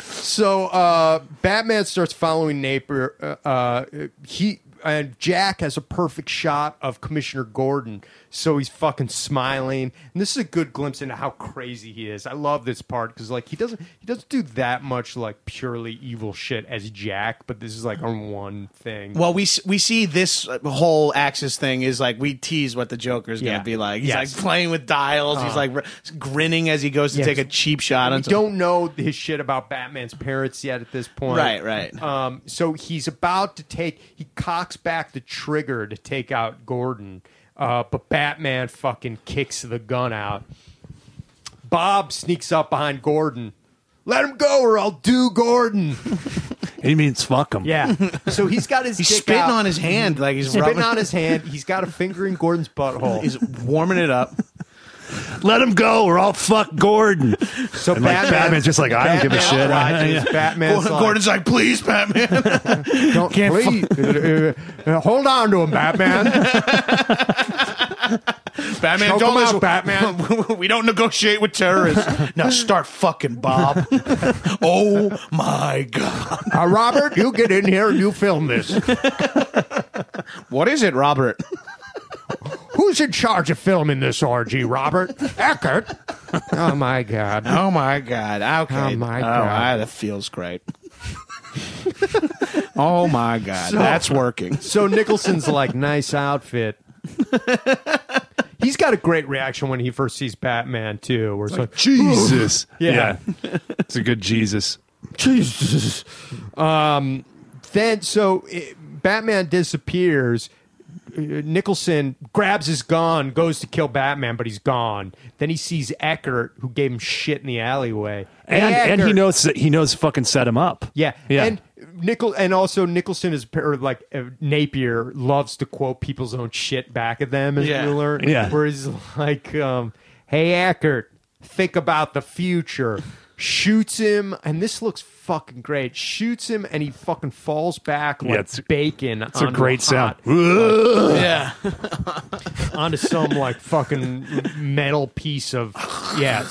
Speaker 3: So uh, Batman starts following Napier. Uh, uh, he and Jack has a perfect shot of Commissioner Gordon, so he's fucking smiling. And this is a good glimpse into how crazy he is. I love this part because like he doesn't he doesn't do that much like purely evil shit as Jack, but this is like on one thing.
Speaker 1: Well, we s- we see this uh, whole Axis thing is like we tease what the Joker's going to
Speaker 3: Yeah.
Speaker 1: be like. He's
Speaker 3: Yes. Uh-huh.
Speaker 1: like playing with dials. He's like r- grinning as he goes to
Speaker 3: Yes.
Speaker 1: take a cheap shot.
Speaker 3: we
Speaker 1: on something.
Speaker 3: don't know his shit about Batman's parents yet at this point.
Speaker 1: Right, right.
Speaker 3: Um, so he's about to take. He cocks back the trigger to take out Gordon, uh, but Batman fucking kicks the gun out. Bob sneaks up behind Gordon. Let him go, or I'll do Gordon.
Speaker 2: He means fuck them.
Speaker 3: Yeah. So he's got his
Speaker 1: He's
Speaker 3: dick
Speaker 1: spitting
Speaker 3: out.
Speaker 1: on his hand like he's
Speaker 3: Spitting
Speaker 1: rubbing.
Speaker 3: on his hand. He's got a finger in Gordon's butthole.
Speaker 1: he's warming it up.
Speaker 2: Let him go, or I'll fuck Gordon.
Speaker 3: So
Speaker 2: And, like, Batman's just like, I don't give a shit.
Speaker 3: Batman shit. Batman's like,
Speaker 1: Gordon's like, please, Batman.
Speaker 3: don't please, uh, uh, uh, hold on to him, Batman.
Speaker 1: Batman,
Speaker 3: Choke
Speaker 1: don't
Speaker 3: him out,
Speaker 1: listen.
Speaker 3: Batman.
Speaker 1: we don't negotiate with terrorists. now start fucking Bob. oh my god.
Speaker 3: Uh, Robert, you get in here and you film this.
Speaker 1: What is it, Robert?
Speaker 3: Who's in charge of filming this orgy, Robert? Eckert. Oh my God.
Speaker 1: Oh my god. Okay.
Speaker 3: Oh, my
Speaker 1: I-
Speaker 3: God.
Speaker 1: that feels great. oh my god. That's working.
Speaker 3: So Nicholson's like, nice outfit. He's got a great reaction when he first sees Batman too. Where it's like,
Speaker 2: Jesus.
Speaker 3: Yeah.
Speaker 2: It's a good Jesus.
Speaker 3: Jesus. Um, then so it, Batman disappears. Uh, Nicholson grabs his gun, goes to kill Batman, but he's gone. Then he sees Eckert, who gave him shit in the alleyway,
Speaker 2: And and he
Speaker 3: Eckert-
Speaker 2: knows that he knows fucking set him up.
Speaker 3: yeah.
Speaker 2: Yeah.
Speaker 3: And Nickel and also Nicholson is or like uh, Napier loves to quote people's own shit back at them as
Speaker 1: Yeah.
Speaker 3: we learn.
Speaker 2: Yeah.
Speaker 3: Where he's like, um, "Hey Eckert, think about the future." Shoots him, and this looks fucking great. Shoots him, and he fucking falls back like
Speaker 2: it's-
Speaker 3: bacon.
Speaker 2: it's a great sound.
Speaker 1: Yeah.
Speaker 3: onto some like fucking metal piece of yeah.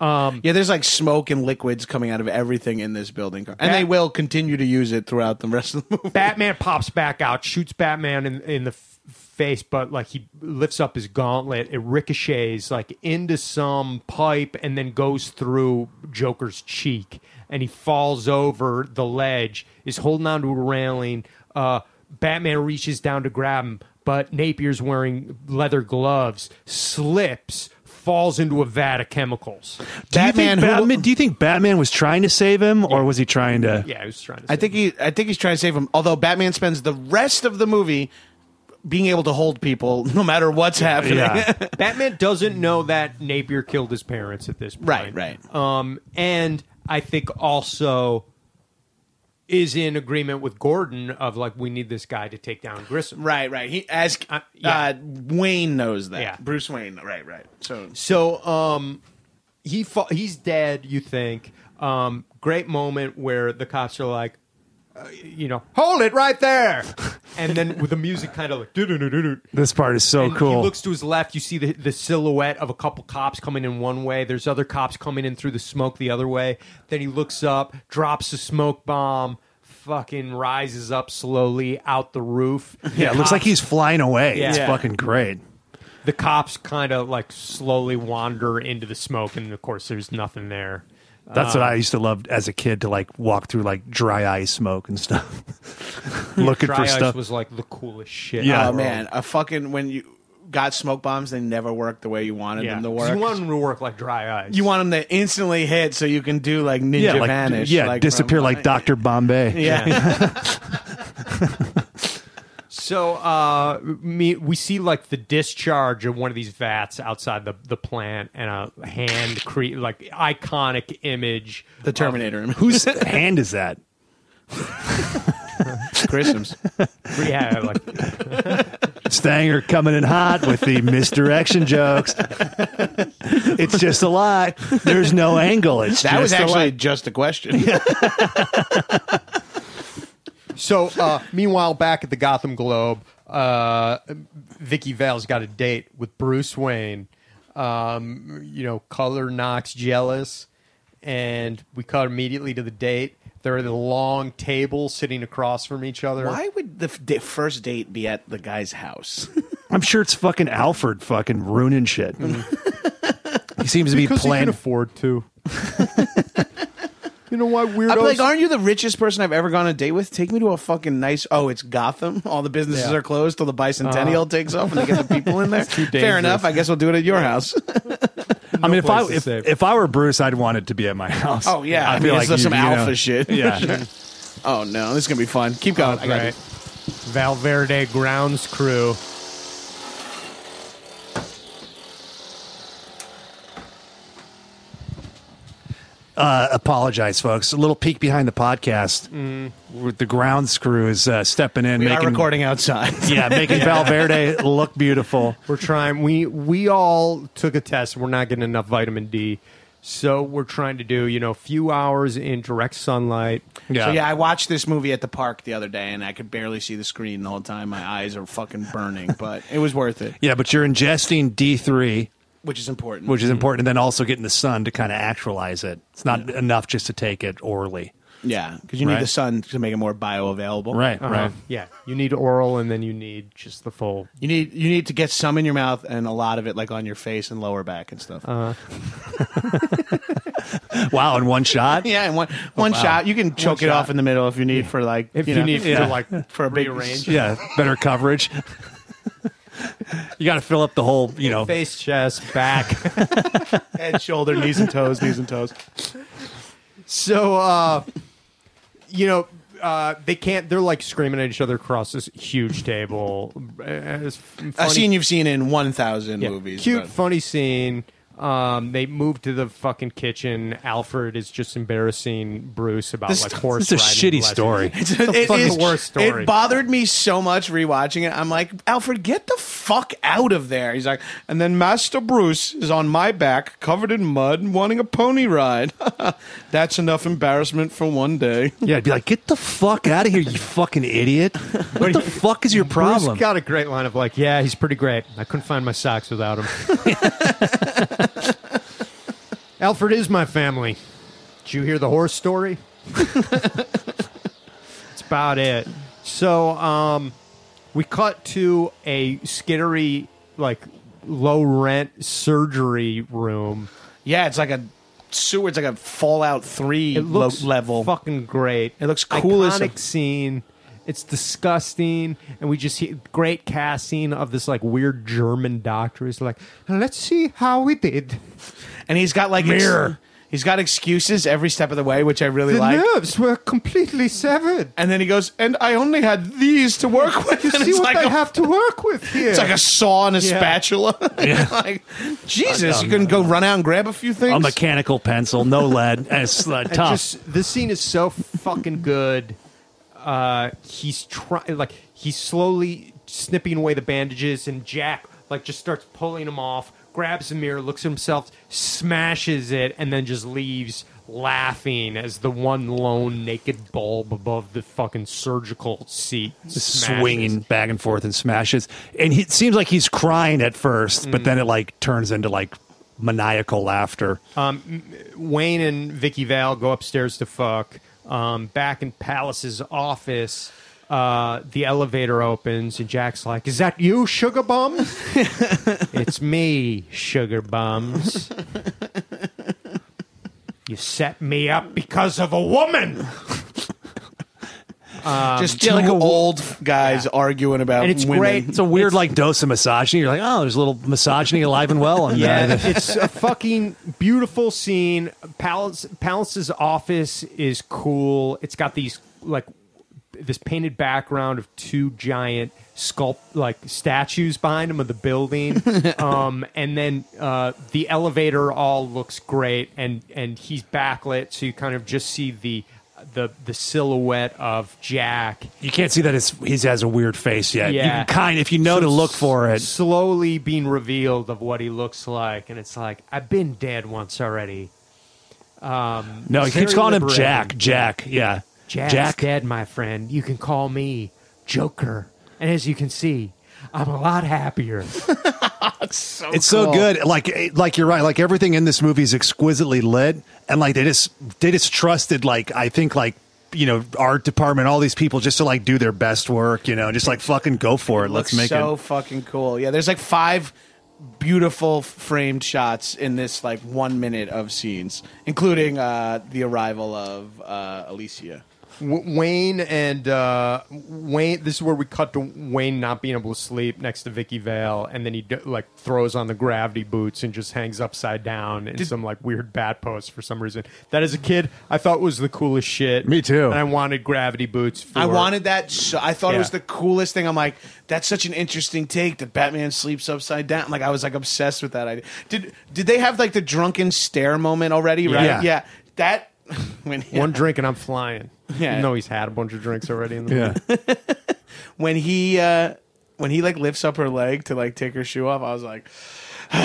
Speaker 1: Yeah, there's like smoke and liquids coming out of everything in this building. And they will continue to use it throughout the rest of the movie.
Speaker 3: Batman pops back out, shoots Batman in, in the f- face, but like he lifts up his gauntlet, it ricochets like into some pipe and then goes through Joker's cheek, and he falls over the ledge, is holding onto a railing. Uh, Batman reaches down to grab him, but Napier's wearing leather gloves, slips, falls into a vat of chemicals.
Speaker 2: Do you,
Speaker 1: Batman
Speaker 2: think
Speaker 1: who-
Speaker 2: Batman, do you think Batman was trying to save him, or was he trying to?
Speaker 3: Yeah, I was trying to. Say
Speaker 1: I think he I think he's trying to save him. Although Batman spends the rest of the movie being able to hold people no matter what's happening.
Speaker 2: Yeah.
Speaker 3: Batman doesn't know that Napier killed his parents at this point.
Speaker 1: Right, right.
Speaker 3: Um, and I think also is in agreement with Gordon of like we need this guy to take down Grissom.
Speaker 1: Right, right. He as uh,
Speaker 3: Uh, yeah.
Speaker 1: Wayne knows that.
Speaker 3: Yeah.
Speaker 1: Bruce Wayne. Right, right. So
Speaker 3: So um, he fa- he's dead. You think? Um, great moment where the cops are like, uh, you know, hold it right there, and then with the music kind of like. "Doo-doo-doo-doo-doo."
Speaker 2: This part is so
Speaker 3: And
Speaker 2: cool.
Speaker 3: He looks to his left. You see the, the silhouette of a couple cops coming in one way. There's other cops coming in through the smoke the other way. Then he looks up, drops a smoke bomb, fucking rises up slowly out the roof.
Speaker 2: yeah, it looks like he's flying away. It's
Speaker 3: Yeah.
Speaker 2: fucking great.
Speaker 3: The cops kind of like slowly wander into the smoke, and of course, there's nothing there.
Speaker 2: That's
Speaker 1: Uh,
Speaker 2: what I used to love as a kid to like walk through like dry ice smoke and stuff,
Speaker 1: Hmm.
Speaker 2: looking
Speaker 3: Dry
Speaker 2: for
Speaker 3: ice
Speaker 2: stuff.
Speaker 3: was like the coolest shit.
Speaker 2: Yeah.
Speaker 3: in the
Speaker 1: Oh
Speaker 3: world.
Speaker 1: man, a fucking when you got smoke bombs, they never work the way you wanted
Speaker 3: Yeah.
Speaker 1: them to
Speaker 3: 'Cause
Speaker 1: work.
Speaker 3: You want them to work like dry ice.
Speaker 1: You want them to instantly hit so you can do like ninja
Speaker 2: yeah, like
Speaker 1: vanish.
Speaker 2: yeah,
Speaker 1: like
Speaker 2: disappear
Speaker 1: from-
Speaker 2: like Doctor Bombay.
Speaker 1: Yeah.
Speaker 3: So uh, me, we see like the discharge of one of these vats outside the, the plant, and a hand cre- like iconic image.
Speaker 1: the Terminator.
Speaker 2: Whose hand is that?
Speaker 1: Christmas.
Speaker 3: Yeah, like
Speaker 2: Stanger coming in hot with the misdirection jokes. it's just a lie. There's no angle. It's
Speaker 1: That
Speaker 2: just
Speaker 1: was
Speaker 2: a
Speaker 1: actually
Speaker 2: lie.
Speaker 1: just a question.
Speaker 3: So, uh, meanwhile, back at the Gotham Globe, uh, Vicky Vale's got a date with Bruce Wayne. Um, you know, color knocks jealous, and we cut immediately to the date. They're at a long table sitting across from each other.
Speaker 1: Why would the f- da- first date be at the guy's house?
Speaker 2: I'm sure it's fucking Alfred fucking ruining shit. he seems to be
Speaker 3: Because he
Speaker 2: playing.
Speaker 3: can afford to. you know why weirdos?
Speaker 1: I'd be like, aren't you the richest person I've ever gone on a date with? Take me to a fucking nice. Oh, it's Gotham. All the businesses
Speaker 3: Yeah.
Speaker 1: are closed till the
Speaker 2: Uh-huh.
Speaker 1: bicentennial takes off and they get the people in there. Fair
Speaker 3: dangerous.
Speaker 1: enough. I guess we'll do it at your house.
Speaker 2: I mean, if I
Speaker 3: place to
Speaker 2: if,
Speaker 3: save.
Speaker 2: if I were Bruce, I'd want it to be at my house.
Speaker 1: Oh, yeah. I
Speaker 2: I'd be
Speaker 1: mean, it's just some
Speaker 2: you know-
Speaker 1: alpha shit.
Speaker 2: Yeah, Oh,
Speaker 1: oh no, this is gonna be fun. Keep going. I got
Speaker 3: Right.
Speaker 1: it.
Speaker 3: Valverde grounds crew.
Speaker 2: uh, apologize, folks. A little peek behind the podcast with the ground screws uh, stepping in,
Speaker 1: Mm. We are
Speaker 2: making
Speaker 1: recording outside.
Speaker 2: yeah, making Valverde look beautiful.
Speaker 3: We're trying. We we all took a test. We're not getting enough vitamin D, so we're trying to do you know a few hours in direct sunlight.
Speaker 2: Yeah,
Speaker 1: So yeah, I watched this movie at the park the other day, and I could barely see the screen the whole time. My eyes are fucking burning, but it was worth it,
Speaker 2: Yeah, but you're ingesting D three,
Speaker 1: which is important.
Speaker 2: which is important, and then also getting the sun to kind of actualize it. It's not enough just to take it orally.
Speaker 1: yeah, because you need
Speaker 2: Right.
Speaker 1: the sun to make it more bioavailable.
Speaker 2: right.
Speaker 3: Uh, Yeah, you need oral, and then you need just the full.
Speaker 1: You need you need to get some in your mouth and a lot of it like on your face and lower back and stuff.
Speaker 2: Wow, in one shot.
Speaker 1: yeah, and one oh, one shot you can choke it
Speaker 3: shot.
Speaker 1: off in the middle if you need for like
Speaker 3: If you,
Speaker 1: know,
Speaker 3: need
Speaker 2: yeah.
Speaker 3: to like
Speaker 1: for a big
Speaker 3: rearrange.
Speaker 2: Yeah, better coverage. you got to fill up the whole, you know.
Speaker 3: face, chest, back.
Speaker 1: head, shoulder, knees and toes, knees and toes.
Speaker 3: So, uh, you know, uh, they can't. They're like screaming at each other across this huge table. Uh, It's funny,
Speaker 1: A scene you've seen in one thousand
Speaker 3: yeah,
Speaker 1: movies.
Speaker 3: cute,
Speaker 1: but-
Speaker 3: funny scene. Um, they move to the fucking kitchen. Alfred is just embarrassing Bruce about
Speaker 1: This-
Speaker 3: like
Speaker 2: It's
Speaker 3: horse.
Speaker 2: a shitty
Speaker 3: riding lessons.
Speaker 2: story.
Speaker 3: It's the fucking worst story.
Speaker 1: It bothered me so much rewatching it. I'm like, Alfred, get the fuck out of there. He's like, and then Master Bruce is on my back, covered in mud, and wanting a pony ride. That's enough embarrassment for one day.
Speaker 2: Yeah, I'd be like, get the fuck out of here, you fucking idiot! What the fuck is your problem?
Speaker 3: Bruce got a great line of like, yeah, he's pretty great. I couldn't find my socks without him. Alfred is my family. Did you hear the horse story? That's about it. So um, we cut to a skittery, like low rent surgery room.
Speaker 1: Yeah, it's like a sewer. It's like a Fallout Three
Speaker 3: It looks
Speaker 1: lo- level.
Speaker 3: fucking great.
Speaker 1: It looks cool as
Speaker 3: Iconic
Speaker 1: a-
Speaker 3: scene. It's disgusting, and we just see great casting of this like weird German doctor. He's like, "Let's see how we did."
Speaker 1: And he's got like ex- he's got excuses every step of the way, which I really
Speaker 3: The
Speaker 1: like.
Speaker 3: nerves were completely severed.
Speaker 1: And then he goes, and I only had these to work with.
Speaker 3: You
Speaker 1: And
Speaker 3: see
Speaker 1: it's
Speaker 3: what
Speaker 1: like
Speaker 3: I
Speaker 1: a
Speaker 3: have to work with here.
Speaker 1: It's like a saw and a
Speaker 3: Yeah.
Speaker 1: spatula. like, Jesus, you couldn't go run out and grab a few things.
Speaker 2: a mechanical pencil, no lead, and it's uh,
Speaker 3: And
Speaker 2: tough.
Speaker 3: Just, this scene is so fucking good. Uh, he's trying, like, he's slowly snipping away the bandages, and Jack, like, just starts pulling him off, grabs the mirror, looks at himself, smashes it, and then just leaves laughing as the one lone naked bulb above the fucking surgical seat
Speaker 2: Just
Speaker 3: smashes.
Speaker 2: swinging back and forth and smashes, and he, it seems like he's crying at first, but then it like turns into like maniacal laughter.
Speaker 3: Wayne and Vicky Vale go upstairs to fuck. Um, back in Palace's office, uh, the elevator opens and Jack's like, "Is that you, sugar bums?" it's me, sugar bums. you set me up because of a woman,
Speaker 1: just two old guys arguing about
Speaker 3: and it's
Speaker 1: women.
Speaker 3: great.
Speaker 2: It's a weird like dose of misogyny. You're like, oh, there's a little misogyny alive and well. And
Speaker 3: Yeah, it's a fucking beautiful scene. Palace Palace's office is cool. It's got these like this painted background of two giant sculpt like statues behind them of the building. um, and then uh, the elevator all looks great, and and he's backlit, so you kind of just see the the the silhouette of Jack.
Speaker 2: you can't see that it's, he has a weird face yet.
Speaker 3: Yeah.
Speaker 2: You can kind if you know
Speaker 3: So
Speaker 2: to look for
Speaker 3: s-
Speaker 2: it.
Speaker 3: Slowly being revealed of what he looks like, and it's like I've been dead once already.
Speaker 2: No, he
Speaker 3: It's very
Speaker 2: keeps calling him
Speaker 3: liberating.
Speaker 2: Jack. Jack. Yeah.
Speaker 3: Jack's dead, my friend. You can call me Joker, and as you can see, I'm a lot happier.
Speaker 1: Oh,
Speaker 2: it's so good. Like, it- like you're right. Like everything in this movie is exquisitely lit, and like they just they just trusted. Like I think like you know art department, all these people just to like do their best work. You know, just like fucking go for it. Let's
Speaker 1: Looks
Speaker 2: make
Speaker 1: so
Speaker 2: it.
Speaker 1: fucking cool. Yeah, there's like five beautiful framed shots in this like one minute of scenes, including uh, the arrival of uh, Alicia.
Speaker 3: W- Wayne and uh, Wayne. This is where we cut to Wayne not being able to sleep next to Vicky Vale, and then he d- like throws on the gravity boots and just hangs upside down in some like weird bat pose for some reason. That as a kid, I thought was the coolest shit.
Speaker 2: Me too.
Speaker 3: And I wanted gravity boots. For,
Speaker 1: I wanted that. So I thought it was
Speaker 3: Yeah.
Speaker 1: the coolest thing. I'm like, that's such an interesting take that Batman sleeps upside down. Like I was like obsessed with that idea. Did did they have like the drunken stare moment already? Right?
Speaker 2: Yeah.
Speaker 1: Yeah. that when
Speaker 3: One drink and I'm flying.
Speaker 1: Yeah.
Speaker 3: Yeah. No, he's had a bunch of drinks already in the
Speaker 2: Yeah.
Speaker 1: when he uh when he like lifts up her leg to like take her shoe off, I was like when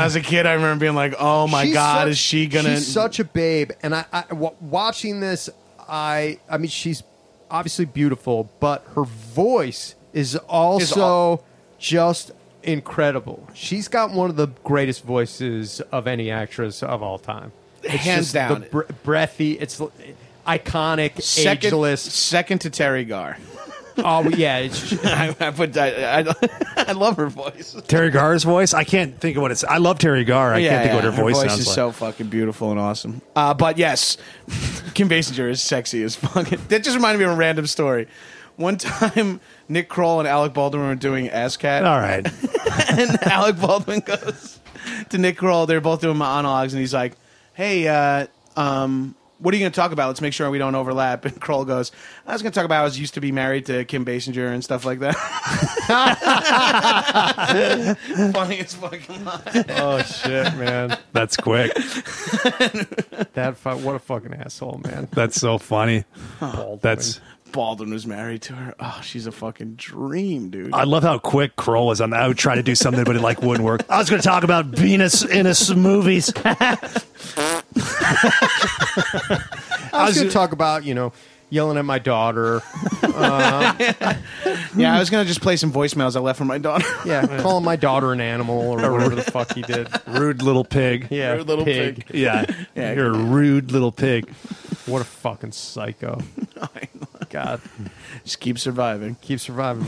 Speaker 1: I was a kid, I remember being like, "Oh my
Speaker 3: She's
Speaker 1: god,
Speaker 3: such-
Speaker 1: is she gonna?"
Speaker 3: She's such a babe, and I, I w- watching this, I, I mean, she's obviously beautiful, but her voice is also just incredible. She's got one of the greatest voices of any actress of all time. It's
Speaker 1: Hands
Speaker 3: just
Speaker 1: down.
Speaker 3: the br- breathy. It's l- iconic,
Speaker 1: second,
Speaker 3: ageless.
Speaker 1: second to Terry Gar.
Speaker 3: Oh yeah, it's,
Speaker 1: I, I put I, I, I love her voice.
Speaker 2: Terry Garr's voice. I can't think of what it's. I love Terry Garr. I can't think of what her, voice, sounds
Speaker 1: is
Speaker 2: like.
Speaker 1: so fucking beautiful and awesome. Uh, but yes, Kim Basinger is sexy as fuck. That just reminded me of a random story. One time, Nick Kroll and Alec Baldwin were doing ASCAT.
Speaker 2: All right.
Speaker 1: and Alec Baldwin goes to Nick Kroll. They're both doing monologues, and he's like, "Hey, uh, um, what are you going to talk about? Let's make sure we don't overlap." And Kroll goes, "I was going to talk about I was used to be married to Kim Basinger and stuff like that." Funny as fucking line.
Speaker 3: oh shit, man,
Speaker 2: That's quick.
Speaker 3: that fu- what a fucking asshole, man.
Speaker 2: That's so funny.
Speaker 1: Oh,
Speaker 2: That's.
Speaker 1: Baldwin was married to her. Oh, she's a fucking dream, dude.
Speaker 2: I love how quick Kroll was on that. I would try to do something, but it like wouldn't work. I was going to talk about Venus in his movies.
Speaker 3: I was going to talk about you know yelling at my daughter.
Speaker 1: yeah, I was going to just play some voicemails I left for my daughter.
Speaker 3: Yeah, calling my daughter an animal or whatever the fuck he did.
Speaker 2: Rude little pig.
Speaker 3: Yeah,
Speaker 1: Rude little pig.
Speaker 2: Yeah.
Speaker 1: Yeah.
Speaker 2: You're a rude little pig.
Speaker 3: What a fucking psycho. God,
Speaker 1: just keep surviving.
Speaker 3: keep surviving,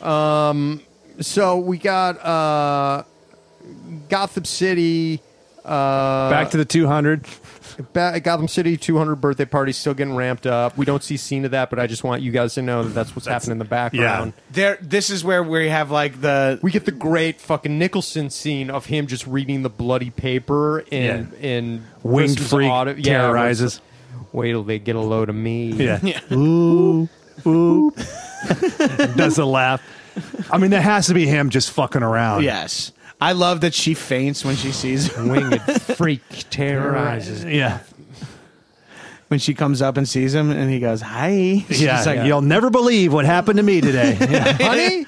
Speaker 3: man. um, so we got uh, Gotham City.
Speaker 2: Back to the 200.
Speaker 3: Ba- Gotham City 200 birthday party still getting ramped up. We don't see scene of that, but I just want you guys to know that that's what's happening in the background.
Speaker 1: There, this is where we have like the
Speaker 3: We get the great fucking Nicholson scene of him just reading the bloody paper in in
Speaker 2: Winged
Speaker 3: Christmas
Speaker 2: freak
Speaker 3: auto- yeah,
Speaker 2: terrorizes.
Speaker 3: Wait till they get a load of me.
Speaker 2: Yeah. Ooh, ooh. Does a laugh. I mean, that has to be him just fucking around.
Speaker 1: yes. I love that she faints when she sees him.
Speaker 3: winged freak terrorizes.
Speaker 2: Yeah.
Speaker 1: when she comes up and sees him and he goes, Hi. She's
Speaker 2: Yeah.
Speaker 1: like,
Speaker 2: You'll never believe what happened to me today. Yeah.
Speaker 3: Honey,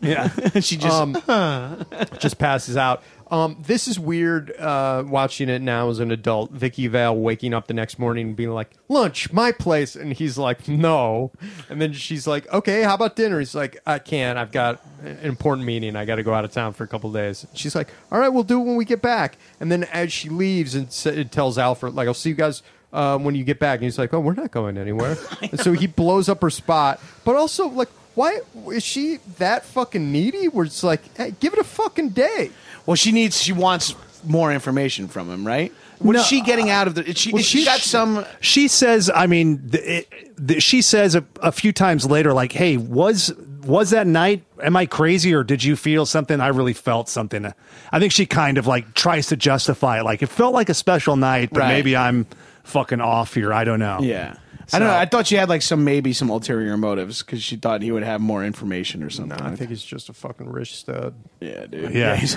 Speaker 2: yeah.
Speaker 1: she just
Speaker 3: Um, just passes out. Um, this is weird uh, watching it now as an adult. Vicky Vale waking up the next morning and being like, lunch, my place. And he's like, no. And then she's like, okay, how about dinner? He's like, I can't. I've got an important meeting. I got to go out of town for a couple days. She's like, all right, we'll do it when we get back. And then as she leaves and sa- it tells Alfred, like, I'll see you guys um, when you get back. And he's like, oh, we're not going anywhere. and so he blows up her spot. But also, like, why is she that fucking needy? Where it's like, hey, give it a fucking day.
Speaker 1: Well, she needs she wants more information from him, right? What is
Speaker 2: No,
Speaker 1: she getting out of the is she,
Speaker 2: Well,
Speaker 1: is she,
Speaker 2: she-
Speaker 1: got some
Speaker 2: She says, I mean, th- it, th- she says a, a few times later, like, hey, was was that night? Am I crazy or did you feel something? I really felt something. I think she kind of like tries to justify it. Like, it felt like a special night, but
Speaker 1: Right.
Speaker 2: maybe I'm fucking off here. I don't know.
Speaker 1: Yeah. I don't know. I thought she had like some maybe some ulterior motives because she thought he would have more information or something.
Speaker 3: I think he's just a fucking rich stud.
Speaker 1: yeah, dude.
Speaker 2: Yeah.
Speaker 1: he's-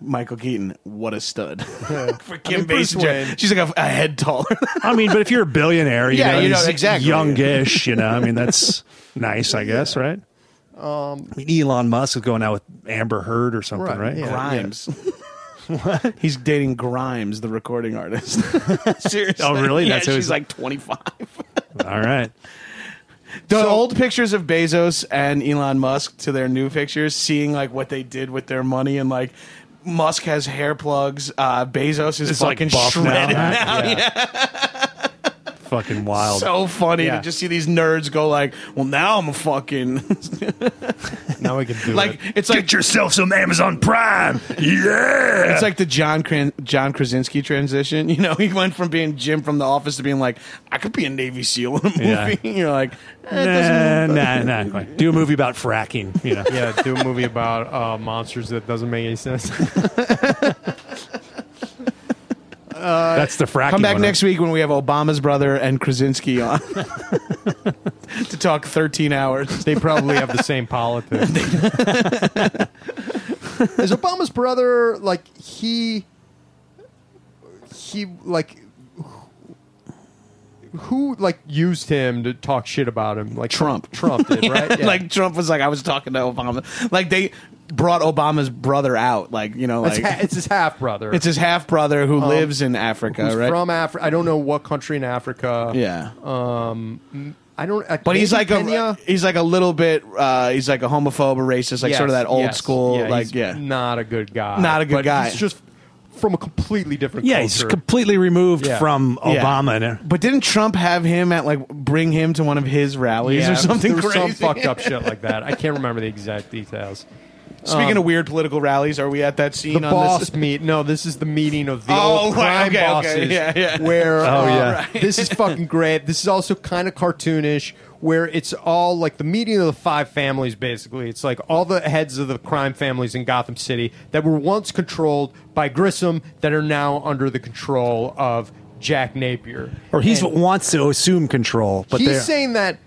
Speaker 1: Michael Keaton, what a stud. For Kim
Speaker 3: mean, Bruce
Speaker 1: Basinger.
Speaker 3: Wayne.
Speaker 1: She's like a, a head taller.
Speaker 2: I mean, but if you're a billionaire, you
Speaker 1: Yeah,
Speaker 2: know,
Speaker 1: you know,
Speaker 2: he's
Speaker 1: exactly.
Speaker 2: youngish, you know, I mean, that's nice, I guess, right? Um, I mean, Elon Musk is going out with Amber Heard or something, right?
Speaker 3: Right, yeah.
Speaker 1: Grimes. He's dating Grimes, the recording artist. Seriously.
Speaker 2: Oh, really?
Speaker 1: Yeah,
Speaker 2: That's who
Speaker 1: she's
Speaker 2: he's-
Speaker 1: like 25.
Speaker 2: All right.
Speaker 1: The old pictures of Bezos and Elon Musk to their new pictures, seeing like what they did with their money and like Musk has hair plugs, uh, Bezos is
Speaker 2: It's like
Speaker 1: fucking
Speaker 2: buff now,
Speaker 1: shredded
Speaker 2: right?
Speaker 1: now. Yeah.
Speaker 2: Fucking wild.
Speaker 1: So funny
Speaker 3: Yeah.
Speaker 1: to just see these nerds go like, "Well, now I'm a fucking
Speaker 3: Now we can do
Speaker 1: like." It's like
Speaker 2: Get yourself some Amazon Prime. Yeah.
Speaker 1: it's like the John Kran- John Krasinski transition. You know, he went from being Jim from The Office to being like, "I could be a Navy SEAL in a movie."
Speaker 2: Yeah.
Speaker 1: You're like, eh, it doesn't-
Speaker 2: nah, nah, nah. Come on. Do a movie about fracking, you know.
Speaker 3: Yeah, do a movie about uh, monsters that doesn't make any sense.
Speaker 2: That's the fracking.
Speaker 1: Uh, Come back
Speaker 2: one,
Speaker 1: next week when we have Obama's brother and Krasinski on to talk 13 hours.
Speaker 3: they probably have the same politics. Is Obama's brother like he? He like who like used him to talk shit about him? Like
Speaker 1: Trump.
Speaker 3: Trump did right? Yeah.
Speaker 1: Like Trump was like, I was talking to Obama. Like they brought Obama's brother out. Like you know,
Speaker 3: it's,
Speaker 1: like
Speaker 3: ha- it's his half brother.
Speaker 1: it's his half brother who lives in Africa,
Speaker 3: He's
Speaker 1: right?
Speaker 3: from Africa. I don't know what country in Africa.
Speaker 1: yeah.
Speaker 3: I don't.
Speaker 1: but he's like
Speaker 3: Kenya?
Speaker 1: a he's like a little bit uh, he's like a homophobe, a racist, like sort of
Speaker 3: Yes,
Speaker 1: that old
Speaker 3: yes.
Speaker 1: school,
Speaker 3: Yeah,
Speaker 1: like
Speaker 3: he's
Speaker 1: yeah,
Speaker 3: not a good guy,
Speaker 1: Not a good
Speaker 3: but
Speaker 1: guy.
Speaker 3: He's just from a completely different.
Speaker 2: Yeah,
Speaker 3: culture.
Speaker 2: he's completely removed
Speaker 3: Yeah.
Speaker 2: from
Speaker 1: Yeah.
Speaker 2: Obama. And
Speaker 1: But didn't Trump have him at like bring him to one of his rallies
Speaker 3: Yeah,
Speaker 1: or something
Speaker 3: there was
Speaker 1: crazy?
Speaker 3: Some fucked up shit like that. I can't remember the exact details.
Speaker 1: Speaking of weird political rallies, are we at that scene
Speaker 3: um, the
Speaker 1: on
Speaker 3: boss
Speaker 1: this?
Speaker 3: meet. No, this is the meeting of the
Speaker 1: Oh,
Speaker 3: old
Speaker 1: right,
Speaker 3: crime
Speaker 1: okay, okay,
Speaker 3: bosses.
Speaker 1: yeah, yeah.
Speaker 3: Where oh
Speaker 2: yeah.
Speaker 3: this is fucking great. This is also kind of cartoonish. Where it's all like the meeting of the five families. Basically, it's like all the heads of the crime families in Gotham City that were once controlled by Grissom that are now under the control of Jack Napier.
Speaker 2: or he's
Speaker 3: And-
Speaker 2: wants to assume control, but
Speaker 3: he's
Speaker 2: they're-
Speaker 3: saying that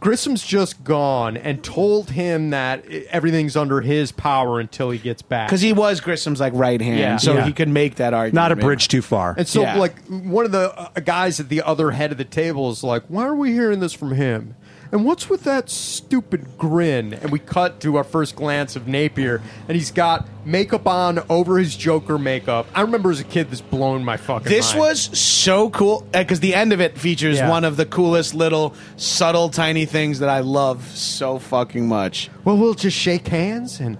Speaker 3: Grissom's just gone and told him that i- everything's under his power until he gets back.
Speaker 1: Because he was Grissom's like right hand,
Speaker 3: Yeah.
Speaker 1: so
Speaker 2: Yeah.
Speaker 1: he could make that argument.
Speaker 2: not a bridge too far.
Speaker 3: and so,
Speaker 1: Yeah.
Speaker 3: like, one of the uh, guys at the other head of the table is like, "Why are we hearing this from him?" And what's with that stupid grin? And we cut to our first glance of Napier, and he's got makeup on over his Joker makeup. I remember as a kid, this blown my fucking.
Speaker 1: This
Speaker 3: mind.
Speaker 1: was so cool because the end of it features
Speaker 3: Yeah.
Speaker 1: one of the coolest little subtle tiny things that I love so fucking much.
Speaker 3: well. We'll just shake hands and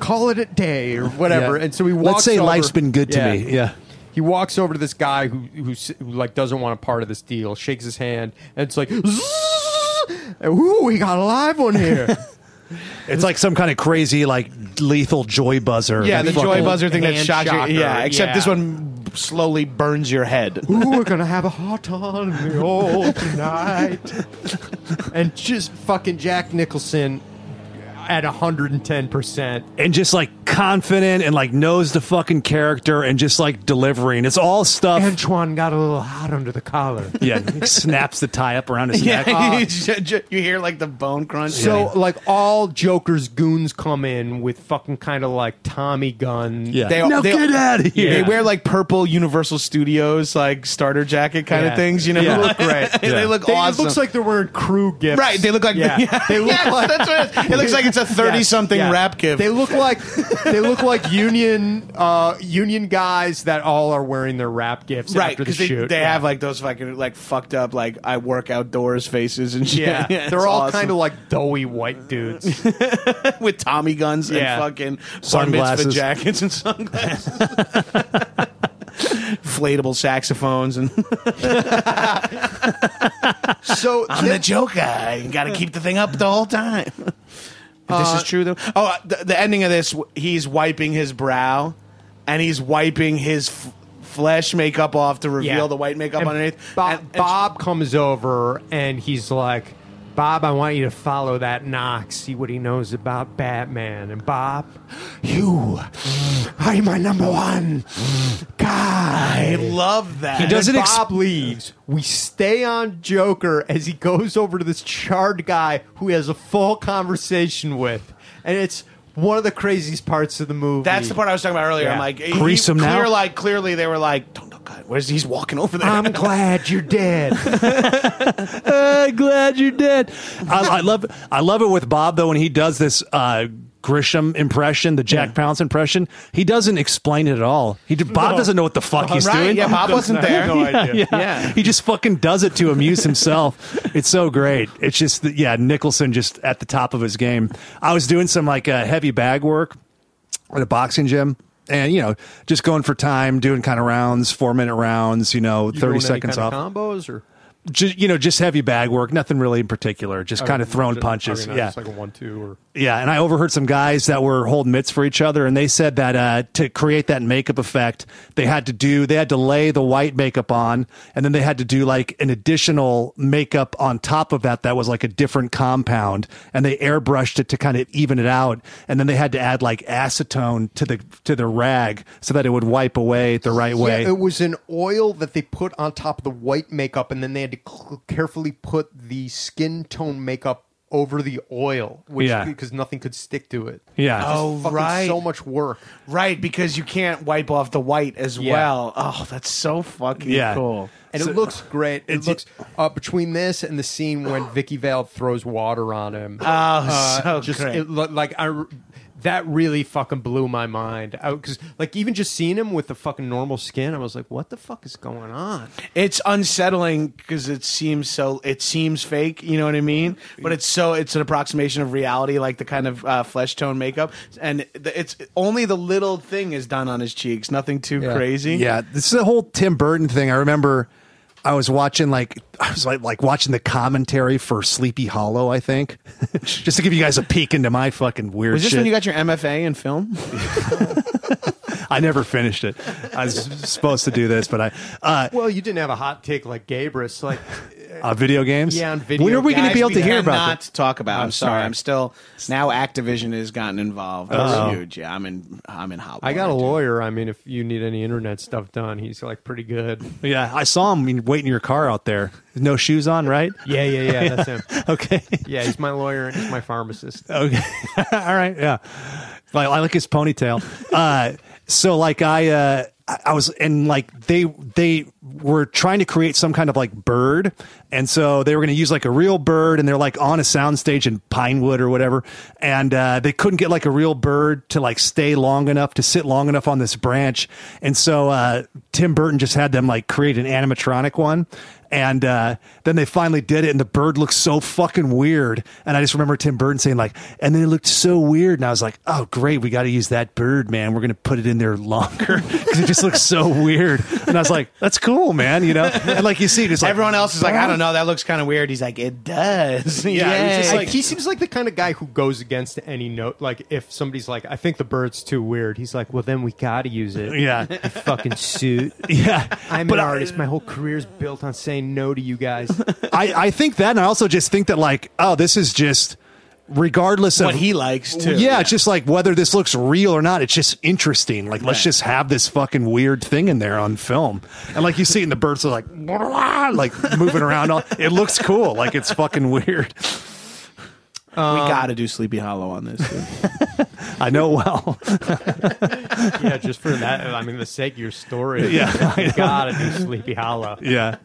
Speaker 3: call it a day or whatever.
Speaker 2: Yeah.
Speaker 3: And so he walks.
Speaker 2: Let's say
Speaker 3: over-
Speaker 2: life's been good to me. Yeah.
Speaker 3: He walks over to this guy who, who s- who like doesn't want a part of this deal, shakes his hand, and it's like, "Zzzz." ooh, we got a live one here.
Speaker 2: It's like some kind of crazy, like lethal joy buzzer.
Speaker 1: Yeah, the
Speaker 2: That
Speaker 1: joy
Speaker 2: fucking-
Speaker 1: buzzer thing that
Speaker 3: hand
Speaker 1: shocks
Speaker 3: shocker,
Speaker 1: you. Yeah, except
Speaker 3: yeah.
Speaker 1: this one slowly burns your head.
Speaker 3: ooh, we're gonna have a hot on in the old tonight, and just fucking Jack Nicholson at hundred and ten percent.
Speaker 2: and just like confident and like knows the fucking character and just like delivering. It's all stuff.
Speaker 3: Antoine got a little hot under the collar.
Speaker 2: yeah, snaps the tie up around his neck.
Speaker 1: Yeah, you ju- ju- you hear like the bone crunch.
Speaker 3: So like all Joker's goons come in with fucking kind of like Tommy gun.
Speaker 2: Yeah.
Speaker 1: They-
Speaker 2: now
Speaker 1: they-
Speaker 2: get out of here.
Speaker 1: They
Speaker 3: Yeah.
Speaker 1: wear like purple Universal Studios like starter jacket kind
Speaker 3: Yeah.
Speaker 1: of things, you know.
Speaker 3: They look great.
Speaker 1: They
Speaker 2: Yeah.
Speaker 1: look
Speaker 3: They-
Speaker 1: awesome.
Speaker 3: It looks like they're wearing crew gifts.
Speaker 1: right. They look like
Speaker 3: yeah.
Speaker 1: They
Speaker 3: They look like
Speaker 1: that's what it, is. it looks like it's a thirty
Speaker 3: Yes,
Speaker 1: something
Speaker 3: yeah.
Speaker 1: rap gift.
Speaker 3: They look like they look like union uh, union guys that all are wearing their rap gifts
Speaker 1: right
Speaker 3: after the
Speaker 1: because they,
Speaker 3: shoot.
Speaker 1: they
Speaker 3: Yeah.
Speaker 1: have like those fucking like fucked up like I work outdoors faces and shit.
Speaker 3: yeah,
Speaker 1: it's
Speaker 3: they're all
Speaker 1: awesome.
Speaker 3: kind of like doughy white dudes.
Speaker 1: with Tommy guns and
Speaker 3: Yeah.
Speaker 1: fucking bar mitzvah
Speaker 2: Sunglasses.
Speaker 1: jackets and sunglasses, inflatable saxophones, and
Speaker 3: so
Speaker 1: I'm the Joker. You got to keep the thing up the whole time. If this is true, though. Oh, uh, the, the ending of this, w- he's wiping his brow, and he's wiping his f- flesh makeup off to reveal
Speaker 3: Yeah.
Speaker 1: the white makeup
Speaker 3: And
Speaker 1: underneath.
Speaker 3: Bob,
Speaker 1: And- and-
Speaker 3: Bob comes over and he's like, Bob, I want you to follow that Knox, see what he knows about Batman. And Bob, you are my number one guy.
Speaker 1: I love that.
Speaker 3: He doesn't. Bob leaves. We stay on Joker as he goes over to this charred guy who he has a full conversation with, and it's one of the craziest parts of the movie.
Speaker 1: That's the part I was talking about earlier. I'm
Speaker 3: Yeah.
Speaker 1: like,
Speaker 2: Grease him now?
Speaker 1: clear, Like clearly, they were like, "Don't look at Where's he's walking over there?"
Speaker 2: Um,
Speaker 3: I'm glad you're dead.
Speaker 2: Uh, glad you did. I, I love I love it with Bob though when he does this uh, Grisham impression, the Jack Palance impression. He doesn't explain it at all. He Bob doesn't know what the fuck he's
Speaker 1: Uh-huh. right?
Speaker 2: doing.
Speaker 1: Yeah, Bob wasn't there.
Speaker 2: yeah. He just fucking does it to amuse himself. it's so great. It's just that, yeah, Nicholson just at the top of his game. I was doing some like uh, heavy bag work at a boxing gym. And you know, just going for time, doing kind of rounds, four minute rounds. You know,
Speaker 3: You doing
Speaker 2: thirty
Speaker 3: any
Speaker 2: seconds
Speaker 3: kind
Speaker 2: off.
Speaker 3: of combos or
Speaker 2: Just you know, just heavy bag work. Nothing really in particular. Just kind of throwing punches.
Speaker 3: I mean,
Speaker 2: yeah,
Speaker 3: just like a one-two or
Speaker 2: yeah, and I overheard some guys that were holding mitts for each other, and they said that uh, to create that makeup effect, they had to do they had to lay the white makeup on, and then they had to do like an additional makeup on top of that that was like a different compound, and they airbrushed it to kind of even it out, and then they had to add like acetone to the to the rag so that it would wipe away the right way.
Speaker 3: Yeah, it was an oil that they put on top of the white makeup, and then they had to cl- carefully put the skin tone makeup over the oil, which
Speaker 2: Yeah.
Speaker 3: because nothing could stick to it.
Speaker 2: Yeah.
Speaker 3: Just
Speaker 1: Oh,
Speaker 3: fucking
Speaker 1: right.
Speaker 3: So much work.
Speaker 1: Right, because you can't wipe off the white as
Speaker 3: Yeah.
Speaker 1: well. Oh, that's so fucking
Speaker 2: Yeah.
Speaker 1: cool.
Speaker 3: And
Speaker 2: So-
Speaker 3: it looks great. It
Speaker 2: It's-
Speaker 3: looks uh, between this and the scene when Vicky Vale throws water on him.
Speaker 1: Oh,
Speaker 3: uh,
Speaker 1: so
Speaker 3: just
Speaker 1: great.
Speaker 3: it lo- like I, r- that really fucking blew my mind. Because like even just seeing him with the fucking normal skin, I was like, what the fuck is going on?
Speaker 1: it's unsettling because it seems so. It seems fake. You know what I mean? But it's so. It's an approximation of reality, like the kind of uh, flesh tone makeup, and the, it's only the little thing is done on his cheeks. Nothing too crazy.
Speaker 2: Yeah, this is the whole Tim Burton thing. I remember I was watching like I was like like watching the commentary for Sleepy Hollow. I think just to give you guys a peek into my fucking weird.
Speaker 1: Was this
Speaker 2: shit.
Speaker 1: when you got your MFA in film?
Speaker 2: I never finished it. I was supposed to do this, but I uh,
Speaker 3: Well, you didn't have a hot take like Gabrus. Like
Speaker 2: uh video games.
Speaker 3: Yeah, on video
Speaker 2: When are we going to
Speaker 1: Guys,
Speaker 2: be able
Speaker 1: we
Speaker 2: to hear about
Speaker 1: cannot
Speaker 2: this?
Speaker 1: talk about. I'm sorry.
Speaker 2: sorry.
Speaker 1: I'm still now. Activision has gotten involved. That's huge. Yeah, I'm in. I'm in hot.
Speaker 3: I got a
Speaker 1: water, dude.
Speaker 3: lawyer. I mean, if you need any internet stuff done, he's like pretty good.
Speaker 2: Yeah, I saw him waiting in your car out there. No shoes on, right?
Speaker 3: Yeah, yeah, yeah. That's him.
Speaker 2: Okay.
Speaker 3: Yeah, he's my lawyer and he's my pharmacist.
Speaker 2: Okay. All right. Yeah. Like I like his ponytail. Uh, so like I, uh, I I was and like they they were trying to create some kind of like bird, and so they were going to use like a real bird, and they're like on a soundstage in Pinewood or whatever, and uh, they couldn't get like a real bird to like stay long enough to sit long enough on this branch, and so uh, Tim Burton just had them like create an animatronic one, and uh, then they finally did it, and the bird looked so fucking weird. And I just remember Tim Burton saying like, and then it looked so weird, and I was like, oh great, we got to use that bird, man. We're gonna put it in there longer because it just looks so weird. And I was like, that's cool, man. You know, and like you see, it's like
Speaker 1: Everyone else is like, I don't know. That looks kind of weird. He's like, it does. Yeah.
Speaker 3: He's just like- he seems like the kind of guy who goes against any note. Like if somebody's like, "I think the bird's too weird," he's like, "Well, then we gotta use it."
Speaker 2: Yeah.
Speaker 3: You fucking suit.
Speaker 2: Yeah,
Speaker 3: I'm
Speaker 2: But
Speaker 3: an
Speaker 2: I-
Speaker 3: artist. My whole career's built on saying no to you guys.
Speaker 2: I, I think that, and I also just think that like, oh, this is just regardless
Speaker 1: what
Speaker 2: of
Speaker 1: he likes too.
Speaker 2: Yeah, it's just like whether this looks real or not, it's just interesting. Like, let's just have this fucking weird thing in there on film. And like you see, and the birds are like, like moving around. All, it looks cool. Like it's fucking weird.
Speaker 1: we got to do Sleepy Hollow on this. dude.
Speaker 2: I know well.
Speaker 3: yeah, just for that. I mean, the sake of your story.
Speaker 2: Yeah,
Speaker 3: you gotta do Sleepy Hollow.
Speaker 2: Yeah.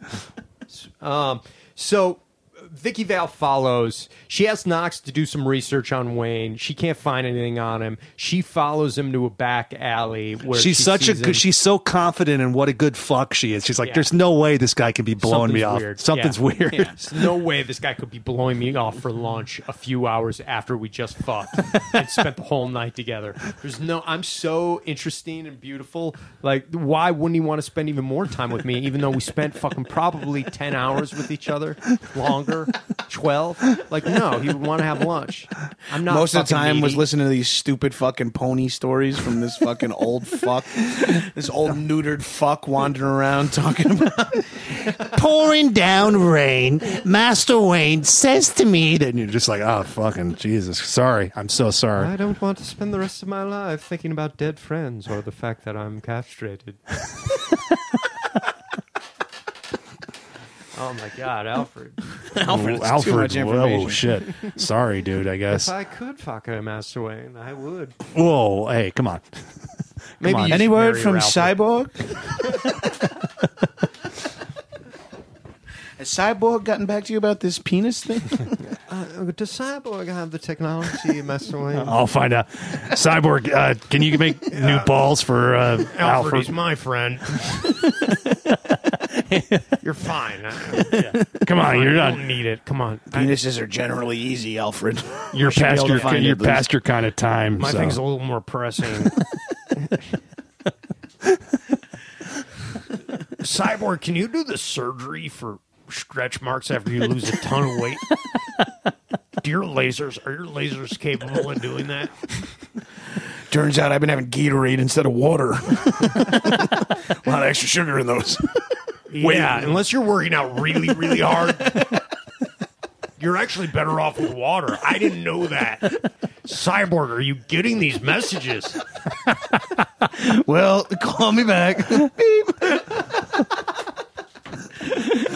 Speaker 3: So Vicky Vale follows. She asks Knox to do some research on Wayne. She can't find anything on him. She follows him to a back alley where
Speaker 2: She's
Speaker 3: she
Speaker 2: such a
Speaker 3: sees him.
Speaker 2: good, she's so confident in what a good fuck she is. She's like,
Speaker 3: Yeah.
Speaker 2: there's no way this guy can be blowing me off. Something's
Speaker 3: Something's weird. Yeah.
Speaker 2: weird.
Speaker 3: Yeah. There's no way this guy could be blowing me off for lunch a few hours after we just fucked and spent the whole night together. There's no. I'm so interesting and beautiful. Like, why wouldn't he want to spend even more time with me? Even though we spent fucking probably ten hours with each other, longer, twelve. Like, no, he would want to have lunch. I'm not.
Speaker 1: Most of the
Speaker 3: fucking
Speaker 1: time was
Speaker 3: needy.
Speaker 1: listening to these stupid fucking pony stories from this fucking old fuck, this old neutered fuck wandering around talking about.
Speaker 2: pouring down rain, Master Wayne says to me that and you're just like, oh fucking Jesus, sorry, I'm so
Speaker 3: I
Speaker 2: sorry.
Speaker 3: don't want to spend the rest of my life thinking about dead friends or the fact that I'm castrated. oh my God, Alfred.
Speaker 2: Alfred,
Speaker 1: it's too much information.
Speaker 2: whoa, shit, sorry, dude. I guess.
Speaker 3: If I could fuck a Master Wayne, I would.
Speaker 2: Whoa, hey, come on.
Speaker 3: Maybe
Speaker 2: on.
Speaker 3: you
Speaker 1: Any
Speaker 3: should
Speaker 1: word
Speaker 3: marry
Speaker 1: from
Speaker 3: Ralph.
Speaker 1: Cyborg? Has Cyborg gotten back to you about this penis thing?
Speaker 3: Uh, does Cyborg have the technology, Master Wayne?
Speaker 2: I'll find out. Cyborg, uh, can you make new balls for uh,
Speaker 5: Alfred,
Speaker 2: Alfred?
Speaker 5: he's my friend. You're fine.
Speaker 2: Come on,
Speaker 5: Fine,
Speaker 2: you're
Speaker 5: you
Speaker 2: not.
Speaker 5: don't need it. Come on. I-
Speaker 1: Penises are generally easy, Alfred.
Speaker 2: You're
Speaker 1: should be
Speaker 2: past
Speaker 1: able to
Speaker 2: your
Speaker 1: find
Speaker 2: you're
Speaker 1: it, Liz.
Speaker 2: past your kind of time.
Speaker 5: my
Speaker 2: so.
Speaker 5: thing's a little more pressing. Cyborg, can you do the surgery for stretch marks after you lose a ton of weight? Do your lasers are your lasers capable of doing that?
Speaker 1: Turns out I've been having Gatorade instead of water.
Speaker 4: A lot of extra sugar in those.
Speaker 5: Yeah, unless you're working out really, really hard. You're actually better off with water. I didn't know that. Cyborg, are you getting these messages?
Speaker 1: well, call me back. Beep.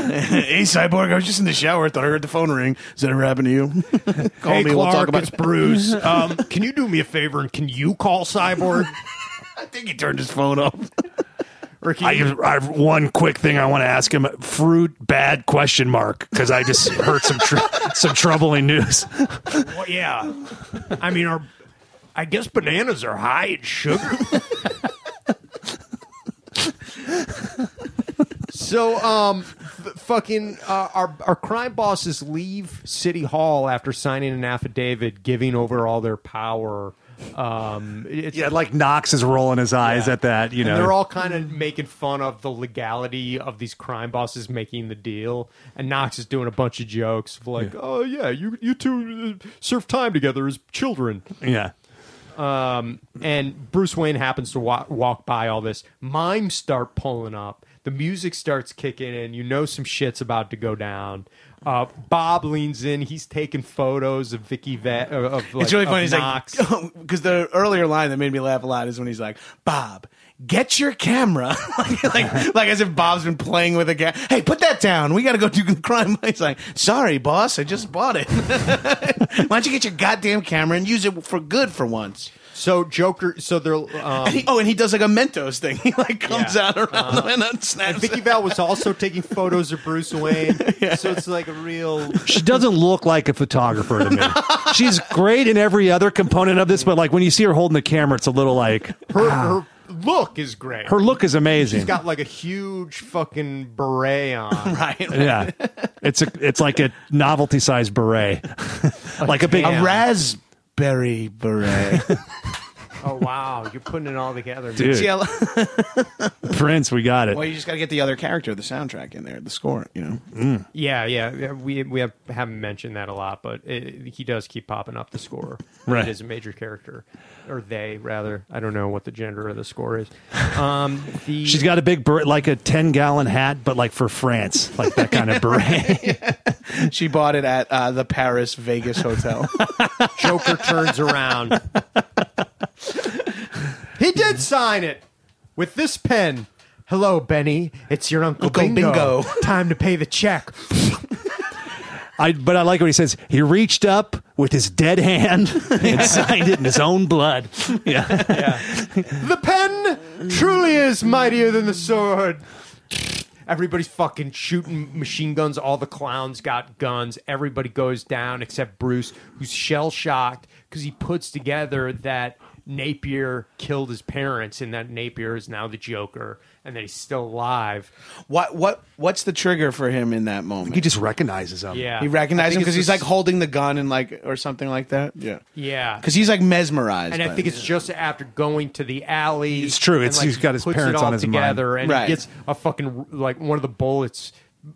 Speaker 1: hey, Cyborg, I was just in the shower. Thought I heard the phone ring. Has that ever happened to you? Call
Speaker 5: hey,
Speaker 1: me.
Speaker 5: Clark,
Speaker 1: we'll talk about
Speaker 5: it's Bruce. Um, can you do me a favor and can you call Cyborg?
Speaker 1: I think he turned his phone off.
Speaker 5: Ricky,
Speaker 2: I, I have one quick thing I want to ask him. Fruit bad question mark because I just heard some tr- some troubling news.
Speaker 5: well, yeah. I mean, our, I guess bananas are high in sugar.
Speaker 3: So, um, th- fucking uh, our our crime bosses leave City Hall after signing an affidavit giving over all their power. Um, it's,
Speaker 2: Yeah, like Knox is rolling his eyes
Speaker 3: Yeah.
Speaker 2: at that. You
Speaker 3: and
Speaker 2: know,
Speaker 3: they're all kind of making fun of the legality of these crime bosses making the deal, and Knox is doing a bunch of jokes of like, "Oh yeah, you you two uh, serve time together as children."
Speaker 2: yeah.
Speaker 3: Um, and Bruce Wayne happens to wa- walk by all this. Mimes start pulling up. The music starts kicking in. You know some shit's about to go down. Uh, Bob leans in. He's taking photos of Vicky. Vet, uh, of, like,
Speaker 1: It's really funny.
Speaker 3: Of
Speaker 1: He's
Speaker 3: Knox.
Speaker 1: like, because the earlier line that made me laugh a lot is when he's like, Bob, get your camera. like, like, like as if Bob's been playing with a guy. Hey, put that down. We got to go do the crime. He's like, sorry, boss. I just bought it. Why don't you get your goddamn camera and use it for good for once?
Speaker 3: so Joker. So they're. Um,
Speaker 1: And he, oh, and he does like a Mentos thing. He like comes
Speaker 3: Yeah.
Speaker 1: out around the window and snaps.
Speaker 3: Vicky
Speaker 1: it.
Speaker 3: Val was also taking photos of Bruce Wayne. So it's like a real.
Speaker 2: She doesn't look like a photographer to me. She's great in every other component of this, but like when you see her holding the camera, it's a little like
Speaker 3: Her, her look is great.
Speaker 2: her look is amazing.
Speaker 3: She's got like a huge fucking beret on.
Speaker 1: Right.
Speaker 2: yeah, it's a it's like a novelty size beret, like a big
Speaker 1: A raspberry beret.
Speaker 3: Oh wow, you're putting it all together. man.
Speaker 2: dude.
Speaker 1: See, I-
Speaker 2: Prince, we got it.
Speaker 1: well, you just got to get the other character, the soundtrack in there, the score, you know.
Speaker 3: Yeah, yeah. yeah, We we have, haven't mentioned that a lot, but it, he does keep popping up the score.
Speaker 2: Right.
Speaker 3: It is a major character, or they rather. I don't know what the gender of the score is. Um, the,
Speaker 2: She's got a big beret, like a ten gallon hat, but like for France, like that kind of beret.
Speaker 1: She bought it at uh, the Paris Vegas hotel.
Speaker 3: Joker turns around. he did sign it with this pen. Hello, Benny. It's your uncle,
Speaker 1: Uncle Bingo.
Speaker 3: Bingo. Time to pay the check.
Speaker 2: I but I like what he says. He reached up with his dead hand and signed it in his own blood. Yeah.
Speaker 3: The pen truly is mightier than the sword. Everybody's fucking shooting machine guns. All the clowns got guns. Everybody goes down except Bruce, who's shell shocked because he puts together that Napier killed his parents and that Napier is now the Joker and that he's still alive.
Speaker 1: what what what's the trigger for him in that moment?
Speaker 2: He just recognizes him.
Speaker 3: Yeah.
Speaker 1: He
Speaker 3: I
Speaker 1: recognized him
Speaker 3: think
Speaker 1: because
Speaker 3: it's
Speaker 1: he's like
Speaker 3: just-
Speaker 1: holding the gun and like or something like that. Yeah.
Speaker 3: Yeah.
Speaker 1: Because he's like mesmerized.
Speaker 3: And I
Speaker 1: by
Speaker 3: think
Speaker 1: it.
Speaker 3: it's just after going to the alley.
Speaker 2: It's true.
Speaker 3: and,
Speaker 2: It's- he's
Speaker 3: he
Speaker 2: got his
Speaker 3: puts
Speaker 2: parents
Speaker 3: it all
Speaker 2: on his
Speaker 3: together, and
Speaker 1: Right.
Speaker 3: he gets a fucking like one of the bullets,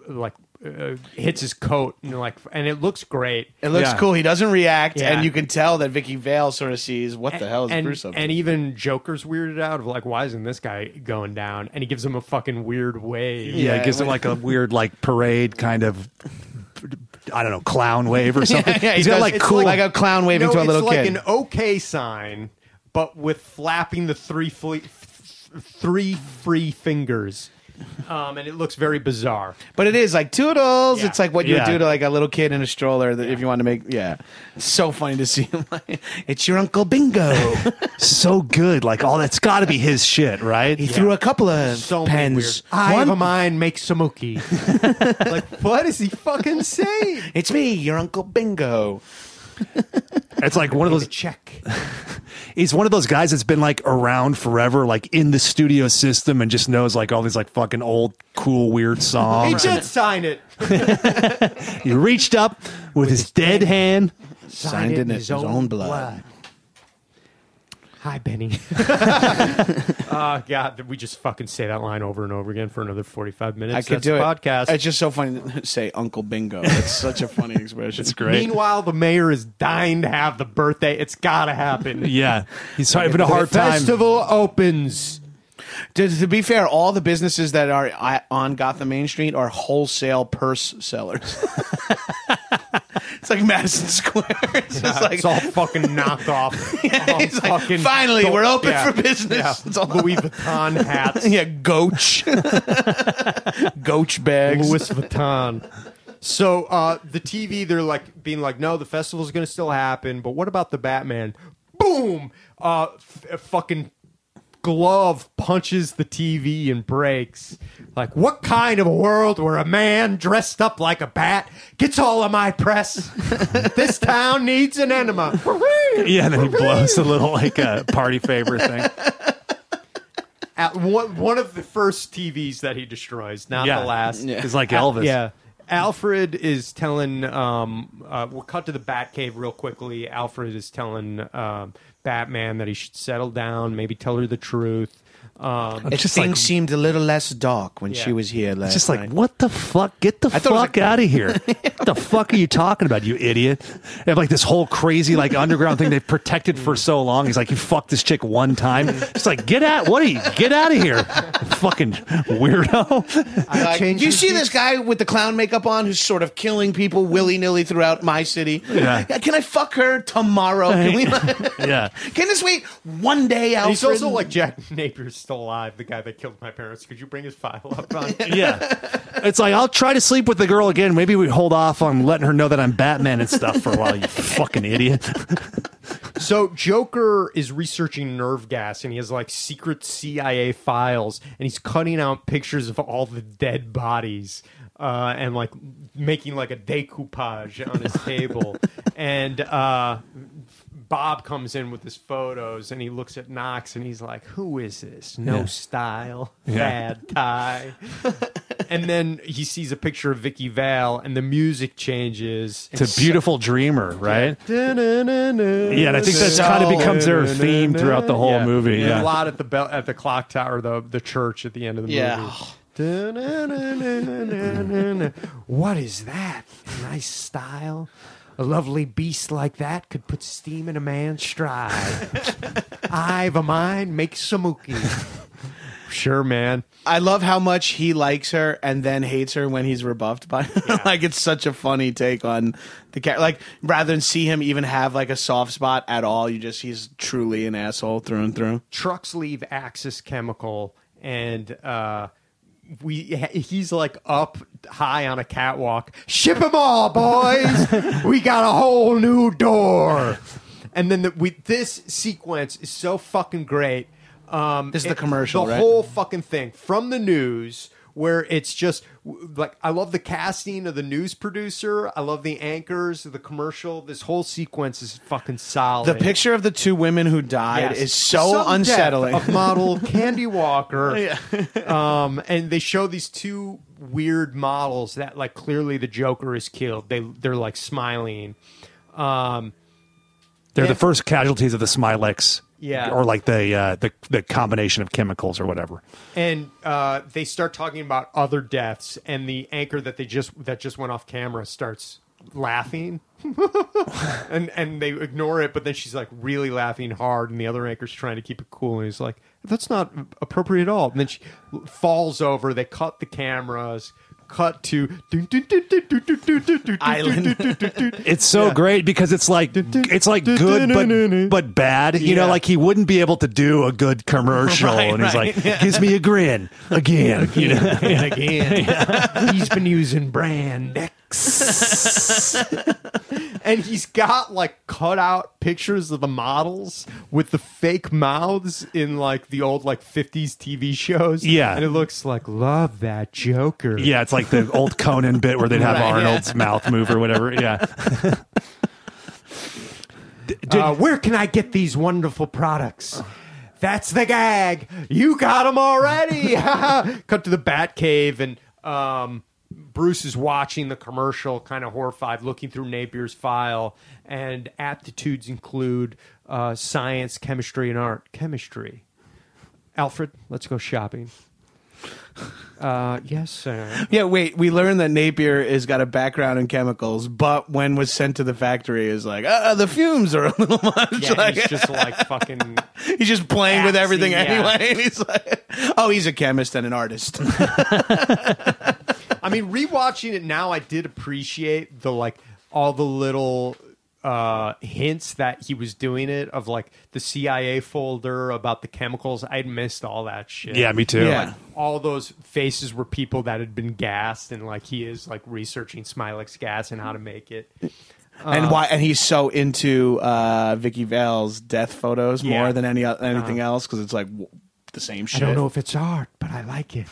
Speaker 3: like uh, hits his coat, and like, and it looks great.
Speaker 1: it looks
Speaker 2: yeah.
Speaker 1: cool. He doesn't react,
Speaker 3: Yeah.
Speaker 1: and you can tell that Vicky Vale sort of sees what the hell is
Speaker 3: and,
Speaker 1: Bruce up to.
Speaker 3: and even Joker's weirded out of like, why isn't this guy going down? And he gives him a fucking weird wave.
Speaker 2: Yeah,
Speaker 1: Yeah,
Speaker 2: it gives him like a weird like parade kind of I don't know, clown wave or something.
Speaker 1: yeah, he
Speaker 2: he's got
Speaker 1: does.
Speaker 2: like
Speaker 1: It's
Speaker 2: cool
Speaker 1: like a clown waving
Speaker 3: no,
Speaker 1: to a
Speaker 3: it's
Speaker 1: little
Speaker 3: like
Speaker 1: kid.
Speaker 3: an okay sign, but with flapping the three fle- f- f- three free fingers, um, and it looks very bizarre.
Speaker 1: but it is like toodles.
Speaker 3: Yeah.
Speaker 1: It's like what you
Speaker 2: Yeah.
Speaker 1: would do to like a little kid in a stroller that if you want to make. Yeah, it's so funny to see him. Like, it's your uncle Bingo.
Speaker 2: so good. Like all that's got to be his shit, right?
Speaker 1: He threw a couple of
Speaker 3: so many weird.
Speaker 1: pens.
Speaker 3: I have a
Speaker 1: One-
Speaker 3: mind makes samuki. like, what is he fucking saying?
Speaker 1: it's me, your uncle Bingo.
Speaker 2: It's like one of those.
Speaker 3: Check.
Speaker 2: He's one of those guys that's been like around forever, like in the studio system, and just knows like all these like fucking old, cool, weird
Speaker 3: He
Speaker 2: songs.
Speaker 3: did sign it.
Speaker 2: he reached up with his dead hand.
Speaker 1: Signed in his own blood.
Speaker 3: Hi, Benny. oh God, we just fucking say that line over and over again for another forty-five minutes.
Speaker 1: I could
Speaker 3: That's
Speaker 1: do
Speaker 3: the
Speaker 1: it.
Speaker 3: Podcast.
Speaker 1: It's just so funny to say Uncle Bingo. That's such a funny expression. It's great.
Speaker 3: Meanwhile, the mayor is dying to have the birthday. It's gotta happen.
Speaker 2: Yeah, he's having a
Speaker 3: The
Speaker 2: hard time.
Speaker 3: festival opens.
Speaker 1: To, to be fair, all the businesses that are uh, on Gotham Main Street are wholesale purse sellers. It's like Madison Square. It's just like,
Speaker 3: it's all fucking knocked off. All
Speaker 1: it's like,
Speaker 3: fucking-
Speaker 1: finally, we're open
Speaker 3: yeah.
Speaker 1: for business. It's all
Speaker 3: Louis Vuitton hats.
Speaker 1: yeah, goach, goach bags.
Speaker 3: Louis Vuitton. So uh, the TV, they're like being like, no, the festival's going to still happen, but what about the Batman? Boom! Uh, f- a fucking glove punches the TV and breaks. Like, what kind of a world where a man dressed up like a bat gets all of my press? this town needs an enema.
Speaker 2: Yeah, and then he blows a little like a party favor thing.
Speaker 3: At one, one of the first TVs that he destroys, not
Speaker 2: Yeah.
Speaker 3: the last.
Speaker 2: It's like Elvis.
Speaker 3: Yeah. Alfred is telling. Um, uh, we'll cut to the Batcave real quickly. Alfred is telling um, Batman that he should settle down, maybe tell her the truth. Um,
Speaker 1: It
Speaker 2: just
Speaker 1: things
Speaker 2: like-
Speaker 1: seemed a little less dark when
Speaker 3: Yeah.
Speaker 1: she was here last
Speaker 2: It's just like,
Speaker 1: night.
Speaker 2: what the fuck? Get the
Speaker 1: thought it was
Speaker 2: fuck
Speaker 1: like-
Speaker 2: out of here. What the fuck are you talking about, you idiot? They have like this whole crazy like underground thing they've protected for so long. He's like, you fucked this chick one time. It's like, get out. What are you? Get out of here. Fucking weirdo.
Speaker 1: Like,
Speaker 3: changed
Speaker 1: you
Speaker 3: his
Speaker 1: see this guy with the clown makeup on who's sort of killing people willy nilly throughout my city?
Speaker 2: Yeah.
Speaker 1: Can I fuck her tomorrow? Can we?
Speaker 2: yeah.
Speaker 1: Can this wait one day, Alfred?
Speaker 3: he's also like Jack Napier's still alive, the guy that killed my parents. Could you bring his file up on?
Speaker 2: Yeah. It's like, I'll try to sleep with the girl again. Maybe we hold off on letting her know that I'm Batman and stuff for a while, you fucking idiot.
Speaker 3: So Joker is researching nerve gas and he has like secret CIA files and he's cutting out pictures of all the dead bodies uh, and like making like a decoupage on his table. and uh, Bob comes in with his photos and he looks at Knox and he's like, Who is this? No
Speaker 2: Yeah.
Speaker 3: style,
Speaker 2: Yeah.
Speaker 3: bad tie. and then he sees a picture of Vicky Vale and the music changes.
Speaker 2: It's a beautiful dreamer, right?
Speaker 3: Yeah,
Speaker 2: Yeah, and I think that's kind of becomes their theme throughout the whole
Speaker 3: Yeah.
Speaker 2: movie.
Speaker 3: And
Speaker 2: Yeah.
Speaker 3: A lot at the bell at the clock tower, the the church at the end of the
Speaker 1: Yeah.
Speaker 3: movie. Da-na-na-na-na-na-na. what is that? Nice style. A lovely beast like that could put steam in a man's stride. I've a mind, make samuki. Sure, man.
Speaker 1: I love how much he likes her and then hates her when he's rebuffed by her. like it's such a funny take on the character. Like rather than see him even have like a soft spot at all, you just he's truly an asshole through and through.
Speaker 3: trucks leave Axis Chemical, and uh, we he's like up high on a catwalk. Ship them all, boys. we got a whole new door. And then the, we this sequence is so fucking great. Um,
Speaker 1: This is the commercial,
Speaker 3: the
Speaker 1: right?
Speaker 3: whole fucking thing from the news. Where it's just w- like I love the casting of the news producer, I love the anchors, the commercial. This whole sequence is fucking solid.
Speaker 1: The picture of the two women who died
Speaker 3: Yes.
Speaker 1: is so Oh
Speaker 3: Sudden
Speaker 1: unsettling.
Speaker 3: death Of model Candy Walker, um, and they show these two weird models that, like, clearly the Joker is killed. They they're like smiling. Um,
Speaker 2: They're the first casualties of the Smilex,
Speaker 3: Yeah.
Speaker 2: or like the uh, the the combination of chemicals or whatever.
Speaker 3: and uh, they start talking about other deaths, and the anchor that they just that just went off camera starts laughing, and and they ignore it. But then she's like really laughing hard, and the other anchor's trying to keep it cool, and he's like, "That's not appropriate at all." And then she falls over. They cut the cameras. Cut to
Speaker 1: Island.
Speaker 2: It's so great because it's like it's like good but but bad. You know,
Speaker 3: Yeah.
Speaker 2: like he wouldn't be able to do a good commercial, and he's like, "Gives me a grin again." You know,
Speaker 3: and again. He's been using brand X. and he's got like cut out pictures of the models with the fake mouths in like the old like 50s TV shows.
Speaker 2: Yeah.
Speaker 3: And it looks like love that Joker.
Speaker 2: yeah, it's like the old Conan bit where they'd have
Speaker 1: Right, yeah.
Speaker 2: Arnold's mouth move or whatever. Yeah,
Speaker 3: Uh, where can I get these wonderful products? That's the gag. You got them already. Cut to the Bat Cave, and um, Bruce is watching the commercial, kind of horrified, looking through Napier's file. And aptitudes include uh, science, chemistry, and art. Chemistry. Alfred, let's go shopping. Uh, yes, sir.
Speaker 1: yeah, wait. We learned that Napier has got a background in chemicals, but when was sent to the factory is like, uh, the fumes are a little much.
Speaker 3: Yeah,
Speaker 1: like,
Speaker 3: he's just like fucking.
Speaker 1: He's just playing with
Speaker 3: Axie,
Speaker 1: everything
Speaker 3: yeah.
Speaker 1: anyway. And he's like, oh, he's a chemist and an artist.
Speaker 3: I mean, rewatching it now, I did appreciate the like all the little uh, hints that he was doing it of like the CIA folder about the chemicals. I'd missed all that shit.
Speaker 6: Yeah, me too.
Speaker 1: Yeah.
Speaker 3: all those faces were people that had been gassed, and like he is like researching Smilex gas and how to make it.
Speaker 1: and why? And he's so into uh, Vicky Vale's death photos more than any anything else because it's like w- the same shit.
Speaker 3: if it's art, but I like it.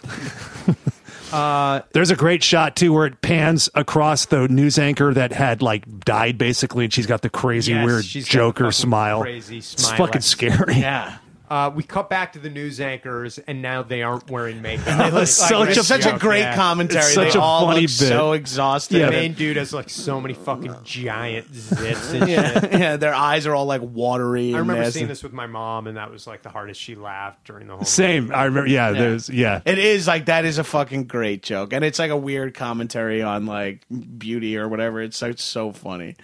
Speaker 2: There's a great shot too where it pans across the news anchor that had like died basically, and she's got the crazy
Speaker 3: Yes,
Speaker 2: weird
Speaker 3: she's got the
Speaker 2: Joker
Speaker 3: fucking
Speaker 2: smile.
Speaker 3: crazy
Speaker 2: It's
Speaker 3: smile.
Speaker 2: fucking scary.
Speaker 1: Yeah,
Speaker 3: Uh, we cut back to the news anchors, and now they aren't wearing makeup.
Speaker 2: It's
Speaker 3: It's
Speaker 2: such
Speaker 3: like
Speaker 1: it's
Speaker 2: a-
Speaker 1: such a
Speaker 3: joke,
Speaker 1: great
Speaker 3: yeah.
Speaker 1: commentary.
Speaker 2: It's such
Speaker 1: they
Speaker 2: a
Speaker 1: all
Speaker 2: funny
Speaker 1: look so
Speaker 2: bit.
Speaker 1: exhausted.
Speaker 3: The
Speaker 2: Yeah.
Speaker 3: main dude has like so many fucking giant zits and shit.
Speaker 1: yeah, yeah, their eyes are all like watery. and
Speaker 3: I remember
Speaker 1: nasty.
Speaker 3: seeing this with my mom, and that was like the hardest she laughed during the whole.
Speaker 2: Same. I remember. Yeah. There's. Yeah.
Speaker 1: It is like that is a fucking great joke, and it's like a weird commentary on like beauty or whatever. It's so, it's so funny.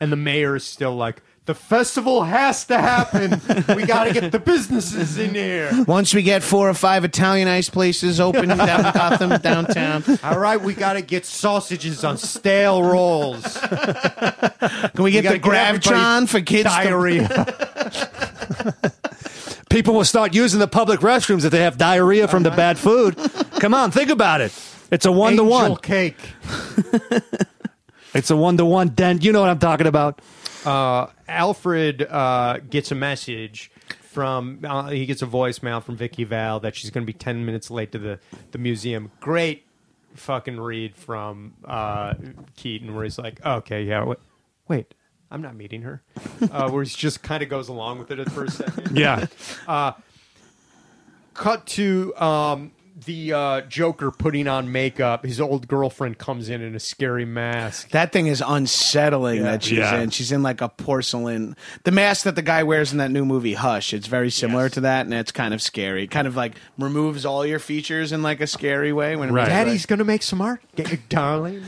Speaker 3: And the mayor is still like, "The festival has to happen. we got to get the businesses in here.
Speaker 1: Once we get four or five Italianized places open down Gotham downtown,
Speaker 3: All right, we got to get sausages on stale rolls.
Speaker 1: can we get the
Speaker 3: gotta get
Speaker 1: Gravitron for kids? to-
Speaker 3: Diarrhea.
Speaker 2: People will start using the public restrooms if they have diarrhea from the bad food. Come on, think about it. It's a one to one.
Speaker 3: Angel cake.
Speaker 2: It's a one to one. Den. You know what I'm talking about.
Speaker 3: Alfred uh, gets a message from uh, he gets a voicemail from Vicky Val that she's going to be ten minutes late to the the museum. Great fucking read from uh, Keaton where he's like, okay, yeah, wait, wait I'm not meeting her. Uh, where he just kind of goes along with it at first. Second.
Speaker 2: Yeah.
Speaker 3: Cut to. Um, the uh, Joker putting on makeup. His old girlfriend comes in in a scary mask.
Speaker 1: That thing is unsettling that she's
Speaker 6: Yeah.
Speaker 1: in. She's in like a porcelain. The mask that the guy wears in that new movie Hush. It's very similar to that, and it's kind of scary. It kind of like removes all your features in like a scary way. When it
Speaker 2: Right.
Speaker 1: was, like-
Speaker 3: Daddy's gonna make some art, Get your darling.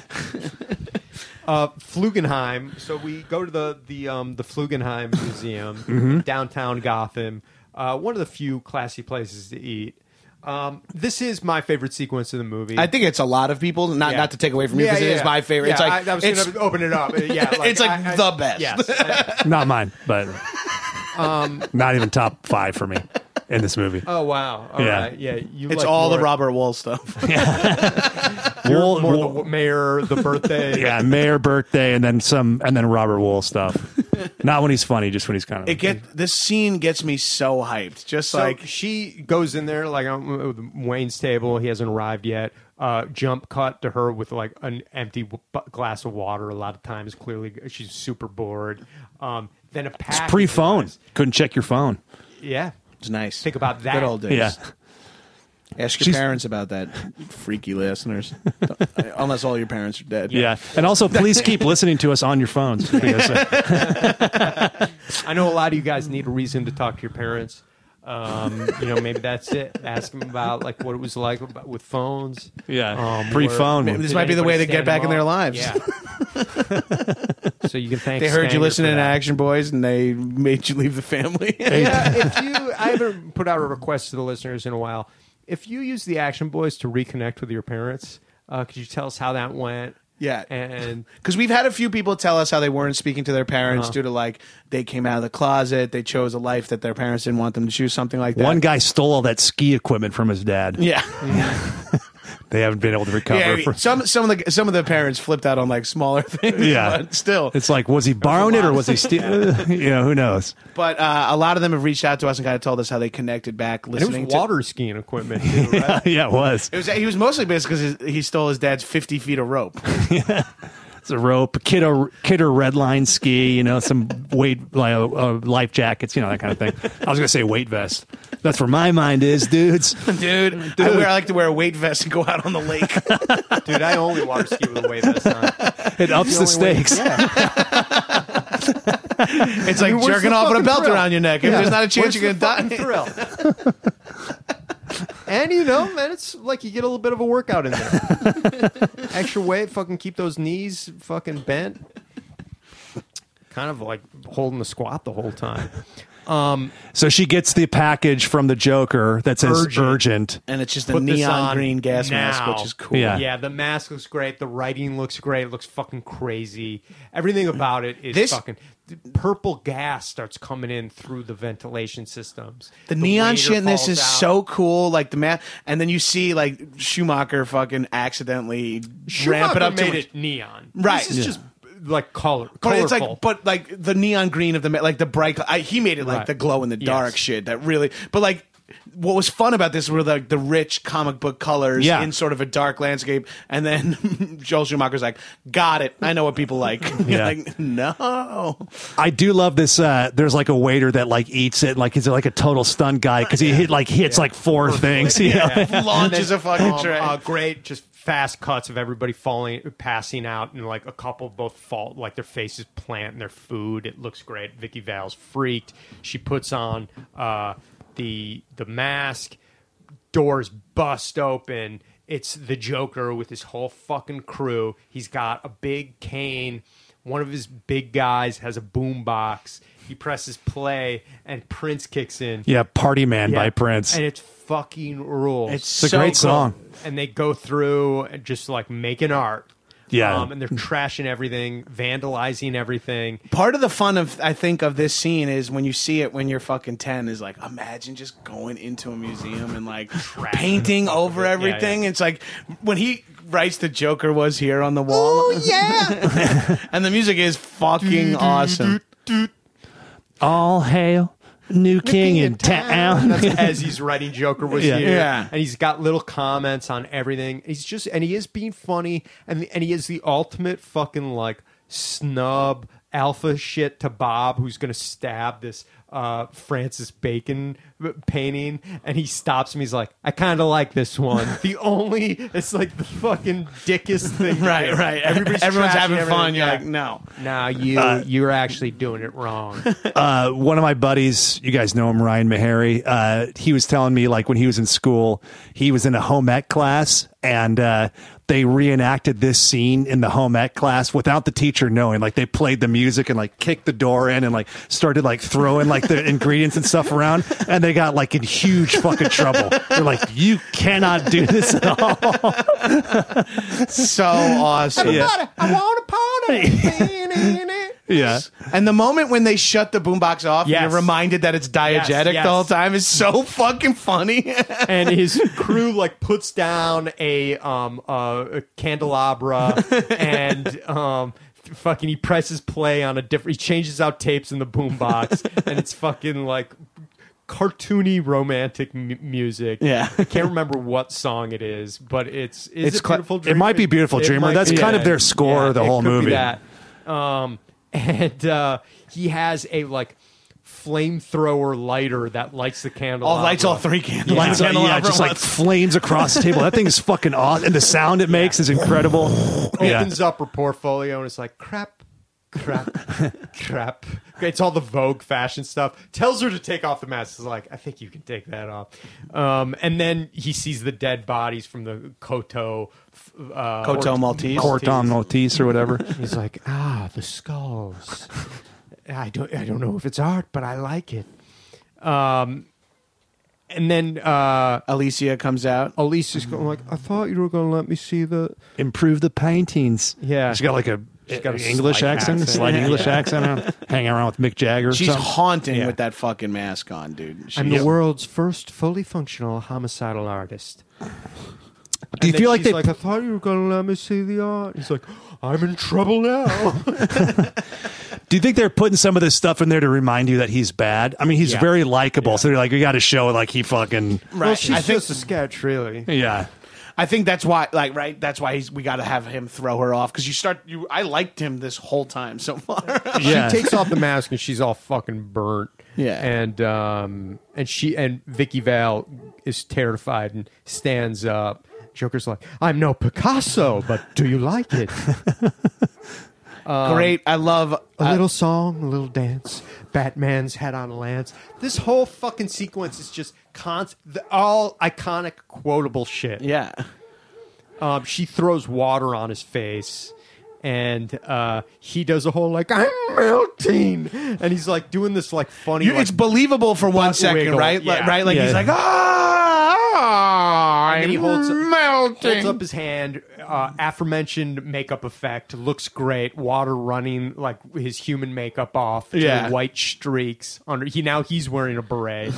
Speaker 3: uh, Flugenheim. So we go to the the um, the Flugenheim Museum,
Speaker 1: Mm-hmm.
Speaker 3: downtown Gotham. Uh, one of the few classy places to eat. Um, this is my favorite sequence of the movie.
Speaker 1: I think it's a lot of people. Not
Speaker 3: Yeah.
Speaker 1: not to take away from you
Speaker 3: Yeah,
Speaker 1: because
Speaker 3: yeah,
Speaker 1: it is
Speaker 3: yeah.
Speaker 1: my favorite. it's
Speaker 3: Yeah,
Speaker 1: like
Speaker 3: I, I was
Speaker 1: it's,
Speaker 3: gonna open it up. Yeah,
Speaker 1: it's like
Speaker 3: I- I-
Speaker 1: the best.
Speaker 3: Yes,
Speaker 2: Not mine, but
Speaker 3: Um,
Speaker 2: not even top five for me in this movie.
Speaker 3: oh wow. All right.
Speaker 2: Yeah.
Speaker 3: yeah. You.
Speaker 1: It's
Speaker 3: like
Speaker 1: all the
Speaker 3: more-
Speaker 1: Robert Wool stuff.
Speaker 2: Wool-
Speaker 3: More the
Speaker 2: Wool-
Speaker 3: w- mayor, the birthday.
Speaker 2: yeah, Mayor birthday, and then some, and then Robert Wool stuff. Not when he's funny, just when he's kind of.
Speaker 1: It get this scene gets me so hyped. Just
Speaker 3: So
Speaker 1: like
Speaker 3: she goes in there like on with Wayne's table. He hasn't arrived yet. Uh, jump cut to her with like an empty w- bu- glass of water. A lot of times, clearly she's super bored. Um, then a pack
Speaker 2: it's pre-phone. Couldn't check your phone.
Speaker 3: Yeah,
Speaker 1: it's nice.
Speaker 3: Think about that.
Speaker 1: Good old days.
Speaker 2: Yeah,
Speaker 1: Ask your
Speaker 2: She's-
Speaker 1: parents about that, freaky listeners. Unless all your parents are dead.
Speaker 2: yeah, and also please keep listening to us on your phones. Because, uh,
Speaker 3: I know a lot of you guys need a reason to talk to your parents. Um, you know, maybe that's it. Ask them about like what it was like about, with phones.
Speaker 2: yeah,
Speaker 3: Um,
Speaker 2: pre-phone.
Speaker 1: Maybe this
Speaker 3: Did
Speaker 1: might be the way
Speaker 3: anybody
Speaker 1: to get
Speaker 3: stand
Speaker 1: back in
Speaker 3: them
Speaker 1: their
Speaker 3: up?
Speaker 1: lives.
Speaker 3: Yeah. so you can thank.
Speaker 1: They heard
Speaker 3: Stanger
Speaker 1: you
Speaker 3: for
Speaker 1: listening to
Speaker 3: that.
Speaker 1: Action Boys and they made you leave the family.
Speaker 3: yeah, if you, I haven't put out a request to the listeners in a while. If you use the Action Boys to reconnect with your parents, uh, could you tell us how that went?
Speaker 1: Yeah.
Speaker 3: and
Speaker 1: Because we've had a few people tell us how they weren't speaking to their parents due to like they came out of the closet, they chose a life that their parents didn't want them to choose, something like that.
Speaker 2: One guy stole all that ski equipment from his dad.
Speaker 1: Yeah.
Speaker 2: They haven't been able to recover.
Speaker 1: Yeah, I mean,
Speaker 2: from-
Speaker 1: some some of the some of the parents flipped out on like smaller things.
Speaker 2: Yeah.
Speaker 1: but still.
Speaker 2: It's like, was he borrowing it or was he stealing? you know, who knows?
Speaker 1: But uh, a lot of them have reached out to us and kind of told us how they connected back
Speaker 3: it
Speaker 1: listening
Speaker 3: was
Speaker 1: to.
Speaker 3: water skiing equipment. Too, right?
Speaker 2: yeah, it was.
Speaker 1: It was he was mostly pissed because he stole his dad's fifty feet of rope.
Speaker 2: It's a rope, kidder, kidder red line ski, you know, some weight, like, uh, uh, life jackets, you know, that kind of thing. I was going to say weight vest. That's where my mind is, dudes.
Speaker 1: Dude, I, wear, I like to wear a weight vest and go out on the lake.
Speaker 3: Dude, I only water ski with a wave this time.
Speaker 2: It ups the stakes.
Speaker 1: It's like jerking off with a belt around your neck. If there's not a chance you're gonna die.
Speaker 3: Thrill. and you know, man, it's like you get a little bit of a workout in there. Extra weight, fucking keep those knees fucking bent. Kind of like holding the squat the whole time.
Speaker 2: So she gets the package from the Joker that says
Speaker 3: Urgent.
Speaker 2: urgent.
Speaker 1: and it's just a
Speaker 3: Put this
Speaker 1: neon
Speaker 3: on
Speaker 1: green gas mask,
Speaker 3: now.
Speaker 1: which is cool.
Speaker 2: Yeah.
Speaker 3: Yeah, the mask looks great. The writing looks great. It looks fucking crazy. Everything about it is
Speaker 1: This-
Speaker 3: fucking. The purple gas starts coming in through the ventilation systems.
Speaker 1: The, neon
Speaker 3: waiter
Speaker 1: shit in this
Speaker 3: falls
Speaker 1: is
Speaker 3: out.
Speaker 1: so cool. Like the man, and then you see like Schumacher fucking accidentally ramp it
Speaker 3: Schumacher
Speaker 1: up
Speaker 3: made
Speaker 1: to
Speaker 3: it neon.
Speaker 1: Right.
Speaker 3: This is
Speaker 1: Yeah.
Speaker 3: just like color.
Speaker 1: But
Speaker 3: colorful.
Speaker 1: it's like, but like the neon green of the ma- like the bright. I, he made it like
Speaker 3: Right.
Speaker 1: the glow in the dark
Speaker 3: Yes.
Speaker 1: shit that really. But like, what was fun about this were like the rich comic book colors
Speaker 2: Yeah.
Speaker 1: in sort of a dark landscape, and then Joel Schumacher's like, "Got it, I know what people like." You're
Speaker 2: Yeah.
Speaker 1: like, no,
Speaker 2: I do love this. Uh, there's like a waiter that like eats it, like he's like a total stunned guy because he hit like hits like four things. You know?
Speaker 1: launches a fucking
Speaker 3: Um,
Speaker 1: tray.
Speaker 3: uh, great, just fast cuts of everybody falling, passing out, and like a couple both fall, like their faces plant in their food. It looks great. Vicky Vale's freaked. She puts on uh, the the mask. Doors bust open. It's the Joker with his whole fucking crew. He's got a big cane. One of his big guys has a boom box. He presses play, and Prince kicks in.
Speaker 2: Yeah, Party Man
Speaker 3: Yeah.
Speaker 2: by Prince.
Speaker 3: And it's fucking rules.
Speaker 1: It's
Speaker 2: It's a
Speaker 1: so
Speaker 2: great
Speaker 1: cool.
Speaker 2: song.
Speaker 3: and they go through and just like making art.
Speaker 2: Yeah.
Speaker 3: Um, and they're trashing everything, vandalizing everything.
Speaker 1: part of the fun of I think of this scene is when you see it when you're fucking ten is like imagine just going into a museum and like painting over everything. It's like when he writes the Joker was here on the wall. yeah, and the music is fucking awesome.
Speaker 2: All hail, new king in town.
Speaker 3: That's as he's writing Joker was
Speaker 2: Yeah.
Speaker 3: here.
Speaker 1: Yeah.
Speaker 3: And he's got little comments on everything. He's just and he is being funny and and he is the ultimate fucking like snub alpha shit to Bob who's gonna stab this uh, Francis Bacon painting, and he stops me. He's like, "I kind of like this one." The only it's like the fucking dickest thing. to
Speaker 1: Right,
Speaker 3: do.
Speaker 1: right.
Speaker 3: Everybody's
Speaker 1: Everyone's
Speaker 3: trashing
Speaker 1: having fun.
Speaker 3: everything.
Speaker 1: You're
Speaker 3: Yeah.
Speaker 1: like, no. Uh,
Speaker 3: Now you you're actually doing it wrong.
Speaker 2: Uh, one of my buddies, you guys know him, Ryan Meharry. Uh, he was telling me like when he was in school, he was in a home ec class and uh, they reenacted this scene in the home ec class without the teacher knowing. Like they played the music and like kicked the door in and like started like throwing like the ingredients and stuff around, and they got like in huge fucking trouble. They're like, you cannot do this at all.
Speaker 1: So awesome.
Speaker 3: I want a party.
Speaker 2: Yeah.
Speaker 1: And the moment when they shut the boombox off,
Speaker 3: Yes.
Speaker 1: and you're reminded that it's diegetic
Speaker 3: yes.
Speaker 1: the whole time is so fucking funny.
Speaker 3: and his crew like puts down a um uh, a candelabra and um fucking he presses play on a different he changes out tapes in the boombox and it's fucking like cartoony romantic m- music
Speaker 1: Yeah.
Speaker 3: i can't remember what song it is but it's is
Speaker 2: It's
Speaker 3: it
Speaker 2: cla-
Speaker 3: beautiful
Speaker 2: it
Speaker 3: dreamer?
Speaker 2: might be Beautiful Dreamer. That's kind of their score the
Speaker 3: it
Speaker 2: whole
Speaker 3: could be
Speaker 2: movie.
Speaker 3: that. um and uh he has a like flamethrower lighter that lights the candle
Speaker 1: all lights, all three candles.
Speaker 2: Lights out, yeah, just like flames across the table. That thing is fucking awesome, and the sound it makes is incredible. Yeah,
Speaker 3: opens up her portfolio and it's like crap crap crap it's all the vogue fashion stuff tells her to take off the mask is like i think you can take that off um, and then he sees the dead bodies from the koto f- uh,
Speaker 1: Koto
Speaker 3: Hort-
Speaker 1: Maltese.
Speaker 2: Corton Maltese or whatever.
Speaker 3: he's like ah the skulls i don't i don't know if it's art but i like it um, and then uh
Speaker 1: Alicia comes out.
Speaker 3: Elise is going like, I thought you were going to let me see the
Speaker 2: Improve the paintings.
Speaker 3: Yeah.
Speaker 2: she's got like a,
Speaker 3: got a
Speaker 2: English
Speaker 3: slight
Speaker 2: accent,
Speaker 3: accent.
Speaker 2: slight
Speaker 3: Yeah.
Speaker 2: English accent. on, Hanging around with Mick Jagger. or
Speaker 1: She's
Speaker 2: something.
Speaker 1: haunting
Speaker 2: Yeah.
Speaker 1: with that fucking mask on, dude. She's,
Speaker 3: I'm the world's first fully functional homicidal artist.
Speaker 2: Do you
Speaker 3: And
Speaker 2: feel
Speaker 3: then
Speaker 2: like
Speaker 3: she's
Speaker 2: they?
Speaker 3: I thought you were gonna let me see the art. He's like, "Oh, I'm in trouble now.
Speaker 2: do you think they're putting some of this stuff in there to remind you that he's bad? I mean, he's
Speaker 3: Yeah.
Speaker 2: very likable, so they're like, we got to show like he fucking
Speaker 1: right. I think
Speaker 3: a sketch, really.
Speaker 2: yeah.
Speaker 1: I think that's why, like, right? That's why he's, we got to have him throw her off because you start. You, I liked him this whole time so far.
Speaker 2: Yeah.
Speaker 3: She takes off the mask and she's all fucking burnt.
Speaker 1: Yeah.
Speaker 3: and um, and she and Vicky Vale is terrified and stands up. Joker's like, I'm no Picasso, but do you like it?
Speaker 1: Great. I love. uh,
Speaker 3: A
Speaker 1: I-
Speaker 3: little song, a little dance. Batman's head on a lance. This whole fucking sequence is just const- the, all iconic, quotable shit.
Speaker 1: yeah.
Speaker 3: Um, she throws water on his face, and uh, he does a whole like I'm melting, and he's like doing this like funny.
Speaker 1: You,
Speaker 3: like,
Speaker 1: it's believable for one
Speaker 3: butt
Speaker 1: second,
Speaker 3: wiggle.
Speaker 1: right? Like-
Speaker 3: Yeah.
Speaker 1: right? Like
Speaker 3: Yeah.
Speaker 1: he's like, ah,
Speaker 3: And
Speaker 1: I'm
Speaker 3: then he holds-
Speaker 1: melting.
Speaker 3: holds up his hand, uh, aforementioned makeup effect, looks great, water running like his human makeup off, to
Speaker 1: Yeah.
Speaker 3: white streaks under. He now he's wearing a beret,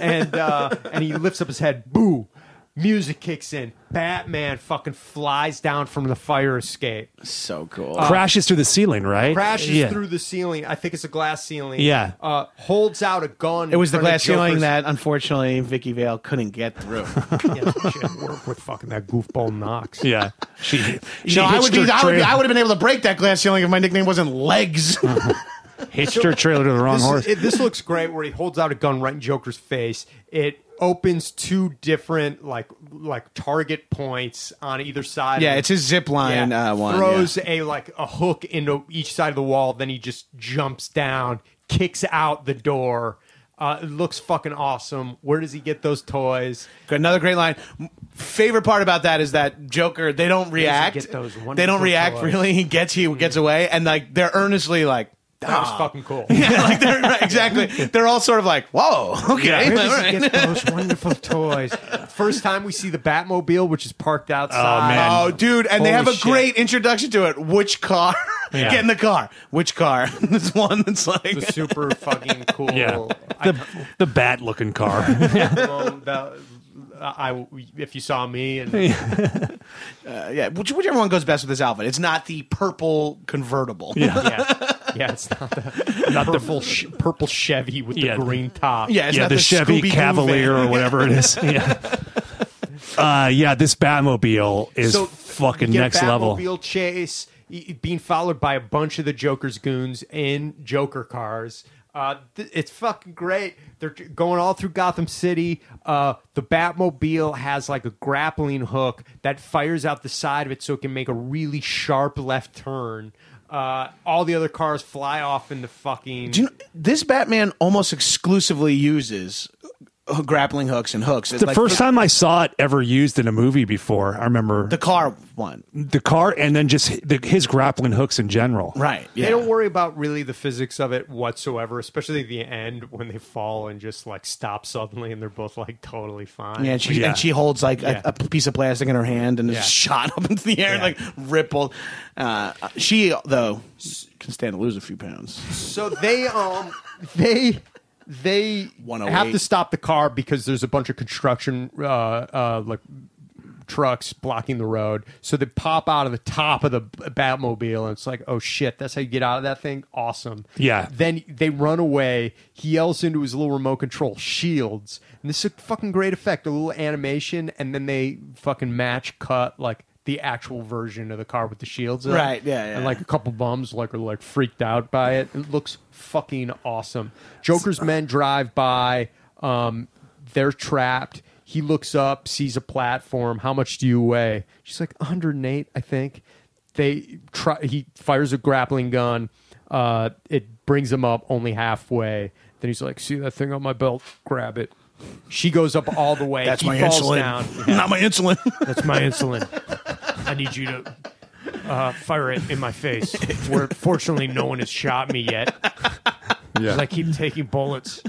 Speaker 3: and uh, and he lifts up his head, boo. Music kicks in. Batman fucking flies down from the fire escape.
Speaker 1: so cool.
Speaker 2: crashes through the ceiling, right?
Speaker 3: crashes
Speaker 2: Yeah.
Speaker 3: through the ceiling. I think it's a glass ceiling.
Speaker 2: Yeah.
Speaker 3: Uh, holds out a gun.
Speaker 1: it was the glass ceiling
Speaker 3: that.
Speaker 1: that unfortunately Vicky Vale couldn't get through.
Speaker 3: Yeah, she had to work with fucking that goofball Knox.
Speaker 2: Yeah, she. she
Speaker 1: no, I would, be,
Speaker 2: hitched her
Speaker 1: I would be.
Speaker 2: trail-
Speaker 1: I would have been able to break that glass ceiling if my nickname wasn't Legs.
Speaker 2: hitched her trailer to the wrong
Speaker 3: This,
Speaker 2: horse.
Speaker 3: is, it, this looks great where he holds out a gun right in Joker's face. It opens two different like like target points on either side.
Speaker 1: yeah,
Speaker 3: of-
Speaker 1: it's his zip line
Speaker 3: Yeah.
Speaker 1: uh, one.
Speaker 3: Throws a like a hook into each side of the wall, then he just jumps down, kicks out the door. Uh, it looks fucking awesome. Where does he get those toys?
Speaker 1: Another great line. M- Favorite part about that is that Joker, they don't react.
Speaker 3: get those
Speaker 1: they
Speaker 3: wonderful
Speaker 1: don't react
Speaker 3: toys.
Speaker 1: really. He gets he gets away, and like they're earnestly like,
Speaker 3: That
Speaker 1: Ah.
Speaker 3: was fucking cool.
Speaker 1: yeah, like they're right, exactly. They're all sort of like, whoa, okay,
Speaker 3: Where
Speaker 1: all
Speaker 3: does
Speaker 1: right.
Speaker 3: he get those wonderful toys? First time we see the Batmobile, which is parked outside.
Speaker 2: man.
Speaker 1: Oh, dude, and they
Speaker 3: Holy
Speaker 1: have a
Speaker 3: shit.
Speaker 1: great introduction to it. Which car? Get in the car. Which car? this one that's like
Speaker 3: the super fucking cool.
Speaker 2: yeah,
Speaker 3: I,
Speaker 2: the the bat looking car.
Speaker 3: well, that- I- if you saw me and
Speaker 1: yeah, which, whichever one goes best with this outfit. It's not the purple convertible. Yeah,
Speaker 3: yeah, yeah, it's not the not purple the, sh- purple Chevy with
Speaker 2: Yeah.
Speaker 3: the green top.
Speaker 1: it's
Speaker 2: yeah,
Speaker 1: not
Speaker 2: the, Chevy
Speaker 1: Scooby-Doo
Speaker 2: Cavalier
Speaker 1: van.
Speaker 2: or whatever it is. Yeah. Uh, yeah, this Batmobile is fucking
Speaker 3: you get a
Speaker 2: next level.
Speaker 3: Batmobile chase y- y- being followed by a bunch of the Joker's goons in Joker cars. Uh, th- it's fucking great. They're t- going all through Gotham City. Uh, the Batmobile has like a grappling hook that fires out the side of it, so it can make a really sharp left turn. Uh, all the other cars fly off into fucking.
Speaker 1: Do you know, this Batman almost exclusively uses uh, grappling hooks and hooks. It's
Speaker 2: The
Speaker 1: like
Speaker 2: first
Speaker 1: the,
Speaker 2: time I saw it ever used in a movie before, I remember
Speaker 1: the
Speaker 2: the,
Speaker 1: car one,
Speaker 2: car and then just hi- the, his grappling hooks in general.
Speaker 1: right? Yeah.
Speaker 3: They don't worry about really the physics of it whatsoever, especially the end when they fall and just like stop suddenly and they're both like totally fine.
Speaker 1: Yeah, and she,
Speaker 2: Yeah.
Speaker 1: And she holds like a, a piece of plastic in her hand and
Speaker 3: Yeah.
Speaker 1: is shot up into the air and like rippled. Uh, she though can stand to lose a few pounds.
Speaker 3: So they um they they
Speaker 1: 108.
Speaker 3: have to stop the car because there's a bunch of construction uh uh like trucks blocking the road. So they pop out of the top of the B- Batmobile and it's like, "Oh shit, that's how you get out of that thing." Awesome.
Speaker 2: Yeah.
Speaker 3: Then they run away. He yells into his little remote control, "Shields." And this is a fucking great effect, a little animation and then they fucking match cut like the actual version of the car with the shields up.
Speaker 1: Right, yeah, yeah.
Speaker 3: And like a couple bums like are like freaked out by it. It looks fucking awesome. Joker's men drive by. Um, they're trapped. He looks up, sees a platform. How much do you weigh? She's like 108, I think. They try. He fires a grappling gun. Uh, it brings him up only halfway. Then he's like, "See that thing on my belt? Grab it." She goes up all the way.
Speaker 1: That's
Speaker 3: he
Speaker 1: my
Speaker 3: falls
Speaker 1: insulin.
Speaker 3: down.
Speaker 1: Not my insulin.
Speaker 5: That's my insulin. I need you to uh, fire it in my face. Where fortunately no one has shot me yet. 'Cause I keep taking bullets.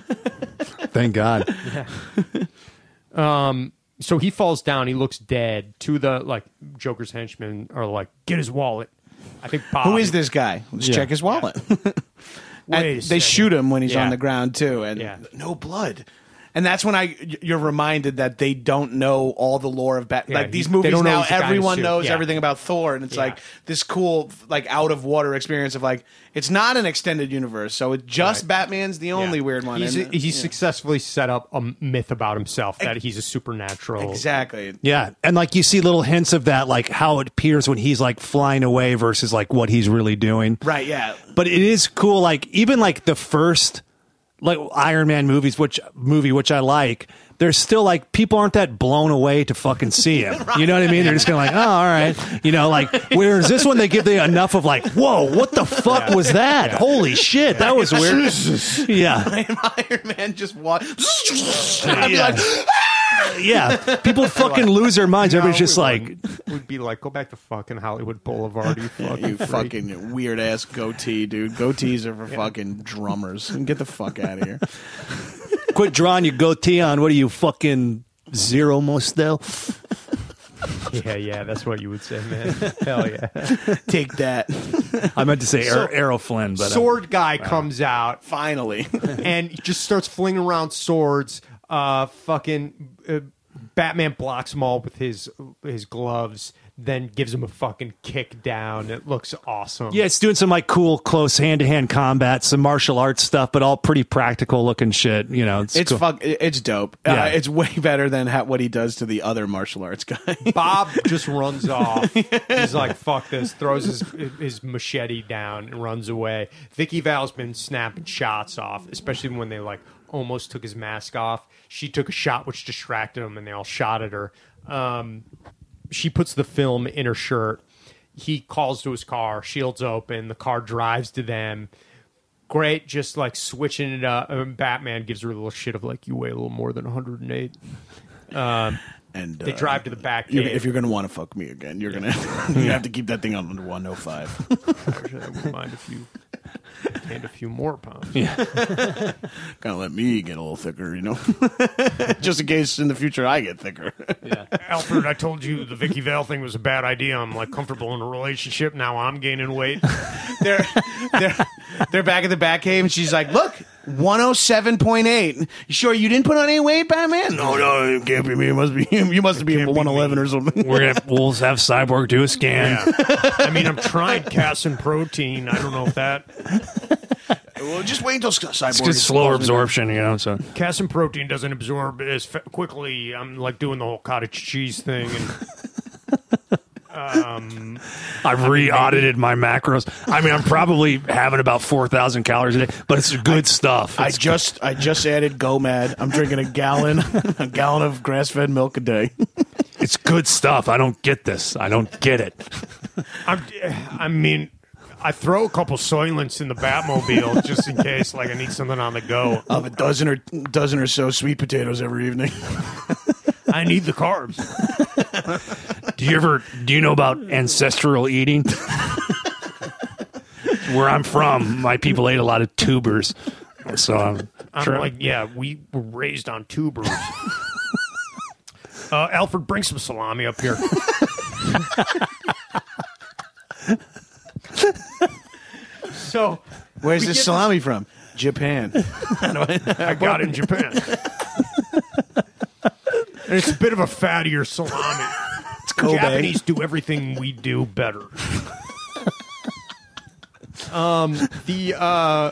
Speaker 2: Thank God.
Speaker 3: so he falls down. He looks dead. Two of the like Joker's henchmen are like, "Get his wallet." I think Bob,
Speaker 1: Who is this guy? Let's check his wallet. And
Speaker 5: Wait a
Speaker 1: they
Speaker 5: second.
Speaker 1: shoot him when he's
Speaker 3: Yeah.
Speaker 1: on the ground too, and
Speaker 3: Yeah.
Speaker 1: no blood. And that's when I you're reminded that they don't know all the lore of Batman.
Speaker 3: Yeah,
Speaker 1: like these
Speaker 3: he- they
Speaker 1: movies
Speaker 3: don't know
Speaker 1: now,
Speaker 3: he's the guy in the
Speaker 1: everyone
Speaker 3: suit.
Speaker 1: knows
Speaker 3: Yeah.
Speaker 1: everything about Thor, and it's
Speaker 3: Yeah.
Speaker 1: like this cool like out of water experience of like it's not an extended universe, so it just
Speaker 3: Right.
Speaker 1: Batman's the only weird one.
Speaker 3: He's,
Speaker 1: and-
Speaker 3: he's
Speaker 1: yeah.
Speaker 3: successfully set up a myth about himself that he's a supernatural.
Speaker 1: exactly
Speaker 2: Yeah, and like you see little hints of that, like how it appears when he's like flying away versus like what he's really doing.
Speaker 1: right. Yeah,
Speaker 2: But it is cool, like even like the first like Iron Man movies, which movie which I like. There's still like people aren't that blown away to fucking see him. You know what I mean? They're just kind of like, oh, all right. You know, like whereas this one they give you enough of like, whoa, what the fuck was that? Holy shit, that was weird. Yeah,
Speaker 1: Iron Man just walk. I'd be
Speaker 2: Yeah.
Speaker 1: like,
Speaker 2: yeah, people fucking lose their minds. Everybody's just
Speaker 3: we
Speaker 2: like,
Speaker 3: wouldn't. we'd be like, go back to fucking Hollywood Boulevard, you fucking,
Speaker 1: You
Speaker 3: freak.
Speaker 1: fucking weird ass goatee, dude. Goatees are for fucking drummers. Get the fuck out of here.
Speaker 2: quit drawing your goatee on. What are you fucking zero Mostel?
Speaker 3: Yeah, yeah, that's what you would say, man. Hell yeah.
Speaker 1: Take that.
Speaker 2: I meant to say Ar- Errol Flynn, but um,
Speaker 3: Sword guy comes out
Speaker 1: Finally.
Speaker 3: and just starts flinging around swords. Uh, fucking uh, Batman blocks him all with his his gloves, then gives him a fucking kick down. It looks awesome.
Speaker 2: yeah, it's doing some like cool close hand to hand combat, some martial arts stuff, but all pretty practical looking shit. You know,
Speaker 1: It's
Speaker 2: cool.
Speaker 1: fuck. It's dope.
Speaker 2: Yeah.
Speaker 1: Uh, it's way better than how, what he does to the other martial arts guy.
Speaker 3: Bob just runs off. He's like, "Fuck this!" Throws his his machete down and runs away. Vicky Val's been snapping shots off, especially when they like almost took his mask off. She took a shot which distracted him, and they all shot at her. Um, she puts the film in her shirt. He calls to his car. Shields open. The car drives to them. Great, just like switching it up. And Batman gives her a little shit of like, "You weigh a little more than 108."
Speaker 1: and
Speaker 3: They
Speaker 1: uh,
Speaker 3: drive to the back.
Speaker 1: you-
Speaker 3: gate.
Speaker 1: if you're gonna want to fuck me again, you're gonna you have to keep that thing on oh under 105.
Speaker 3: I wouldn't mind if you gained a few more pounds.
Speaker 1: Gotta let me get a little thicker, you know, just in case in the future I get thicker.
Speaker 5: Alfred, I told you the Vicky Vale thing was a bad idea. I'm like comfortable in a relationship now. I'm gaining weight.
Speaker 1: they're they're they're back at the back cave, and she's like, "Look, one hundred seven point eight. You sure you didn't put on any weight, Batman? No, no, it can't be me. It must be him. You must be
Speaker 2: uh,
Speaker 1: one eleven or something.
Speaker 2: We're gonna we'll have Cyborg do a scan.
Speaker 5: Yeah. I mean, I'm trying Casin protein. I don't know if that
Speaker 1: well, just wait until Cy-
Speaker 2: It's
Speaker 1: Cyborg.
Speaker 2: good
Speaker 1: is-
Speaker 2: slower absorption, you know. So
Speaker 5: Casin protein doesn't absorb as fa- quickly. I'm like doing the whole cottage cheese thing. And
Speaker 2: I've re-audited my macros. I mean, I'm probably having about four thousand calories a day, but it's good stuff.
Speaker 1: I
Speaker 2: It's-
Speaker 1: just I just added GoMad. I'm drinking a gallon a gallon of grass fed milk a day.
Speaker 2: it's good stuff. I don't get this. I don't get it.
Speaker 5: I'm, I mean, I throw a couple soylents in the Batmobile just in case, like I need something on the go.
Speaker 1: Of a dozen or dozen or so sweet potatoes every evening.
Speaker 5: I need the carbs.
Speaker 2: Do you ever do you know about ancestral eating? Where I'm from, my people ate a lot of tubers. So I'm,
Speaker 5: I'm
Speaker 2: sure-
Speaker 5: like, yeah, we were raised on tubers. uh, Alfred, bring some salami up here.
Speaker 3: So
Speaker 1: Where's this salami from? Japan.
Speaker 5: I got it in Japan. and it's a bit of a fattier salami.
Speaker 1: It's Kobe.
Speaker 5: Japanese do everything we do better.
Speaker 3: the uh,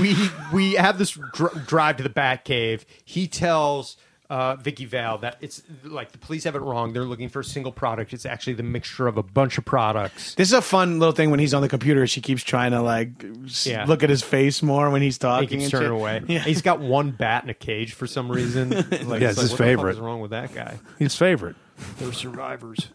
Speaker 3: we we have this dr- drive to the Batcave. He tells uh, Vicky Vale that it's like the police have it wrong. They're looking for a single product. It's actually the mixture of a bunch of products.
Speaker 1: This is a fun little thing when he's on the computer. She keeps trying to like s-
Speaker 3: Yeah.
Speaker 1: look at his face more when he's
Speaker 3: He
Speaker 1: talking.
Speaker 3: keeps
Speaker 1: and
Speaker 3: turning
Speaker 1: shit.
Speaker 3: away.
Speaker 1: Yeah.
Speaker 3: He's got one bat in a cage for some reason. Like, it's like,
Speaker 2: his
Speaker 3: what The fuck
Speaker 2: favorite.
Speaker 3: is wrong with that guy?
Speaker 2: his favorite.
Speaker 5: They're survivors.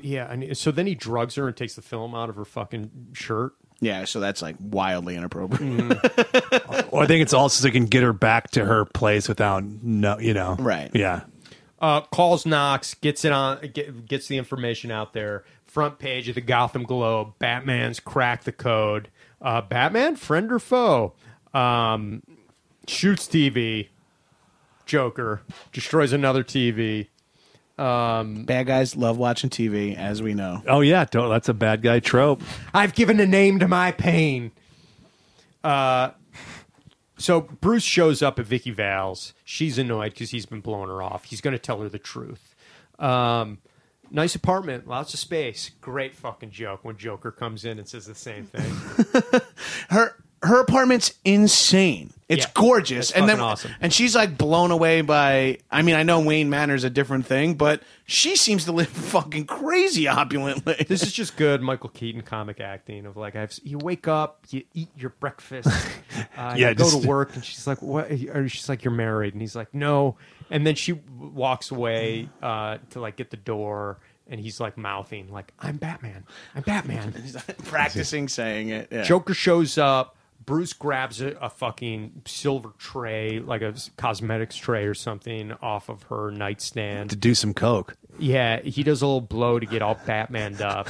Speaker 3: Yeah. And so then he drugs her and takes the film out of her fucking shirt.
Speaker 1: Yeah, so that's like wildly inappropriate.
Speaker 2: Well, I think it's also so they can get her back to her place without no, you know,
Speaker 1: Right.
Speaker 2: Yeah,
Speaker 3: uh, calls Knox, gets it on, get, gets the information out there. Front page of the Gotham Globe. Batman's cracked the code. Uh, Batman, friend or foe? Um, shoots TV. Joker destroys another TV.
Speaker 1: Bad guys love watching TV, as we know.
Speaker 2: Oh yeah, to- that's a bad guy trope.
Speaker 3: I've given a name to my pain. Uh, so Bruce shows up at Vicky Val's. She's annoyed because he's been blowing her off. He's going to tell her the truth. Um, nice apartment, lots of space. Great fucking joke when Joker comes in and says the same thing.
Speaker 1: Her her apartment's insane. It's
Speaker 3: Yeah.
Speaker 1: gorgeous,
Speaker 3: It's
Speaker 1: and then
Speaker 3: fucking awesome.
Speaker 1: and she's like blown away by. I mean, I know Wayne Manor's a different thing, but she seems to live fucking crazy opulently.
Speaker 3: this is just good Michael Keaton comic acting of like I've you wake up, you eat your breakfast, uh,
Speaker 2: Yeah,
Speaker 3: you go
Speaker 2: just-
Speaker 3: to work, and she's like, "What?" Or she's like, "You're married," and he's like, "No," and then she w- walks away uh, to like get the door, and he's like mouthing like, "I'm Batman, I'm Batman."
Speaker 1: Practicing saying it. Yeah.
Speaker 3: Joker shows up, Bruce grabs a, a fucking silver tray, like a s- cosmetics tray or something, off of her nightstand.
Speaker 2: to do some coke.
Speaker 3: Yeah, he does a little blow to get all Batmaned up.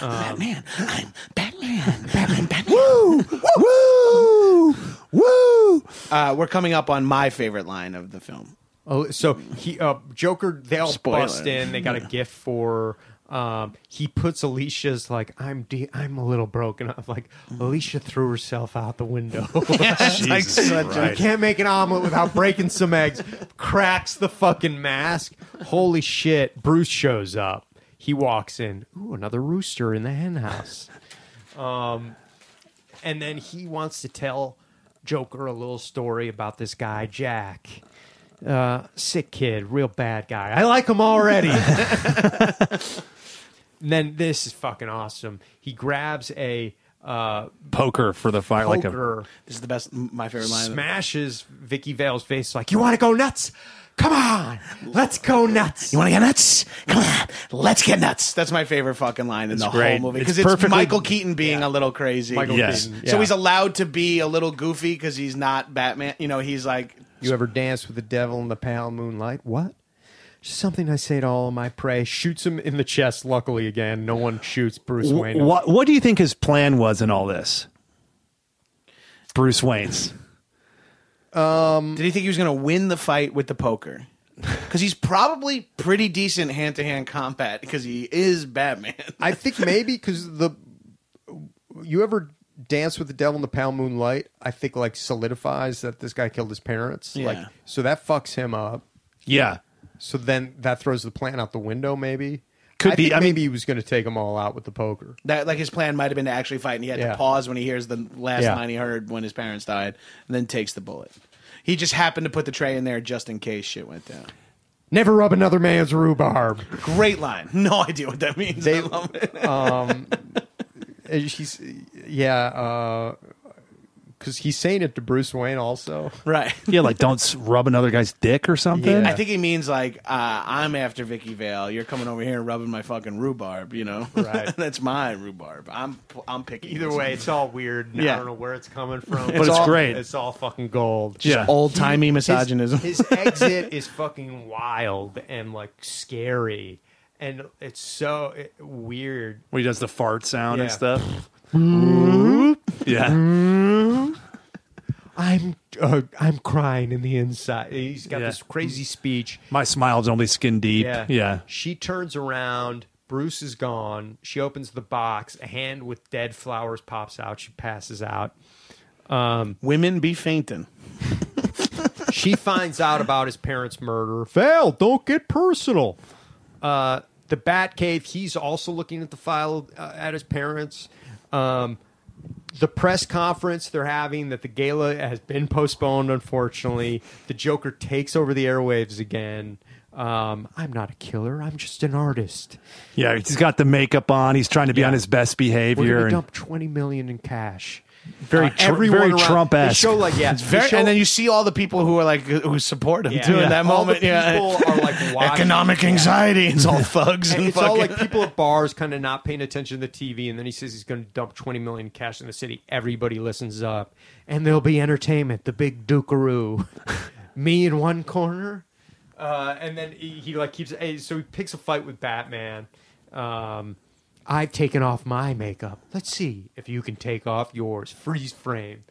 Speaker 1: Batman, Oh, I'm Batman. Batman, Batman.
Speaker 2: Woo! Woo!
Speaker 1: Uh, we're coming up on my favorite line of the film.
Speaker 3: Oh, so he uh, Joker they all
Speaker 1: Spoiler.
Speaker 3: bust in. They got a gift for. Um, he puts Alicia's like I'm de- I'm a little broken up. Like Alicia threw herself out the window. like, you can't make an omelet without breaking some eggs. Cracks the fucking mask. Holy shit! Bruce shows up. He walks in. Ooh, another rooster in the hen house and then he wants to tell Joker a little story about this guy Jack, uh, sick kid, real bad guy. I like him already. and then this is fucking awesome. He grabs a uh,
Speaker 2: Poker for the fire, like a
Speaker 3: poker,
Speaker 1: This is the best. My favorite line. of the-
Speaker 3: smashes Vicky Vale's face like, "You want to go nuts? Come on, let's go nuts."
Speaker 1: You want to get nuts? Come on, let's get nuts. That's my favorite fucking line in the
Speaker 2: great.
Speaker 1: whole movie
Speaker 2: It's
Speaker 1: because it's,
Speaker 2: perfectly-
Speaker 1: Michael Keaton being a little crazy.
Speaker 3: Michael
Speaker 2: Yes.
Speaker 3: Keaton,
Speaker 1: So
Speaker 3: yeah.
Speaker 1: he's allowed to be a little goofy because he's not Batman. You know, he's like,
Speaker 3: You ever dance with the devil in the pale moonlight? What? Just something I say to all of my prey. Shoots him in the chest. Luckily, again, no one shoots Bruce Wayne.
Speaker 2: What What do you think his plan was in all this? Bruce Wayne's.
Speaker 1: did he think he was going to win the fight with the poker? Because he's probably pretty decent hand to hand combat because he is Batman.
Speaker 3: I think maybe because the you ever dance with the devil in the pale moonlight? I think like solidifies that this guy killed his parents.
Speaker 1: Yeah.
Speaker 3: Like so that fucks him up.
Speaker 2: Yeah.
Speaker 3: So then that throws the plan out the window. Maybe
Speaker 2: Could
Speaker 3: I
Speaker 2: be.
Speaker 3: think
Speaker 2: I mean-
Speaker 3: maybe he was going to take them all out with the poker.
Speaker 1: That like his plan might have been to actually fight, and he had
Speaker 3: Yeah.
Speaker 1: to pause when he hears the last
Speaker 3: Yeah.
Speaker 1: line he heard when his parents died, and then takes the bullet. He just happened to put the tray in there just in case shit went down.
Speaker 3: Never rub another man's rhubarb.
Speaker 1: Great line. No idea what that means. I love it.
Speaker 3: Uh, She's yeah, because he's saying it to Bruce Wayne also.
Speaker 1: Right.
Speaker 2: Yeah, like don't s- rub another guy's dick or something.
Speaker 1: I think he means like uh, I'm after Vicky Vale. You're coming over here and rubbing my fucking rhubarb. You know,
Speaker 3: Right.
Speaker 1: That's my rhubarb. I'm I'm picky.
Speaker 7: Either way, it's all weird. and
Speaker 1: Yeah.
Speaker 7: I don't know where it's coming from.
Speaker 2: But it's
Speaker 7: all,
Speaker 2: great.
Speaker 7: It's all fucking gold.
Speaker 2: yeah.
Speaker 1: old timey misogynism.
Speaker 7: His exit is fucking wild and like scary, and it's so eh, weird.
Speaker 2: When he does the fart sound and
Speaker 7: Yeah.
Speaker 2: stuff. yeah.
Speaker 3: I'm uh, I'm crying in the inside. He's got
Speaker 2: Yeah.
Speaker 3: this crazy speech.
Speaker 2: My smile's only skin deep. Yeah.
Speaker 3: She turns around. Bruce is gone. She opens the box. A hand with dead flowers pops out. She passes out.
Speaker 1: Women be fainting.
Speaker 3: She finds out about his parents' murder. Fail. Don't get personal. Uh, the Batcave. He's also looking at the file uh, at his parents. Um, the press conference they're having that the gala has been postponed, unfortunately. The Joker takes over the airwaves again. Um, I'm not a killer. I'm just an artist.
Speaker 2: Yeah, he's got the makeup on. He's trying to be on his best
Speaker 3: We're
Speaker 2: behavior.
Speaker 3: gonna
Speaker 2: and
Speaker 3: dump twenty million in cash.
Speaker 2: very,
Speaker 3: Uh,
Speaker 2: tr-
Speaker 3: everyone
Speaker 2: very
Speaker 3: around-
Speaker 2: Trump
Speaker 3: they
Speaker 2: esque.
Speaker 3: Show like yeah,
Speaker 1: It's very, and then you see all the people who are like who support him
Speaker 3: Yeah.
Speaker 1: too in
Speaker 3: Yeah.
Speaker 1: that
Speaker 3: All the
Speaker 1: moment. yeah,
Speaker 3: people are, like, watching.
Speaker 1: economic anxiety. It's all thugs and,
Speaker 3: And it's
Speaker 1: fucking.
Speaker 3: all like people at bars kind of not paying attention to the TV, and then he says he's going to dump 20 million cash in the city. Everybody listens up, and there'll be entertainment. The big Dukaroo, me in one corner, uh, and then he, he like keeps. eh, So he picks a fight with Batman. Um, I've taken off my makeup. Let's see if you can take off yours. Freeze frame.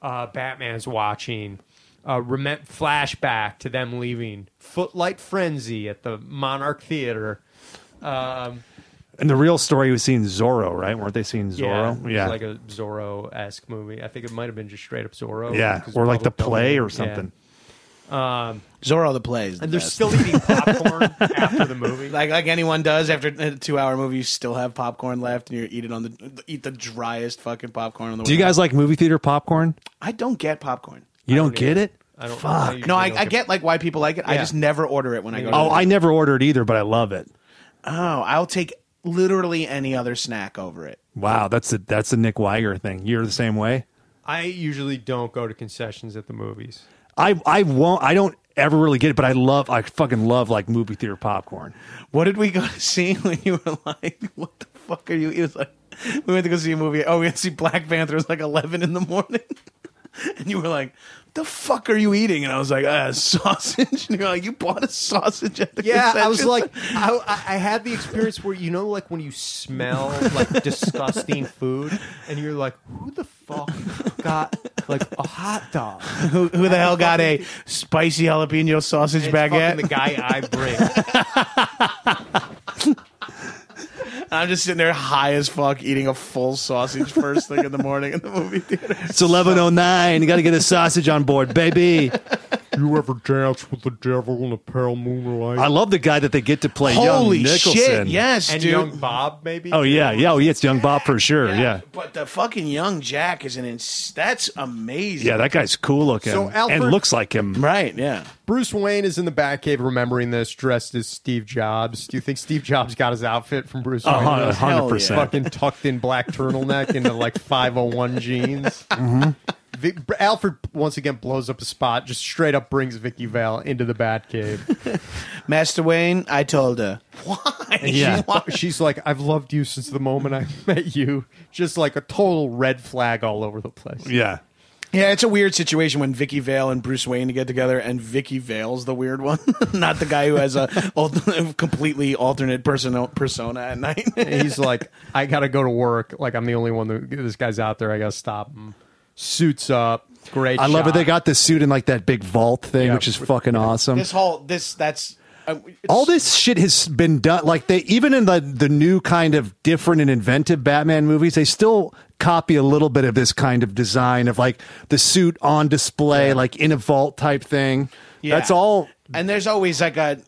Speaker 3: Uh, Batman's watching. Uh, remem- flashback to them leaving Footlight Frenzy at the Monarch Theater. Um,
Speaker 2: and the real story was seeing Zorro, right? Weren't they seeing
Speaker 3: yeah,
Speaker 2: Zorro?
Speaker 3: it
Speaker 2: Yeah.
Speaker 3: was like a Zorro esque movie. I think it might have been just straight up Zorro.
Speaker 2: yeah.
Speaker 3: because
Speaker 2: Or like the
Speaker 3: Public
Speaker 2: play
Speaker 3: Domain.
Speaker 2: or something.
Speaker 3: Yeah.
Speaker 1: Zorro the plays. The
Speaker 3: And they're
Speaker 1: best.
Speaker 3: still eating popcorn after the movie.
Speaker 1: like like anyone does after a two hour movie, you still have popcorn left, and you eat it on the eat the driest fucking popcorn on the.
Speaker 2: Do you
Speaker 1: world.
Speaker 2: guys like movie theater popcorn?
Speaker 1: I don't get popcorn.
Speaker 2: You don't, get it?
Speaker 3: I don't.
Speaker 2: Fuck.
Speaker 3: usually
Speaker 1: No, I,
Speaker 3: don't
Speaker 1: I get like why people like it. I
Speaker 3: Yeah.
Speaker 1: just never order it when I go.
Speaker 2: Oh,
Speaker 1: to
Speaker 2: I never ordered either, but I love it.
Speaker 1: oh, I'll take literally any other snack over it.
Speaker 2: Wow, that's a that's a Nick Weiger thing. You're the same way.
Speaker 3: I usually don't go to concessions at the movies.
Speaker 2: I I won't. I don't ever really get it, but I love. I fucking love like movie theater popcorn.
Speaker 1: What did we go to see when you were like, "What the fuck are you?" It was like we went to go see a movie. Oh, we went to see Black Panther. It was like eleven in the morning, and you were like, "The fuck are you eating?" And I was like, uh, "Sausage." And you're like, "You bought a sausage at the
Speaker 3: Yeah, I was
Speaker 1: concession
Speaker 3: like, I, I I had the experience where you know, like when you smell like disgusting food, and you're like, who the fuck got like a hot dog?
Speaker 1: who, who the hell got a spicy jalapeno sausage
Speaker 3: It's fucking
Speaker 1: baguette?"
Speaker 3: the guy I bring.
Speaker 1: I'm just sitting there high as fuck eating a full sausage first thing in the morning in the movie theater.
Speaker 2: It's eleven oh nine. You got to get a sausage on board, baby.
Speaker 5: You ever dance with the devil in a pale moonlight?
Speaker 2: I love the guy that they get to play.
Speaker 1: Holy
Speaker 2: young Nicholson.
Speaker 1: shit! Yes,
Speaker 3: and
Speaker 1: dude.
Speaker 3: young Bob maybe.
Speaker 2: Oh yeah, yeah. Oh yeah, it's young Bob for sure. Yeah, yeah.
Speaker 1: But the fucking young Jack is an ins- that's amazing.
Speaker 2: that guy's cool looking
Speaker 3: So Alfred-
Speaker 2: and looks like him.
Speaker 1: right. Yeah.
Speaker 3: Bruce Wayne is in the Batcave remembering this, dressed as Steve Jobs. Do you think Steve Jobs got his outfit from Bruce Wayne?
Speaker 2: A
Speaker 1: Hell yeah.
Speaker 2: hundred percent.
Speaker 3: fucking tucked in black turtleneck into like 501 jeans.
Speaker 2: Mm-hmm.
Speaker 3: Vic, Alfred once again blows up a spot, just straight up brings Vicky Vale into the Batcave.
Speaker 1: Master Wayne, I told her. Why?
Speaker 2: Yeah.
Speaker 1: She's wa-
Speaker 3: She's like, "I've loved you since the moment I met you." Just like a total red flag all over the place.
Speaker 2: Yeah.
Speaker 1: yeah, it's a weird situation when Vicky Vale and Bruce Wayne get together, and Vicky Vale's the weird one, not the guy who has a al- completely alternate persona persona at night.
Speaker 3: And he's like, "I got to go to work. Like I'm the only one that this guy's out there. I got to stop him." Suits up, great.
Speaker 2: I love it.
Speaker 3: shot.
Speaker 2: They got the suit in like that big vault thing, which is fucking awesome.
Speaker 1: this whole this that's uh, it's-
Speaker 2: all this shit has been done like they even in the the new kind of different and inventive batman movies they still copy a little bit of this kind of design of like the suit on display like in a vault type thing
Speaker 1: Yeah.
Speaker 2: that's all
Speaker 1: and there's always like a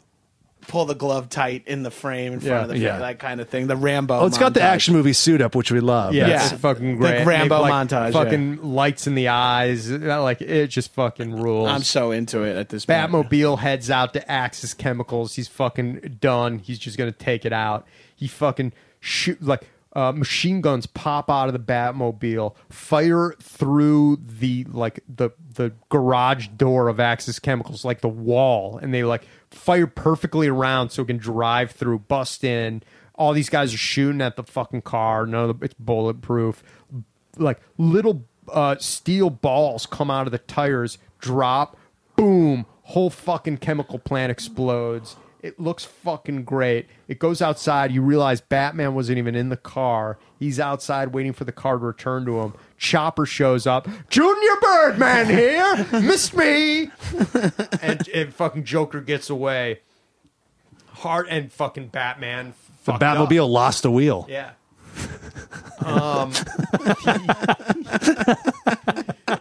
Speaker 1: pull the glove tight in the frame in front
Speaker 3: Yeah,
Speaker 1: of the frame,
Speaker 2: yeah.
Speaker 1: that kind of thing. The Rambo.
Speaker 2: oh it's got the
Speaker 1: montage.
Speaker 2: action movie suit up which we love
Speaker 3: Yeah,
Speaker 1: Yeah.
Speaker 3: it's fucking
Speaker 1: Like
Speaker 3: great.
Speaker 1: Rambo
Speaker 3: They've,
Speaker 1: montage,
Speaker 3: Fucking lights in the eyes. Like it just fucking rules.
Speaker 1: I'm so into it at this. point.
Speaker 3: Batmobile heads out to Axis Chemicals. He's fucking done. He's just gonna take it out. He fucking shoot like uh, machine guns pop out of the Batmobile, fire through the like the the garage door of Axis Chemicals, like the wall, and they like fire perfectly around so it can drive through, bust in. All these guys are shooting at the fucking car. None of the, it's bulletproof like little uh, steel balls come out of the tires, drop, boom, whole fucking chemical plant explodes. It looks fucking great. It goes outside. You realize Batman wasn't even in the car. He's outside waiting for the car to return to him. Chopper shows up. Junior Birdman here. Missed me. and, and fucking Joker gets away. Heart and fucking Batman.
Speaker 2: the
Speaker 3: fucked up.
Speaker 2: batmobile lost a wheel
Speaker 3: Yeah. Um,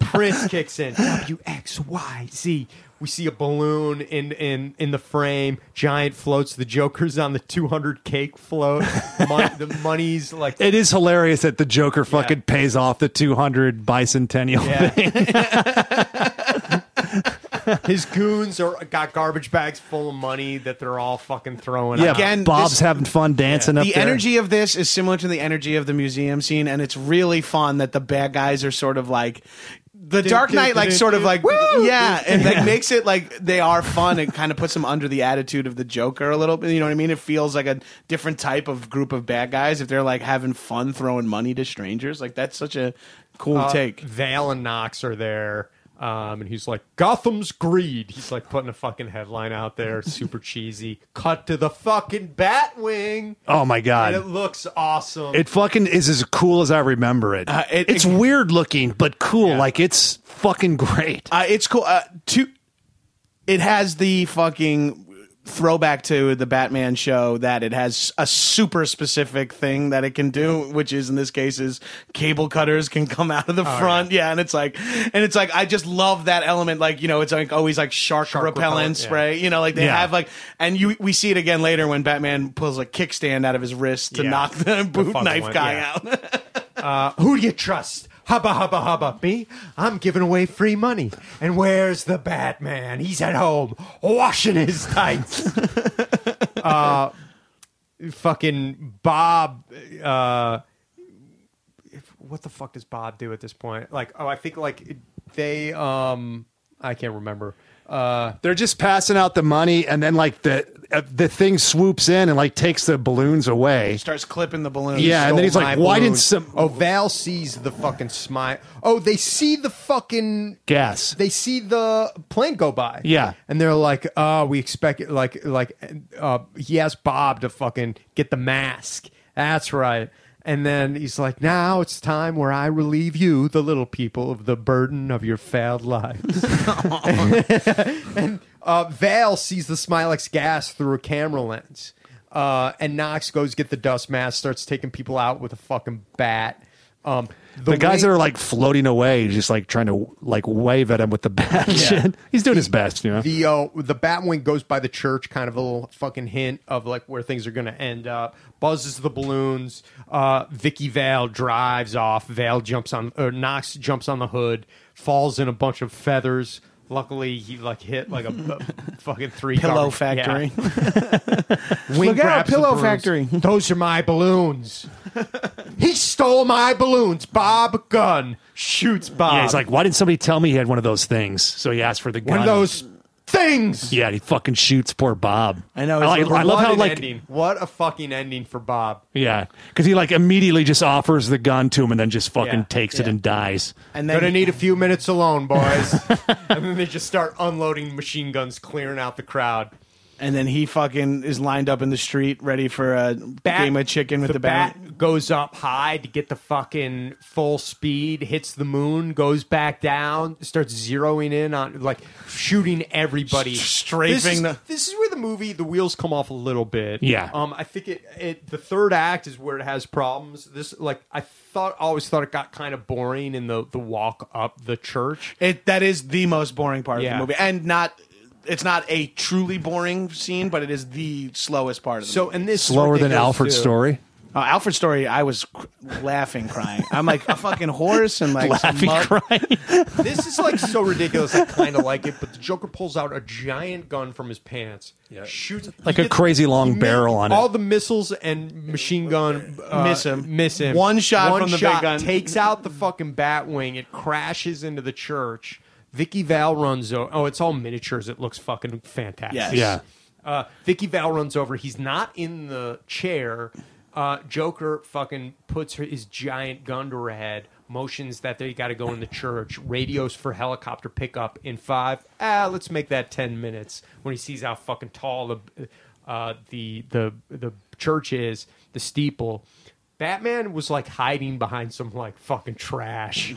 Speaker 3: Prince kicks in. W X Y Z. We see a balloon in in in the frame. Giant floats. The Joker's on the two hundred cake float. Mon- the money's like
Speaker 2: It is hilarious that the Joker fucking pays off the 200 bicentennial
Speaker 3: Yeah.
Speaker 2: thing.
Speaker 3: his goons are got garbage bags full of money that they're all fucking throwing.
Speaker 2: Yeah,
Speaker 3: out.
Speaker 1: Again,
Speaker 2: Bob's
Speaker 1: this-
Speaker 2: having fun dancing up
Speaker 1: the
Speaker 2: there.
Speaker 1: energy of this is similar to the energy of the museum scene, and it's really fun that the bad guys are sort of like the Dark Knight, like sort of like yeah, and like makes it like they are fun and kind of puts them under the attitude of the Joker a little bit. You know what I mean? It feels like a different type of group of bad guys if they're like having fun throwing money to strangers. Like that's such a cool take.
Speaker 3: Vale and Knox are there. Um, and he's like, Gotham's greed. He's like putting a fucking headline out there, super cheesy. Cut to the fucking Batwing.
Speaker 2: Oh my
Speaker 3: And
Speaker 2: god.
Speaker 3: it looks awesome.
Speaker 2: It fucking is as cool as I remember it.
Speaker 1: Uh, it-
Speaker 2: it's
Speaker 1: it-
Speaker 2: weird looking, but cool. Like it's fucking great.
Speaker 1: Uh, it's cool. Uh, two, it has the fucking throwback to the Batman show that it has a super specific thing that it can do, which is in this case is cable cutters can come out
Speaker 3: Oh,
Speaker 1: of the front. Yeah, and it's like, and it's like I just love that element. Like you know, it's like always like shark, repellent,
Speaker 3: repellent, yeah.
Speaker 1: spray. You know, like they
Speaker 2: Yeah.
Speaker 1: have like, and you we see it again later when Batman pulls a kickstand out of his wrist to
Speaker 3: Yeah.
Speaker 1: knock the boot
Speaker 3: fucking
Speaker 1: knife
Speaker 3: one,
Speaker 1: guy
Speaker 3: yeah.
Speaker 1: out.
Speaker 3: Who do you trust? Hubba, hubba, hubba. Me? I'm giving away free money. And where's the Batman? He's at home washing his tights. uh, fucking Bob. Uh, if- what the fuck does Bob do at this point? Like, oh, I think like they. um I can't remember. Uh,
Speaker 2: They're just passing out the money, and then like the uh, the thing swoops in and like takes the balloons away.
Speaker 1: Starts clipping the balloon.
Speaker 2: Yeah, and then he's
Speaker 3: stole
Speaker 2: like,
Speaker 3: my
Speaker 2: "Why didn't
Speaker 3: balloons."
Speaker 2: some-
Speaker 3: Oh, Val sees the fucking smile. Oh, they see the fucking
Speaker 2: Gas.
Speaker 3: They see the plane go by.
Speaker 2: Yeah.
Speaker 3: and they're like, "Oh, we expect it." Like, like uh, he asked Bob to fucking get the mask. That's right. And then he's like, "Now it's time where I relieve you, the little people, of the burden of your failed lives." and uh, Val sees the Smilex gas through a camera lens. Uh, and Knox goes get the dust mask, starts taking people out with a fucking bat. Um,
Speaker 2: The guys
Speaker 3: way-
Speaker 2: that are like floating away, just like trying to like wave at him with the bat. shit. He's doing his best, you know.
Speaker 3: the uh, the Batwing goes by the church, kind of a little fucking hint of like where things are going to end up. Buzzes the balloons. Uh, Vicky Vale drives off. Vale jumps on, or Knox jumps on the hood, falls in a bunch of feathers. Luckily, he like hit like a, a fucking three
Speaker 1: Pillow
Speaker 3: garbage-
Speaker 1: factory.
Speaker 3: Yeah. Wing
Speaker 1: Look out,
Speaker 3: grabs the
Speaker 1: Pillow
Speaker 3: balloons.
Speaker 1: Factory.
Speaker 3: Those are my balloons. he stole my balloons. Bob Gunn shoots Bob.
Speaker 2: yeah, he's like, "Why didn't somebody tell me he had one of those things?" So he asked for the gun.
Speaker 3: um, one of those things.
Speaker 2: Yeah, and he fucking shoots poor Bob.
Speaker 1: I know,
Speaker 2: I,
Speaker 1: it's
Speaker 2: like,
Speaker 1: like,
Speaker 2: I love
Speaker 3: what
Speaker 2: how
Speaker 3: an
Speaker 2: like
Speaker 3: ending. what a fucking ending for Bob.
Speaker 2: yeah, because he like immediately just offers the gun to him and then just fucking
Speaker 3: Yeah.
Speaker 2: takes it and dies.
Speaker 1: And
Speaker 3: Gonna
Speaker 1: then
Speaker 3: need a few minutes alone, boys. and then they just start unloading machine guns, clearing out the crowd.
Speaker 1: and then he fucking is lined up in the street ready for a game of chicken with the, bat.
Speaker 3: goes up high to get the fucking full speed, hits the moon, goes back down, starts zeroing in on like shooting everybody,
Speaker 1: Strafing
Speaker 3: This is,
Speaker 1: the-
Speaker 3: this is where the movie the wheels come off a little bit.
Speaker 2: Yeah.
Speaker 3: um, I think it, it the third act is where it has problems. This like I thought always thought it got kind of boring in the the walk up the church.
Speaker 1: It that is the most boring part of
Speaker 3: Yeah.
Speaker 1: the movie, and not it's not a truly boring scene, but it is the slowest part of the
Speaker 3: So
Speaker 1: movie.
Speaker 3: and this is
Speaker 2: Slower than
Speaker 3: ridiculous,
Speaker 2: Alfred's
Speaker 3: too.
Speaker 2: story.
Speaker 1: Uh, Alfred's story, I was cr- laughing, crying. I'm like a fucking horse and like some
Speaker 2: Laughing,
Speaker 1: mud-
Speaker 2: crying.
Speaker 3: This is like so ridiculous. I kind of like it, but the Joker pulls out a giant gun from his pants, shoots
Speaker 2: Like
Speaker 3: he
Speaker 2: a crazy long
Speaker 3: he mi-
Speaker 2: barrel on it.
Speaker 3: All the missiles and machine gun uh,
Speaker 1: Miss him.
Speaker 3: miss him.
Speaker 1: One shot
Speaker 3: One
Speaker 1: from the big
Speaker 3: shot
Speaker 1: gun.
Speaker 3: takes out the fucking Batwing. It crashes into the church. Vicky Val runs over. Oh, it's all miniatures. It looks fucking fantastic.
Speaker 1: Yes.
Speaker 2: Yeah.
Speaker 3: Uh, Vicky Val runs over. He's not in the chair. Uh, Joker fucking puts her, his giant gun to her head, motions that they got to go in the church, radios for helicopter pickup in five. Ah, let's make that ten minutes. When he sees how fucking tall the uh, the the the church is, the steeple. Batman was like hiding behind some like fucking trash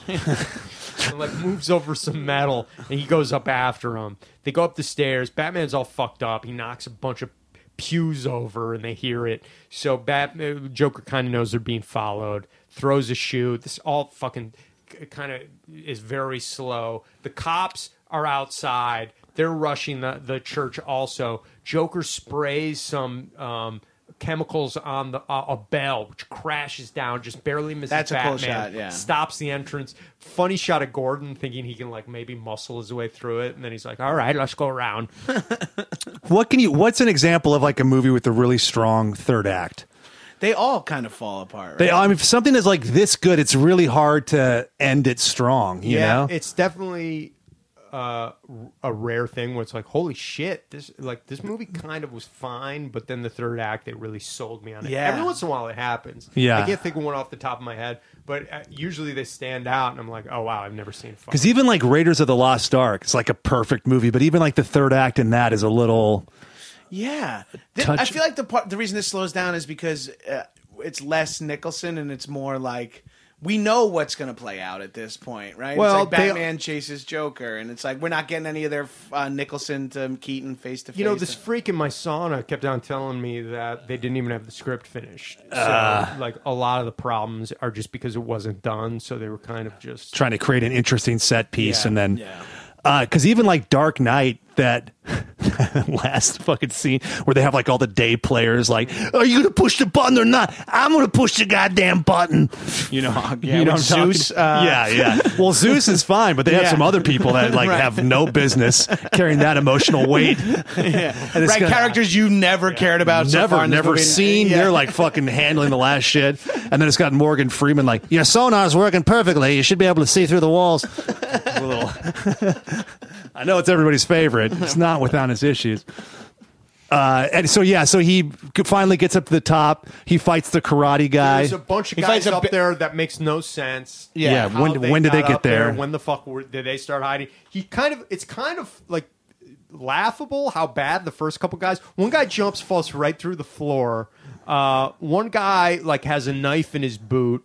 Speaker 3: and like moves over some metal and he goes up after him. They go up the stairs. Batman's all fucked up. He knocks a bunch of pews over and they hear it. So Batman Joker kind of knows they're being followed. Throws a shoe. This all fucking kind of is very slow. The cops are outside. They're rushing the, the church also. Joker sprays some um, chemicals on the uh, a bell which crashes down just barely misses
Speaker 1: That's a
Speaker 3: Batman
Speaker 1: cool shot, yeah.
Speaker 3: stops the entrance. Funny shot of Gordon thinking he can like maybe muscle his way through it, and then he's like, "All right, let's go around."
Speaker 2: What can you? What's an example of like a movie with a really strong third act?
Speaker 1: They all kind of fall apart. Right?
Speaker 2: They, I mean, if something is like this good, it's really hard to end it strong. You know,
Speaker 3: it's definitely uh, a rare thing where it's like, "Holy shit!" This like this movie kind of was fine, but then the third act it really sold me on it.
Speaker 1: Yeah.
Speaker 3: Every once in a while it happens.
Speaker 2: Yeah.
Speaker 3: I can't think of one off the top of my head, but uh, usually they stand out, and I'm like, "Oh wow, I've never seen." fucking-
Speaker 2: because even like Raiders of the Lost Ark, it's like a perfect movie, but even like the third act in that is a little.
Speaker 1: Yeah, Th-
Speaker 2: touch-
Speaker 1: I feel like the part, the reason this slows down is because uh, it's less Nicholson and it's more like we know what's going to play out at this point, right?
Speaker 3: Well,
Speaker 1: it's like
Speaker 3: they-
Speaker 1: Batman chases Joker, and it's like we're not getting any of their uh, Nicholson to Keaton face to face.
Speaker 3: You know, this freak in my sauna kept on telling me that they didn't even have the script finished. So,
Speaker 2: Uh.
Speaker 3: like, a lot of the problems are just because it wasn't done. So they were kind of just.
Speaker 2: trying to create an interesting set piece
Speaker 3: Yeah.
Speaker 2: and then because even like dark knight that last fucking scene where they have like all the day players like are you gonna push the button or not i'm gonna push the goddamn button you know
Speaker 1: uh, yeah,
Speaker 2: you know
Speaker 1: with
Speaker 2: what I'm
Speaker 1: Zeus,
Speaker 2: talking-
Speaker 1: uh,
Speaker 2: yeah yeah well zeus is fine but they have
Speaker 1: Yeah.
Speaker 2: some other people that like have no business carrying that emotional weight And it's
Speaker 1: right
Speaker 2: gonna-
Speaker 1: characters you never cared about, so
Speaker 2: Never,
Speaker 1: far in this
Speaker 2: never
Speaker 1: movie.
Speaker 2: seen.
Speaker 1: Yeah.
Speaker 2: They're like fucking handling the last shit, and then it's got Morgan Freeman like your sonar's working perfectly. You should be able to see through the walls. A little. I know it's everybody's favorite. It's not without its issues. Uh, and so yeah, so he finally gets up to the top. He fights the karate guy.
Speaker 3: There's a bunch of
Speaker 1: He fights
Speaker 3: guys
Speaker 1: a
Speaker 3: up
Speaker 1: bi-
Speaker 3: there that makes no sense.
Speaker 1: Yeah, Yeah,
Speaker 3: How
Speaker 2: when- when did they
Speaker 3: got
Speaker 2: get
Speaker 3: up there?
Speaker 2: there?
Speaker 3: When the fuck were, did they start hiding? He kind of, it's kind of like laughable how bad the first couple guys. One guy jumps, falls right through the floor. Uh, one guy like has a knife in his boot,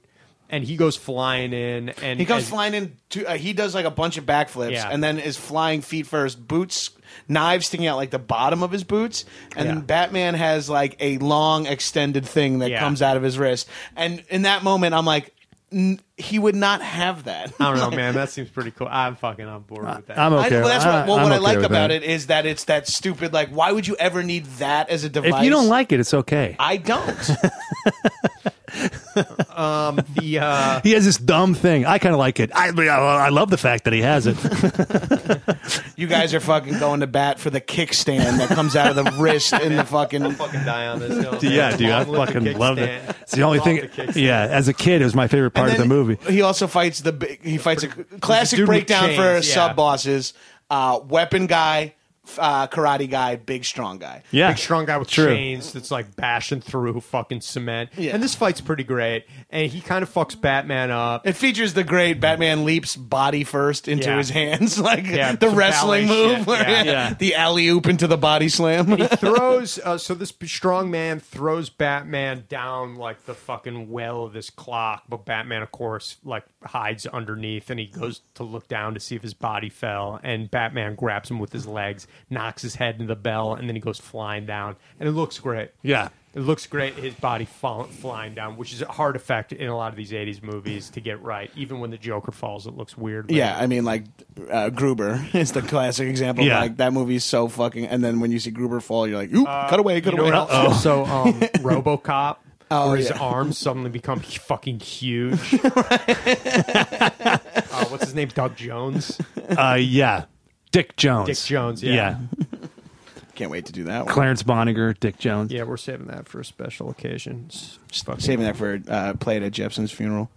Speaker 3: and he goes flying in. And
Speaker 1: He comes
Speaker 3: and-
Speaker 1: flying in. To, uh, he does like a bunch of backflips,
Speaker 3: Yeah.
Speaker 1: and then is flying feet first, boots, knives sticking out like the bottom of his boots, and
Speaker 3: Yeah.
Speaker 1: Batman has like a long extended thing that
Speaker 3: Yeah.
Speaker 1: comes out of his wrist. And in that moment, I'm like, N- he would not have that.
Speaker 3: I don't know, man. That seems pretty cool. I'm fucking on board with that.
Speaker 2: I'm
Speaker 1: I-
Speaker 2: okay.
Speaker 1: well, that's what, well,
Speaker 2: I'm
Speaker 1: what I
Speaker 2: okay
Speaker 1: like
Speaker 2: with
Speaker 1: about it
Speaker 2: that.
Speaker 1: is that it's that stupid. Like, why would you ever need that as a device?
Speaker 2: If you don't like it, it's okay.
Speaker 1: I don't.
Speaker 3: the uh,
Speaker 2: He has this dumb thing. I kind of like it. I, I I love the fact that he has it.
Speaker 1: you guys are fucking going to bat for the kickstand that comes out of the wrist in the fucking.
Speaker 3: fucking die on this. hill,
Speaker 2: yeah,
Speaker 3: man.
Speaker 2: dude, I
Speaker 3: Long live the
Speaker 2: fucking loved it.
Speaker 3: kickstand.
Speaker 2: It's the only
Speaker 3: Love
Speaker 2: thing.
Speaker 3: the kickstand.
Speaker 2: yeah, as a kid, it was my favorite part of the
Speaker 1: And then
Speaker 2: movie.
Speaker 1: He also fights the big. He fights a classic
Speaker 3: dude with
Speaker 1: breakdown
Speaker 3: chains,
Speaker 1: for
Speaker 3: yeah.
Speaker 1: sub bosses. Uh, weapon guy, f- uh, karate guy, big strong guy.
Speaker 2: Yeah,
Speaker 3: Big strong guy with
Speaker 2: True.
Speaker 3: chains that's like bashing through fucking cement.
Speaker 1: Yeah.
Speaker 3: And this fight's pretty great. And he kind of fucks Batman up.
Speaker 1: It features the great Batman leaps body first into
Speaker 3: Yeah.
Speaker 1: his hands, like
Speaker 3: Yeah,
Speaker 1: the
Speaker 3: some
Speaker 1: wrestling
Speaker 3: ballet
Speaker 1: move,
Speaker 3: shit.
Speaker 1: where-
Speaker 3: Yeah.
Speaker 1: the alley oop into the body slam.
Speaker 3: He throws, uh, so this strong man throws Batman down like the fucking well of this clock. But Batman, of course, like hides underneath and he goes to look down to see if his body fell. And Batman grabs him with his legs, knocks his head into the bell, and then he goes flying down. And it looks great.
Speaker 2: Yeah.
Speaker 3: It looks great. His body fall, flying down, which is a hard effect in a lot of these '80s movies to get right. Even when the Joker falls, it looks weird.
Speaker 1: Yeah, I mean, like uh, Gruber is the classic example.
Speaker 2: Yeah.
Speaker 1: Of, like that movie's so fucking. And then when you see Gruber fall, you're like, oop, cut away, cut
Speaker 3: Uh, you know
Speaker 1: away.
Speaker 3: what else? Also, um, RoboCop,
Speaker 1: Oh,
Speaker 3: where his
Speaker 1: yeah.
Speaker 3: arms suddenly become h- fucking huge. uh, what's his name? Doug Jones.
Speaker 2: Uh, yeah, Dick Jones.
Speaker 3: Dick Jones, yeah.
Speaker 1: Can't wait to do that. One.
Speaker 2: Clarence Boniger, Dick Jones.
Speaker 3: Yeah, we're saving that for a special occasion. It's Just fucking
Speaker 1: Saving that for uh, play it at Jepson's funeral.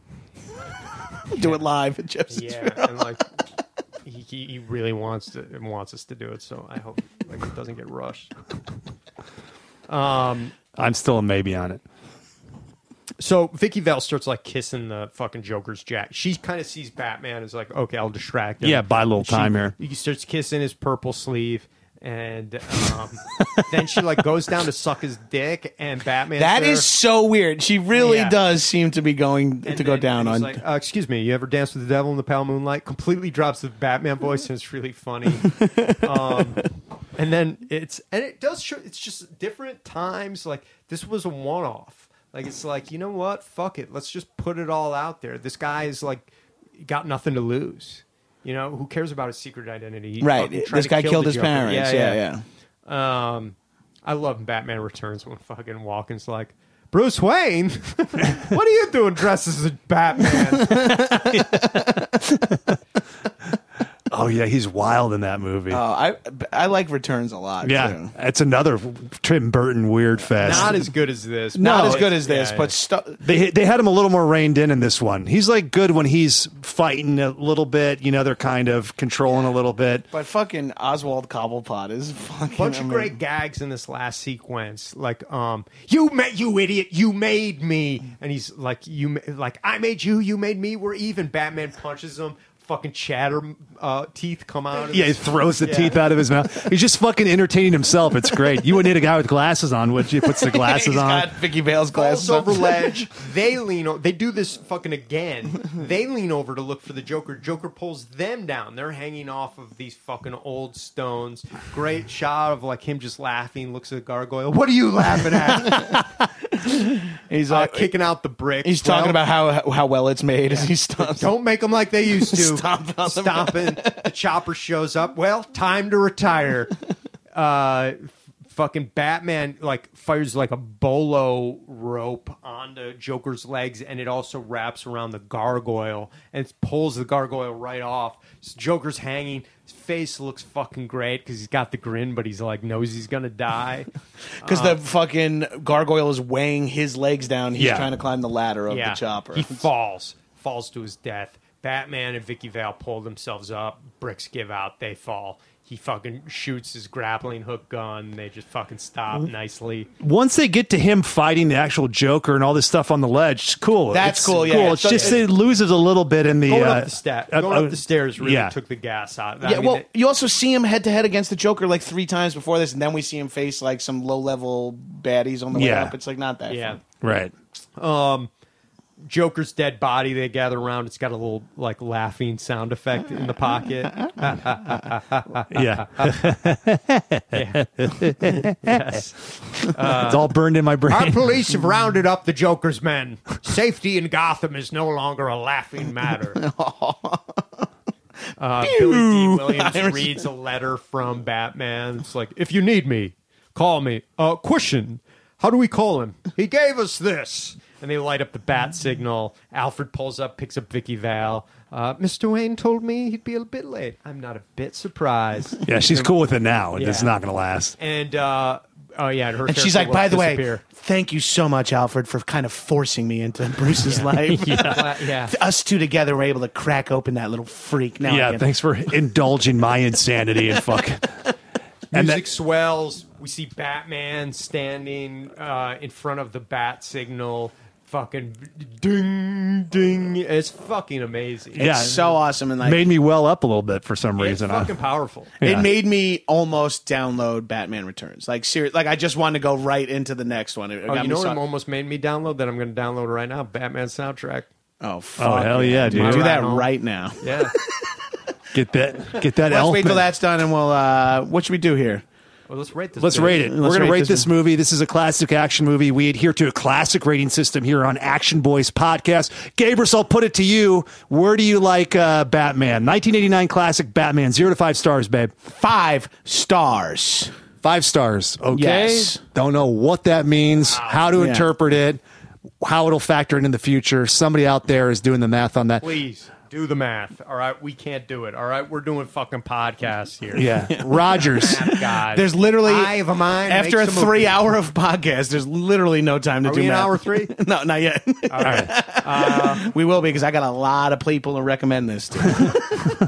Speaker 1: do it live at Jepson's.
Speaker 3: Yeah, and like. He, he he really wants to wants us to do it, so I hope like it doesn't get rushed.
Speaker 2: I'm still a maybe on it.
Speaker 3: So Vicky Vale starts like kissing the fucking Joker's jack. She kind of sees Batman as like, okay, I'll distract him.
Speaker 2: Yeah, buy a little
Speaker 3: She-
Speaker 2: time here.
Speaker 3: He starts kissing his purple sleeve, and um, then she like goes down to suck his dick, and Batman.
Speaker 1: That is so weird. She really
Speaker 3: Yeah.
Speaker 1: does seem to be going to go down on.
Speaker 3: Like, uh, excuse me, you ever danced with the devil in the pale moonlight? Completely drops the Batman voice, and it's really funny. um, and then it's and it does show. It's just different times. Like this was a one off. Like it's like you know what? Fuck it. Let's just put it all out there. This guy is like got nothing to lose. You know who cares about his secret identity? He
Speaker 1: right.
Speaker 3: fucking tried
Speaker 1: This
Speaker 3: to
Speaker 1: guy
Speaker 3: kill
Speaker 1: killed
Speaker 3: the
Speaker 1: his
Speaker 3: Joker.
Speaker 1: parents. yeah, yeah.
Speaker 3: Um, I love Batman Returns when fucking Walken's like, Bruce Wayne, what are you doing dressed as a Batman?
Speaker 2: Oh yeah, he's wild in that movie.
Speaker 1: Oh, I I like returns a lot.
Speaker 2: yeah,
Speaker 1: too.
Speaker 2: it's another Tim Burton weird fest.
Speaker 3: Not as good as this.
Speaker 1: Not
Speaker 3: No,
Speaker 1: as good
Speaker 3: it's-
Speaker 1: as this,
Speaker 3: yeah,
Speaker 1: but stu-
Speaker 2: they they had him a little more reined in in this one. He's like good when he's fighting a little bit. You know, they're kind of controlling a little bit.
Speaker 1: but fucking Oswald Cobblepot is fucking.
Speaker 3: yeah. bunch of
Speaker 1: amazing.
Speaker 3: great gags in this last sequence. Like, um, you made you idiot, you made me, and he's like, you ma- like I made you, you made me. We're even. Batman punches him. Fucking chatter uh, teeth come out. Of
Speaker 2: Yeah, he
Speaker 3: his-
Speaker 2: throws the
Speaker 3: Yeah.
Speaker 2: teeth out of his mouth. He's just fucking entertaining himself. It's great. You would need a guy with glasses on, would you? Puts the glasses
Speaker 1: He's
Speaker 2: on.
Speaker 1: got Vicky Vale's
Speaker 3: falls
Speaker 1: glasses. on.
Speaker 3: over ledge. They lean. O- they do this fucking again. They lean over to look for the Joker. Joker pulls them down. They're hanging off of these fucking old stones. Great shot of like him just laughing. Looks at the gargoyle. What are you laughing at?
Speaker 1: He's
Speaker 3: uh,
Speaker 1: like
Speaker 3: kicking out the brick.
Speaker 1: He's talking
Speaker 3: Well,
Speaker 1: about how how well it's made as he stomps.
Speaker 3: Don't make them like they used to.
Speaker 1: Stomp on them.
Speaker 3: Stomping. The chopper shows up. Well, time to retire. Uh, f- fucking Batman like fires like a bolo rope onto Joker's legs, and it also wraps around the gargoyle and it pulls the gargoyle right off. So Joker's hanging. His face looks fucking great because he's got the grin, but he's like knows he's gonna die.
Speaker 1: because
Speaker 3: Uh,
Speaker 1: the fucking gargoyle is weighing his legs down. He's
Speaker 2: Yeah.
Speaker 1: trying to climb the ladder of
Speaker 3: yeah,
Speaker 1: the chopper.
Speaker 3: He falls, falls to his death. Batman and Vicky Vale pull themselves up. Bricks give out. They fall. He he fucking shoots his grappling hook gun. They just fucking stop
Speaker 2: Mm.
Speaker 3: nicely.
Speaker 2: Once they get to him fighting the actual Joker and all this stuff on the ledge, it's cool.
Speaker 1: That's
Speaker 2: It's
Speaker 1: cool, yeah.
Speaker 2: It's just it loses a little bit in the.
Speaker 3: Going
Speaker 2: uh,
Speaker 3: up the step,
Speaker 2: uh,
Speaker 3: going
Speaker 2: uh,
Speaker 3: up the stairs really
Speaker 2: yeah.
Speaker 3: took the gas out. I
Speaker 1: Yeah,
Speaker 3: mean,
Speaker 1: well,
Speaker 3: they-
Speaker 1: you also see him head to head against the Joker like three times before this, and then we see him face like some low level baddies on the way
Speaker 2: Yeah.
Speaker 1: up. It's like not that.
Speaker 3: yeah.
Speaker 1: fun.
Speaker 2: Right.
Speaker 3: Joker's dead body. They gather around. It's got a little like laughing sound effect in the pocket.
Speaker 2: Yeah.
Speaker 3: yes.
Speaker 2: it's all burned in my
Speaker 3: Our
Speaker 2: brain.
Speaker 3: police have rounded up the Joker's men. Safety in Gotham is no longer a laughing matter. Uh, Billy D. Williams reads a letter from Batman. It's like, if you need me, call me. Uh, question: How do we call him? He gave us this. And they light up the bat signal. Alfred pulls up, picks up Vicky Val. Uh, Mr. Wayne told me he'd be a bit late. I'm not a bit surprised.
Speaker 2: yeah, she's cool with it now. It's
Speaker 3: Yeah.
Speaker 2: not going to last.
Speaker 3: And uh, oh yeah, and, her
Speaker 1: And she's
Speaker 3: character
Speaker 1: like,
Speaker 3: will
Speaker 1: by the way,
Speaker 3: disappear."
Speaker 1: thank you so much, Alfred, for kind of forcing me into Bruce's life.
Speaker 3: Uh, yeah.
Speaker 1: Us two together were able to crack open that little freak. Now I
Speaker 2: yeah,
Speaker 1: can-
Speaker 2: thanks for indulging my insanity and fuck. and
Speaker 3: Music
Speaker 2: that,
Speaker 3: swells. We see Batman standing uh, in front of the bat signal. Fucking ding, ding. It's fucking amazing.
Speaker 2: yeah,
Speaker 1: It's so awesome and like
Speaker 2: made me well up a little bit for some
Speaker 3: It's
Speaker 2: reason. I-
Speaker 3: fucking powerful.
Speaker 2: Yeah.
Speaker 1: It made me almost download Batman Returns. Like serious, like I just wanted to go right into the next one. It
Speaker 3: Oh,
Speaker 1: got
Speaker 3: you
Speaker 1: me
Speaker 3: know what
Speaker 1: so-
Speaker 3: I'm almost made me download that I'm going to download right now? Batman soundtrack.
Speaker 1: oh, fuck
Speaker 2: hell yeah, dude.
Speaker 1: Do
Speaker 3: Right
Speaker 1: that
Speaker 3: on.
Speaker 1: right now.
Speaker 3: Yeah.
Speaker 2: get that, get that.
Speaker 1: Let's wait till
Speaker 2: Elfman.
Speaker 1: that's done, and we'll. uh What should we do here?
Speaker 3: well, let's rate this.
Speaker 2: Let's
Speaker 3: bitch.
Speaker 2: rate it. We're going
Speaker 1: rate
Speaker 2: to rate
Speaker 1: this
Speaker 2: this, movie. This is a classic action movie. We adhere to a classic rating system here on Action Boys Podcast. Gabrus, I'll put it to you. Where do you like uh, Batman? 1989 classic Batman, zero to five stars, babe.
Speaker 1: Five stars.
Speaker 2: Five stars. Okay.
Speaker 1: Yes.
Speaker 2: Don't know what that means, how to
Speaker 1: Yeah.
Speaker 2: interpret it, how it'll factor in in the future. Somebody out there is doing the math on that.
Speaker 3: Please do the math. All right. We can't do it. All right. We're doing fucking podcasts here.
Speaker 2: Yeah. Rogers.
Speaker 3: Math, guys.
Speaker 1: There's literally
Speaker 3: I have a mind.
Speaker 1: after a
Speaker 3: makes movie.
Speaker 1: three hour of podcast. There's literally no time to
Speaker 3: Are
Speaker 1: do
Speaker 3: we in
Speaker 1: math.
Speaker 3: hour three?
Speaker 1: no, not yet.
Speaker 2: All right.
Speaker 1: we will be because I got a lot of people to recommend this to.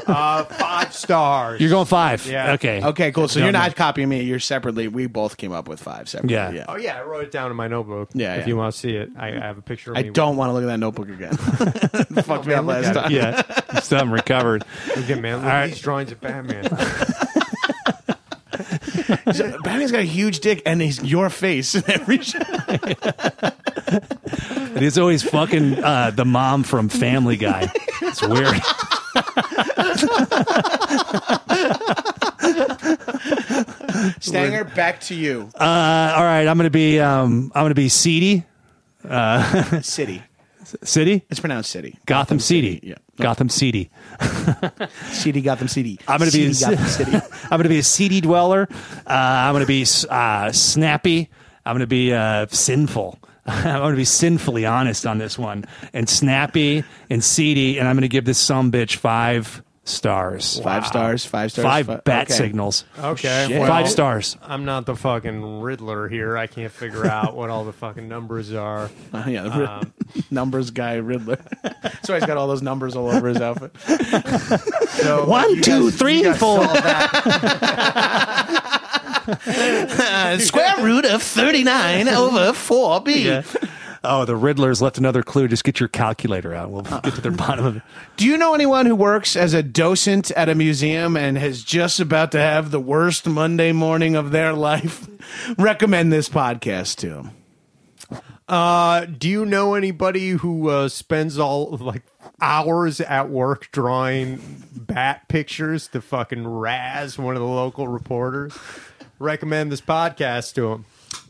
Speaker 3: Uh, five stars.
Speaker 2: You're going five.
Speaker 3: Yeah.
Speaker 2: Okay.
Speaker 1: Okay, cool. So
Speaker 2: No,
Speaker 1: you're
Speaker 2: no.
Speaker 1: not copying me. You're separately. We both came up with five separately.
Speaker 2: Yeah.
Speaker 3: Oh yeah, I wrote it down in my notebook.
Speaker 1: Yeah,
Speaker 3: if
Speaker 1: yeah.
Speaker 3: you want to see it, I, I have a picture. of
Speaker 1: I
Speaker 3: me
Speaker 1: don't want to look at that notebook again. Fucked me up last time.
Speaker 2: Yeah. Some recovered.
Speaker 3: Look at man, look at these drawings of Batman.
Speaker 1: Batman's got a huge dick, and he's your face in every shot.
Speaker 2: It is always fucking uh, the mom from Family Guy. It's weird.
Speaker 1: Stanger, back to you.
Speaker 2: Uh, all right, I'm gonna be um, I'm gonna be seedy
Speaker 1: City.
Speaker 2: city
Speaker 1: It's pronounced City.
Speaker 2: Gotham City.
Speaker 1: yeah.
Speaker 2: Gotham City.
Speaker 1: City Gotham City.
Speaker 2: I'm gonna be
Speaker 1: City, Gotham City.
Speaker 2: I'm gonna be a seedy dweller. Uh, I'm gonna be uh, snappy. I'm gonna be uh, sinful. I'm gonna be sinfully honest on this one and snappy and seedy. And I'm gonna give this some bitch five stars.
Speaker 1: Five stars. Five stars.
Speaker 2: Five
Speaker 1: fi-
Speaker 2: bat
Speaker 1: okay.
Speaker 2: signals.
Speaker 3: Okay,
Speaker 1: Oh, Shit.
Speaker 3: well,
Speaker 2: Five stars.
Speaker 3: I'm not the fucking Riddler here. I can't figure out what all the fucking numbers are.
Speaker 1: Uh, yeah, the ri- numbers guy Riddler. That's why he's got all those numbers all over his outfit.
Speaker 3: So
Speaker 2: One, two, three, and four.
Speaker 1: Uh, square root of thirty nine over four b.
Speaker 2: Oh, the Riddler's left another clue. Just get your calculator out. We'll get to the bottom of it.
Speaker 1: Do you know anyone who works as a docent at a museum and is just about to have the worst Monday morning of their life? Recommend this podcast to them.
Speaker 3: Uh, do you know anybody who uh, spends all like hours at work drawing bat pictures to fucking razz one of the local reporters? Recommend this podcast to him.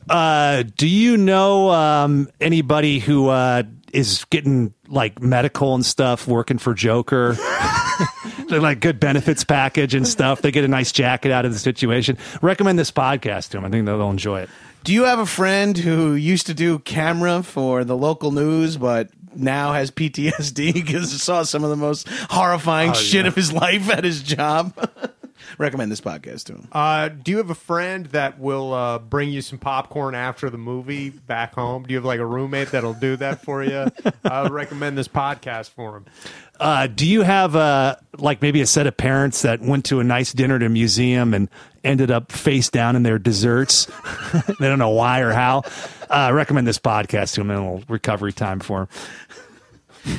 Speaker 2: Uh, do you know um, anybody who uh, is getting like medical and stuff working for Joker? They're like good benefits package and stuff. They get a nice jacket out of the situation. Recommend this podcast to them. I think they'll enjoy it.
Speaker 1: Do you have a friend who used to do camera for the local news, but now has PTSD because he saw some of the most horrifying shit of his life at his job? recommend this podcast to him.
Speaker 3: Uh, do you have a friend that will uh, bring you some popcorn after the movie back home? Do you have like a roommate that'll do that for you? I would recommend this podcast for him.
Speaker 2: Uh, do you have uh, like maybe a set of parents that went to a nice dinner at a museum and ended up face down in their desserts? they don't know why or how. Uh, I recommend this podcast to them in a little recovery time for 'em.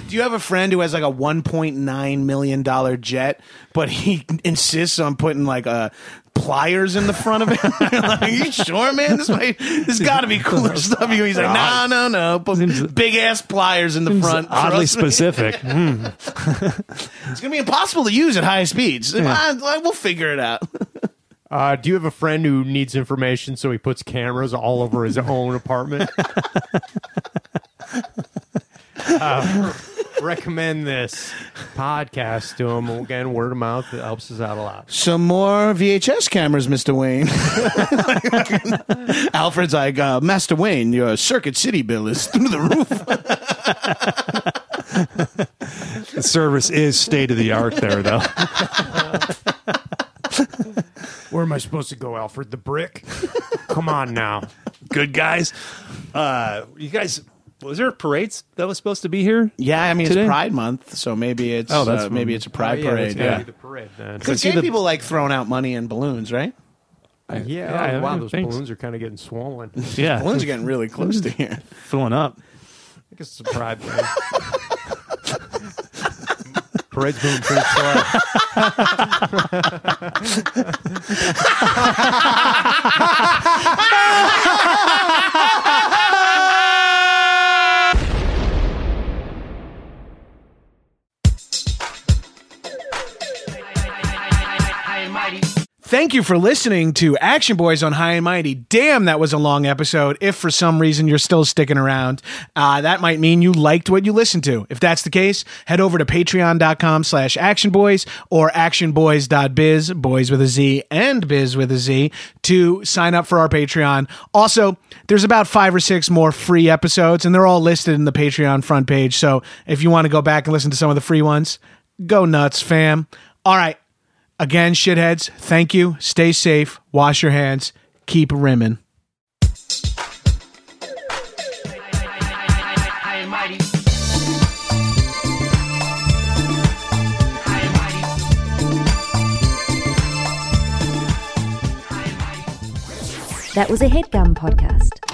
Speaker 1: Do you have a friend who has like a 1.9 million dollar jet, but he insists on putting like uh, pliers in the front of it? like, you sure, man? This might, this got to be cooler stuff. He's like, no, no, no. Put big ass pliers in the front.
Speaker 2: Oddly
Speaker 1: Trust me.
Speaker 2: specific. Hmm.
Speaker 1: It's gonna be impossible to use at high speeds. I- I- we'll figure it out.
Speaker 3: Uh, do you have a friend who needs information so he puts cameras all over his own apartment? Uh, recommend this podcast to him. Again, word of mouth it helps us out a lot.
Speaker 1: Some more VHS cameras, Mister Wayne. Alfred's like, uh, Master Wayne, your Circuit City bill is through the roof.
Speaker 2: The service is state of the art there, though.
Speaker 5: Where am I supposed to go, Alfred? The brick? Come on now.
Speaker 2: Good guys. Uh, you guys, was there parades that was supposed to be here?
Speaker 1: Yeah, I mean
Speaker 2: Today?
Speaker 1: it's Pride Month, so maybe it's
Speaker 2: Oh, that's
Speaker 1: uh, maybe it's a Pride
Speaker 3: yeah,
Speaker 1: parade.
Speaker 3: that's gotta
Speaker 1: Yeah,
Speaker 3: be the parade then.
Speaker 1: because
Speaker 2: See
Speaker 1: gay
Speaker 2: the-
Speaker 1: people like throwing out money in balloons, right?
Speaker 3: Yeah,
Speaker 2: yeah,
Speaker 3: oh, wow,
Speaker 2: yeah,
Speaker 3: those
Speaker 2: thanks.
Speaker 3: balloons are kind of getting swollen. I think
Speaker 2: Yeah,
Speaker 1: Balloons are getting really close to here.
Speaker 2: filling up.
Speaker 3: it's a pride parade. Parade's moving pretty slow.
Speaker 1: Thank you for listening to Action Boys on High and Mighty. Damn, that was a long episode. If for some reason you're still sticking around, uh, that might mean you liked what you listened to. If that's the case, head over to patreon.com slash actionboys or actionboys.biz, boys with a Z and biz with a Z, to sign up for our Patreon. Also, there's about five or six more free episodes, and they're all listed in the Patreon front page. So if you want to go back and listen to some of the free ones, go nuts, fam. All right. Again, shitheads, thank you. Stay safe. Wash your hands. Keep rimming.
Speaker 8: That was a headgum podcast.